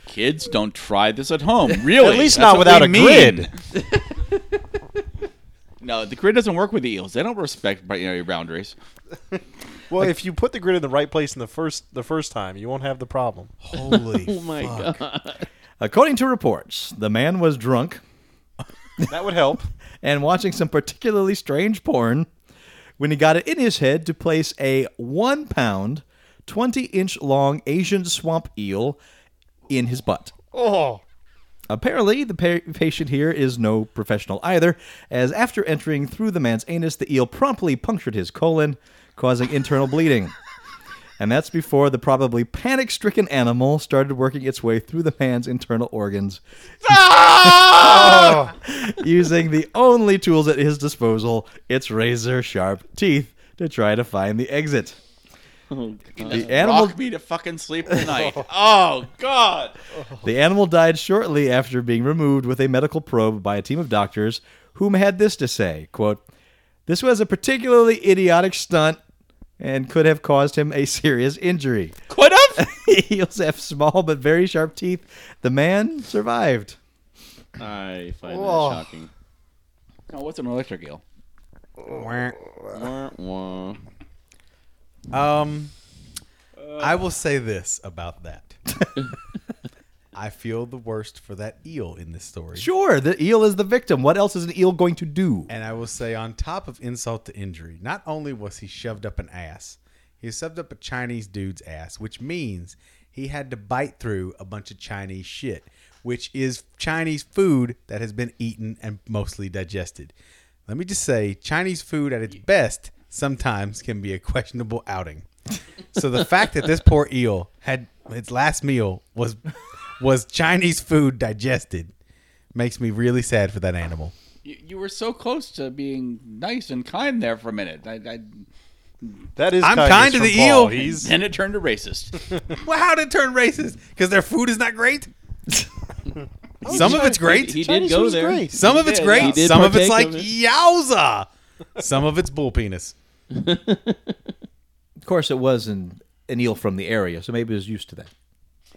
Speaker 4: Kids, don't try this at home. Really?
Speaker 11: At least not
Speaker 4: That's what
Speaker 11: without
Speaker 4: we
Speaker 11: a
Speaker 4: mean.
Speaker 11: grid.
Speaker 4: No, the grid doesn't work with the eels. They don't respect you know, your boundaries.
Speaker 9: Well, if you put the grid in the right place in the first the first time, you won't have the problem.
Speaker 5: oh my god!
Speaker 6: according to reports the man was drunk
Speaker 9: That would help.
Speaker 6: and watching some particularly strange porn when he got it in his head to place a one pound, 20 inch long Asian swamp eel in his butt.
Speaker 9: Oh.
Speaker 6: Apparently, the pa- patient here is no professional either, as after entering through the man's anus, the eel promptly punctured his colon, causing internal bleeding. And that's before the probably panic stricken animal started working its way through the man's internal organs using the only tools at his disposal, its razor sharp teeth, to try to find the exit. the animal
Speaker 4: Rock me to fucking sleep tonight. oh, God.
Speaker 6: the animal died shortly after being removed with a medical probe by a team of doctors whom had this to say, quote, "This was a particularly idiotic stunt and could have caused him a serious injury.
Speaker 4: Could have?
Speaker 6: Eels have small but very sharp teeth. The man survived."
Speaker 5: I find that shocking.
Speaker 4: No, what's an electric eel?
Speaker 5: Wah, wah.
Speaker 7: Um, I will say this about that. I feel the worst for that eel in this story.
Speaker 6: Sure, the eel is the victim. What else is an eel going to do?
Speaker 7: And I will say, on top of insult to injury, not only was he shoved up an ass, he shoved up a Chinese dude's ass, which means he had to bite through a bunch of Chinese shit, which is Chinese food that has been eaten and mostly digested. Let me just say, Chinese food at its best sometimes can be a questionable outing. So the fact that this poor eel had its last meal was was Chinese food digested makes me really sad for that animal.
Speaker 4: You, you were so close to being nice and kind there for a minute. I, I,
Speaker 9: That is
Speaker 7: I'm
Speaker 9: kindness
Speaker 7: kind to
Speaker 9: from
Speaker 7: the
Speaker 9: Paul.
Speaker 7: eel.
Speaker 9: He's
Speaker 4: then it turned to racist.
Speaker 7: Well, how did it turn racist? Because their food is not great. Some of it's great.
Speaker 5: He did go there.
Speaker 7: Some of it's
Speaker 4: did,
Speaker 7: great.
Speaker 4: yeah.
Speaker 5: He did
Speaker 7: Some of it's like
Speaker 5: partake of it.
Speaker 7: yowza. Some of it's bull penis.
Speaker 6: Of course, it was an, an eel from the area, so maybe it was used to that.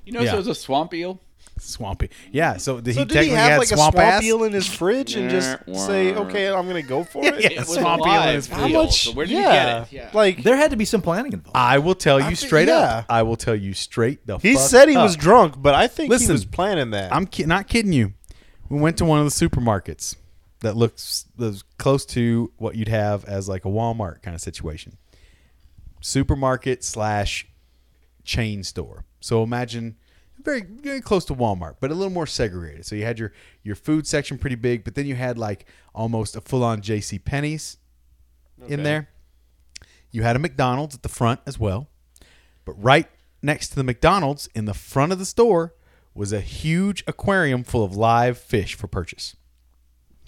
Speaker 4: You know, so
Speaker 7: Yeah.
Speaker 4: it was a swamp eel.
Speaker 7: Swampy. Yeah. So did
Speaker 9: so
Speaker 7: he
Speaker 9: did
Speaker 7: technically
Speaker 9: he have
Speaker 7: had
Speaker 9: like
Speaker 7: swamp
Speaker 9: a swamp
Speaker 7: ass?
Speaker 9: eel in his fridge and just
Speaker 5: Wah,
Speaker 9: say,
Speaker 5: wah.
Speaker 9: "Okay, I'm gonna go for it"?
Speaker 7: Yeah,
Speaker 4: It was
Speaker 7: swamp eel
Speaker 4: alive.
Speaker 7: in his
Speaker 4: How
Speaker 7: food.
Speaker 4: much- So where did you get it? Yeah.
Speaker 9: Like
Speaker 6: There had to be some planning involved.
Speaker 7: I will tell you
Speaker 9: I think-
Speaker 7: straight
Speaker 9: yeah.
Speaker 7: up. I will tell you straight the
Speaker 9: he
Speaker 7: fuck
Speaker 9: said he was
Speaker 7: up.
Speaker 9: drunk, but I think he
Speaker 7: Listen,
Speaker 9: was planning that.
Speaker 7: I'm ki- not kidding you. We went to one of the supermarkets that looks that's close to what you'd have as like a Walmart kind of situation. Supermarket slash chain store. So imagine very very close to Walmart, but a little more segregated. So you had your your food section pretty big, but then you had like almost a full on J.C. Penney's in there. You had a McDonald's at the front as well. But right next to the McDonald's in the front of the store was a huge aquarium full of live fish for purchase.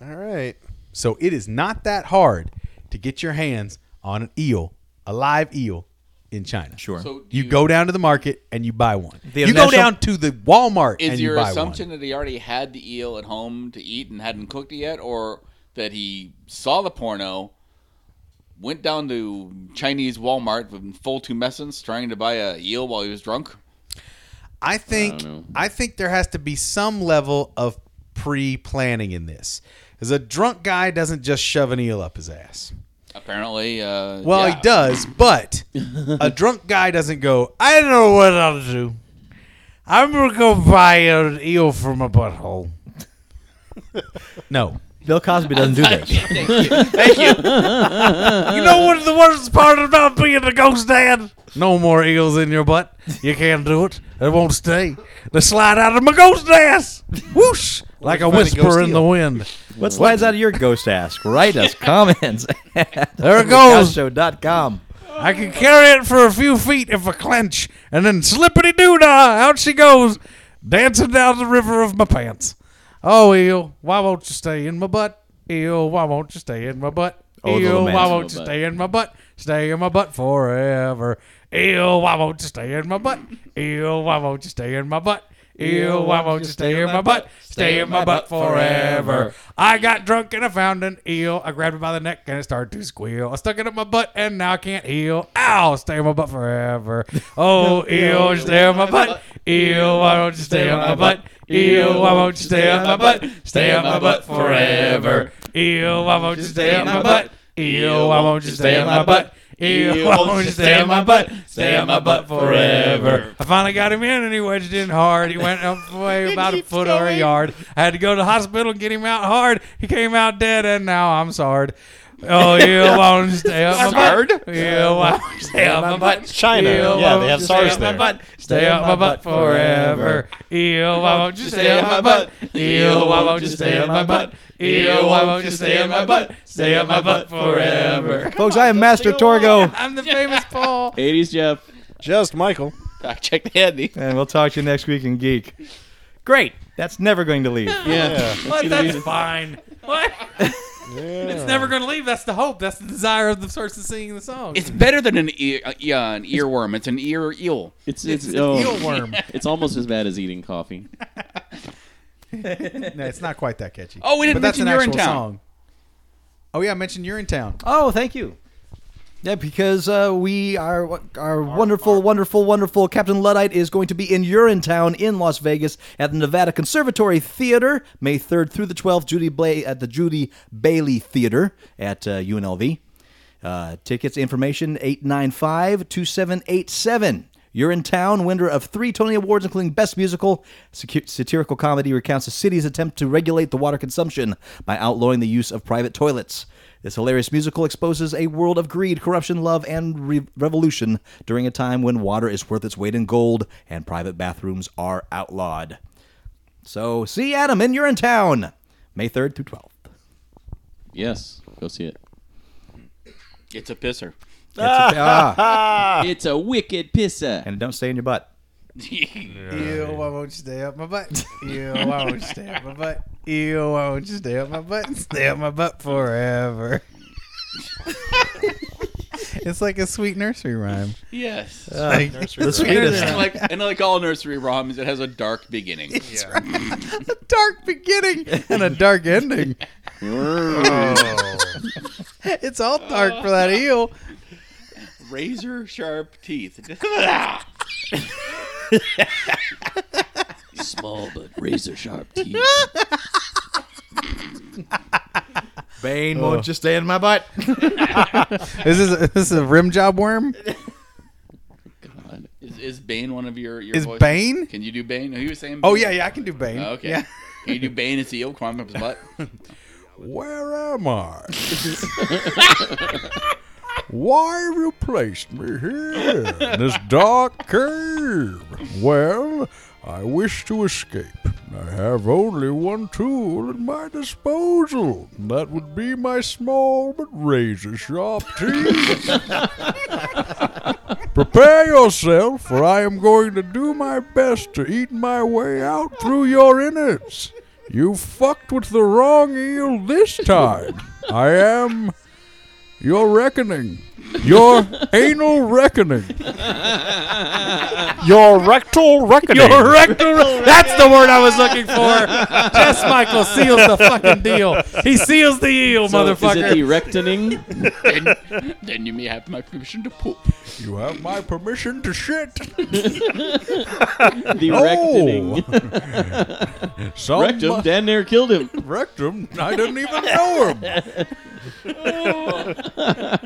Speaker 9: All right.
Speaker 7: So it is not that hard to get your hands on an eel, a live eel in China. Sure.
Speaker 4: So do
Speaker 7: you,
Speaker 4: you-
Speaker 7: go down to the market and you buy one.
Speaker 6: They
Speaker 7: you
Speaker 6: have
Speaker 7: go
Speaker 6: national-
Speaker 7: down to the Walmart and
Speaker 4: Is
Speaker 7: you
Speaker 4: your
Speaker 7: buy
Speaker 4: assumption
Speaker 7: one.
Speaker 4: that he already had the eel at home to eat and hadn't cooked it yet, or that he saw the porno, went down to Chinese Walmart with full tumescence, trying to buy a eel while he was drunk?
Speaker 7: I think I, think there has to be some level of pre-planning in this.
Speaker 1: is a drunk guy doesn't just shove an eel up his ass.
Speaker 4: Apparently, uh,
Speaker 1: Well,
Speaker 4: yeah.
Speaker 1: he does, but a drunk guy doesn't go. I know what I'll do.
Speaker 7: I'm gonna go buy an eel from a butthole.
Speaker 1: No.
Speaker 6: Bill Cosby doesn't do that.
Speaker 7: Thank you. you know what the worst part about being a ghost dad? No more eels in your butt. You can't do it. It won't stay. They slide out of my ghost ass. Whoosh. Like a
Speaker 6: Find a ghost
Speaker 7: whisper in the
Speaker 6: eel.
Speaker 7: wind.
Speaker 6: What slides out of your ghost ass? Write us comments.
Speaker 7: There it goes.
Speaker 6: Show.com.
Speaker 7: I can carry it for a few feet if I clench, and then slippity doo dah, out she goes, dancing down the river of my pants. Oh, eel, why won't you stay in my butt? Eel, why won't you stay in my butt?
Speaker 6: Oh, the
Speaker 7: Eel, why
Speaker 6: romance.
Speaker 7: won't you stay in my butt? Stay in my butt forever. Eel, why won't you stay in my butt? Eel, why won't you stay in my butt? Eel, why won't you stay in my butt? Stay in my butt forever. I got drunk and I found an eel. I grabbed it by the neck and it started to squeal. I stuck it up my butt and now I can't heal. Ow, stay in my butt forever. Oh, eel, stay in my butt. Eel, why won't you stay in my butt? Eel, why won't you stay in my butt? Stay in my butt forever. Eel, why won't you stay in my butt? Eel, why won't you stay in my butt? Eel, why won't you stay in my butt? Stay in my butt forever. I finally got him in and he wedged in hard. He went up way about a foot or a yard. I had to go to the hospital and get him out hard. He came out dead and now I'm sorry. Oh, you won't stay up my butt. You won't stay up my butt.
Speaker 9: China.
Speaker 7: You
Speaker 9: Yeah, they
Speaker 7: won't
Speaker 9: have
Speaker 7: stay
Speaker 9: SARS
Speaker 7: up my
Speaker 9: there.
Speaker 7: butt. Stay up my butt forever. Eel, why won't you stay up my butt? Eel, why won't you stay up my butt? Eel, why won't you stay up my butt? Stay up my butt forever.
Speaker 6: Folks, I am Master Torgo,
Speaker 7: I'm the famous Paul.
Speaker 5: 80s Jeff.
Speaker 9: Just Michael.
Speaker 4: Fact check the Andy.
Speaker 6: and we'll talk to you next week in Geek. Great. That's never going to leave.
Speaker 5: Yeah.
Speaker 7: What? That's fine. What? It's never going to leave. That's the hope. That's the desire of the person singing the song.
Speaker 4: It's better than an ear, uh, yeah, an earworm. It's an ear eel.
Speaker 5: It's it's,
Speaker 7: an
Speaker 5: oh,
Speaker 7: eel worm.
Speaker 5: It's almost as bad as eating coffee.
Speaker 1: No, it's not quite that catchy.
Speaker 4: Oh, we didn't
Speaker 1: but that's
Speaker 4: mention
Speaker 1: an
Speaker 4: You're
Speaker 1: actual
Speaker 4: in Town.
Speaker 1: song. Oh yeah, I mentioned you're in town.
Speaker 6: Oh, thank you. Yeah, because uh, we are our, wonderful, wonderful, wonderful Captain Luddite is going to be in Urinetown in Las Vegas at the Nevada Conservatory Theater, May third through the twelfth. Judy Bla- at the Judy Bailey Theater at uh, UNLV. Uh, tickets information 895-2787. You're in town, winner of three Tony Awards, including Best Musical. Secu- satirical comedy recounts the city's attempt to regulate the water consumption by outlawing the use of private toilets. This hilarious musical exposes a world of greed, corruption, love, and re- revolution during a time when water is worth its weight in gold and private bathrooms are outlawed. So, see Adam, and you're in town, May 3rd through 12th.
Speaker 5: Yes, go see it.
Speaker 4: It's a pisser.
Speaker 6: Ah.
Speaker 5: It's a wicked pisser.
Speaker 6: and don't stay in your butt.
Speaker 7: Ew, why won't you stay up my butt? Ew, why won't you stay up my butt? Ew, why won't you stay up my butt? Stay up my butt forever.
Speaker 1: It's like a sweet nursery rhyme.
Speaker 4: Yes.
Speaker 1: Like,
Speaker 6: The sweetest.
Speaker 4: and like and like all nursery rhymes, it has a dark beginning. Yeah.
Speaker 1: dark beginning and a dark ending. it's all dark for that eel.
Speaker 4: Razor sharp teeth.
Speaker 5: Small but razor sharp teeth.
Speaker 6: Bane won't just stay in my butt.
Speaker 1: Is this a, this is a rim job worm?
Speaker 5: God.
Speaker 4: Is, is Bane one of your your
Speaker 1: Is
Speaker 4: voices?
Speaker 1: Bane?
Speaker 4: Can you do Bane? He was saying.
Speaker 1: Oh
Speaker 4: Bane.
Speaker 1: yeah, yeah, I can do Bane.
Speaker 4: Oh, Okay.
Speaker 1: Yeah.
Speaker 4: Can you do Bane as the eel climbing up his butt?
Speaker 1: Where am I? Why you placed me here in this dark cave? Well, I wish to escape. I have only one tool at my disposal. That would be my small but razor sharp teeth. Prepare yourself, for I am going to do my best to eat my way out through your innards. You fucked with the wrong eel this time. I am your reckoning.
Speaker 7: Your anal reckoning.
Speaker 13: Your rectal reckoning.
Speaker 7: Your rectal. That's the word I was looking for. Jess Michael seals the fucking deal. He seals the deal,
Speaker 5: So,
Speaker 7: motherfucker.
Speaker 5: Is it the reckoning?
Speaker 4: then, then you may have my permission to poop.
Speaker 7: You have my permission to shit.
Speaker 5: The
Speaker 7: No.
Speaker 5: reckoning.
Speaker 7: Some-
Speaker 5: Wrecked him. Dan near killed him.
Speaker 7: Wrecked him. I didn't even know him.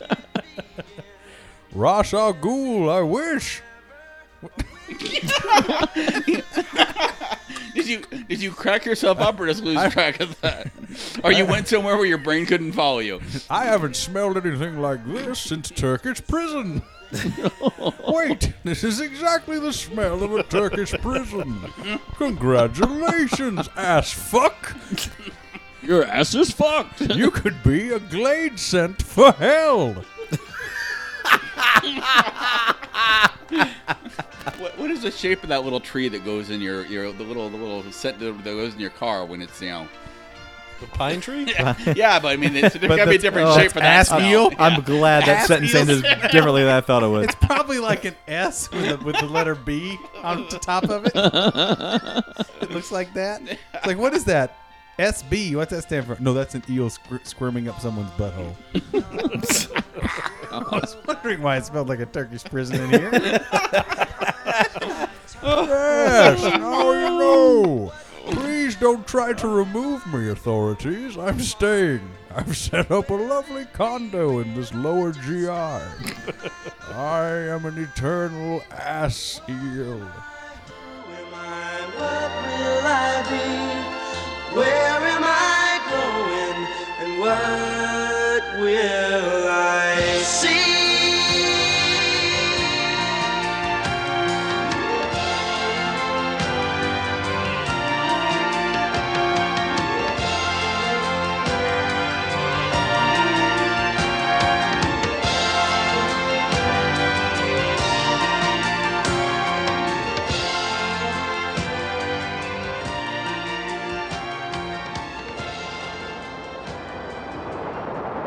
Speaker 7: Ross Al Ghul, I wish.
Speaker 4: Did you did you crack yourself up or just lose track of that? Or you went somewhere where your brain couldn't follow you?
Speaker 7: I haven't smelled anything like this since Turkish prison. Wait, this is exactly the smell of a Turkish prison. Congratulations, ass fuck.
Speaker 5: Your ass is fucked.
Speaker 7: You could be a glade sent for hell.
Speaker 4: What, what is the shape of that little tree that goes in your your the little the little set that goes in your car when it's you know?
Speaker 14: The pine tree?
Speaker 4: Yeah, but I mean it's, there's got to be a
Speaker 6: that's-
Speaker 4: different
Speaker 6: oh,
Speaker 4: shape for that.
Speaker 6: ass
Speaker 4: smell.
Speaker 6: eel?
Speaker 4: Yeah.
Speaker 6: I'm glad that
Speaker 4: Ass
Speaker 6: sentence
Speaker 4: eel
Speaker 6: ended differently than I thought it would.
Speaker 9: It's probably like an S with a, with the letter B on the top of it. It looks like that. It's like what is that? SB. What's that stand for? No, that's an eel squir- squirming up someone's butthole. I was wondering why it smelled like a Turkish prison in here.
Speaker 7: Yes, now you know. Please don't try to remove me, authorities. I'm staying. I've set up a lovely condo in this lower GI. I am an eternal ass eel.
Speaker 3: What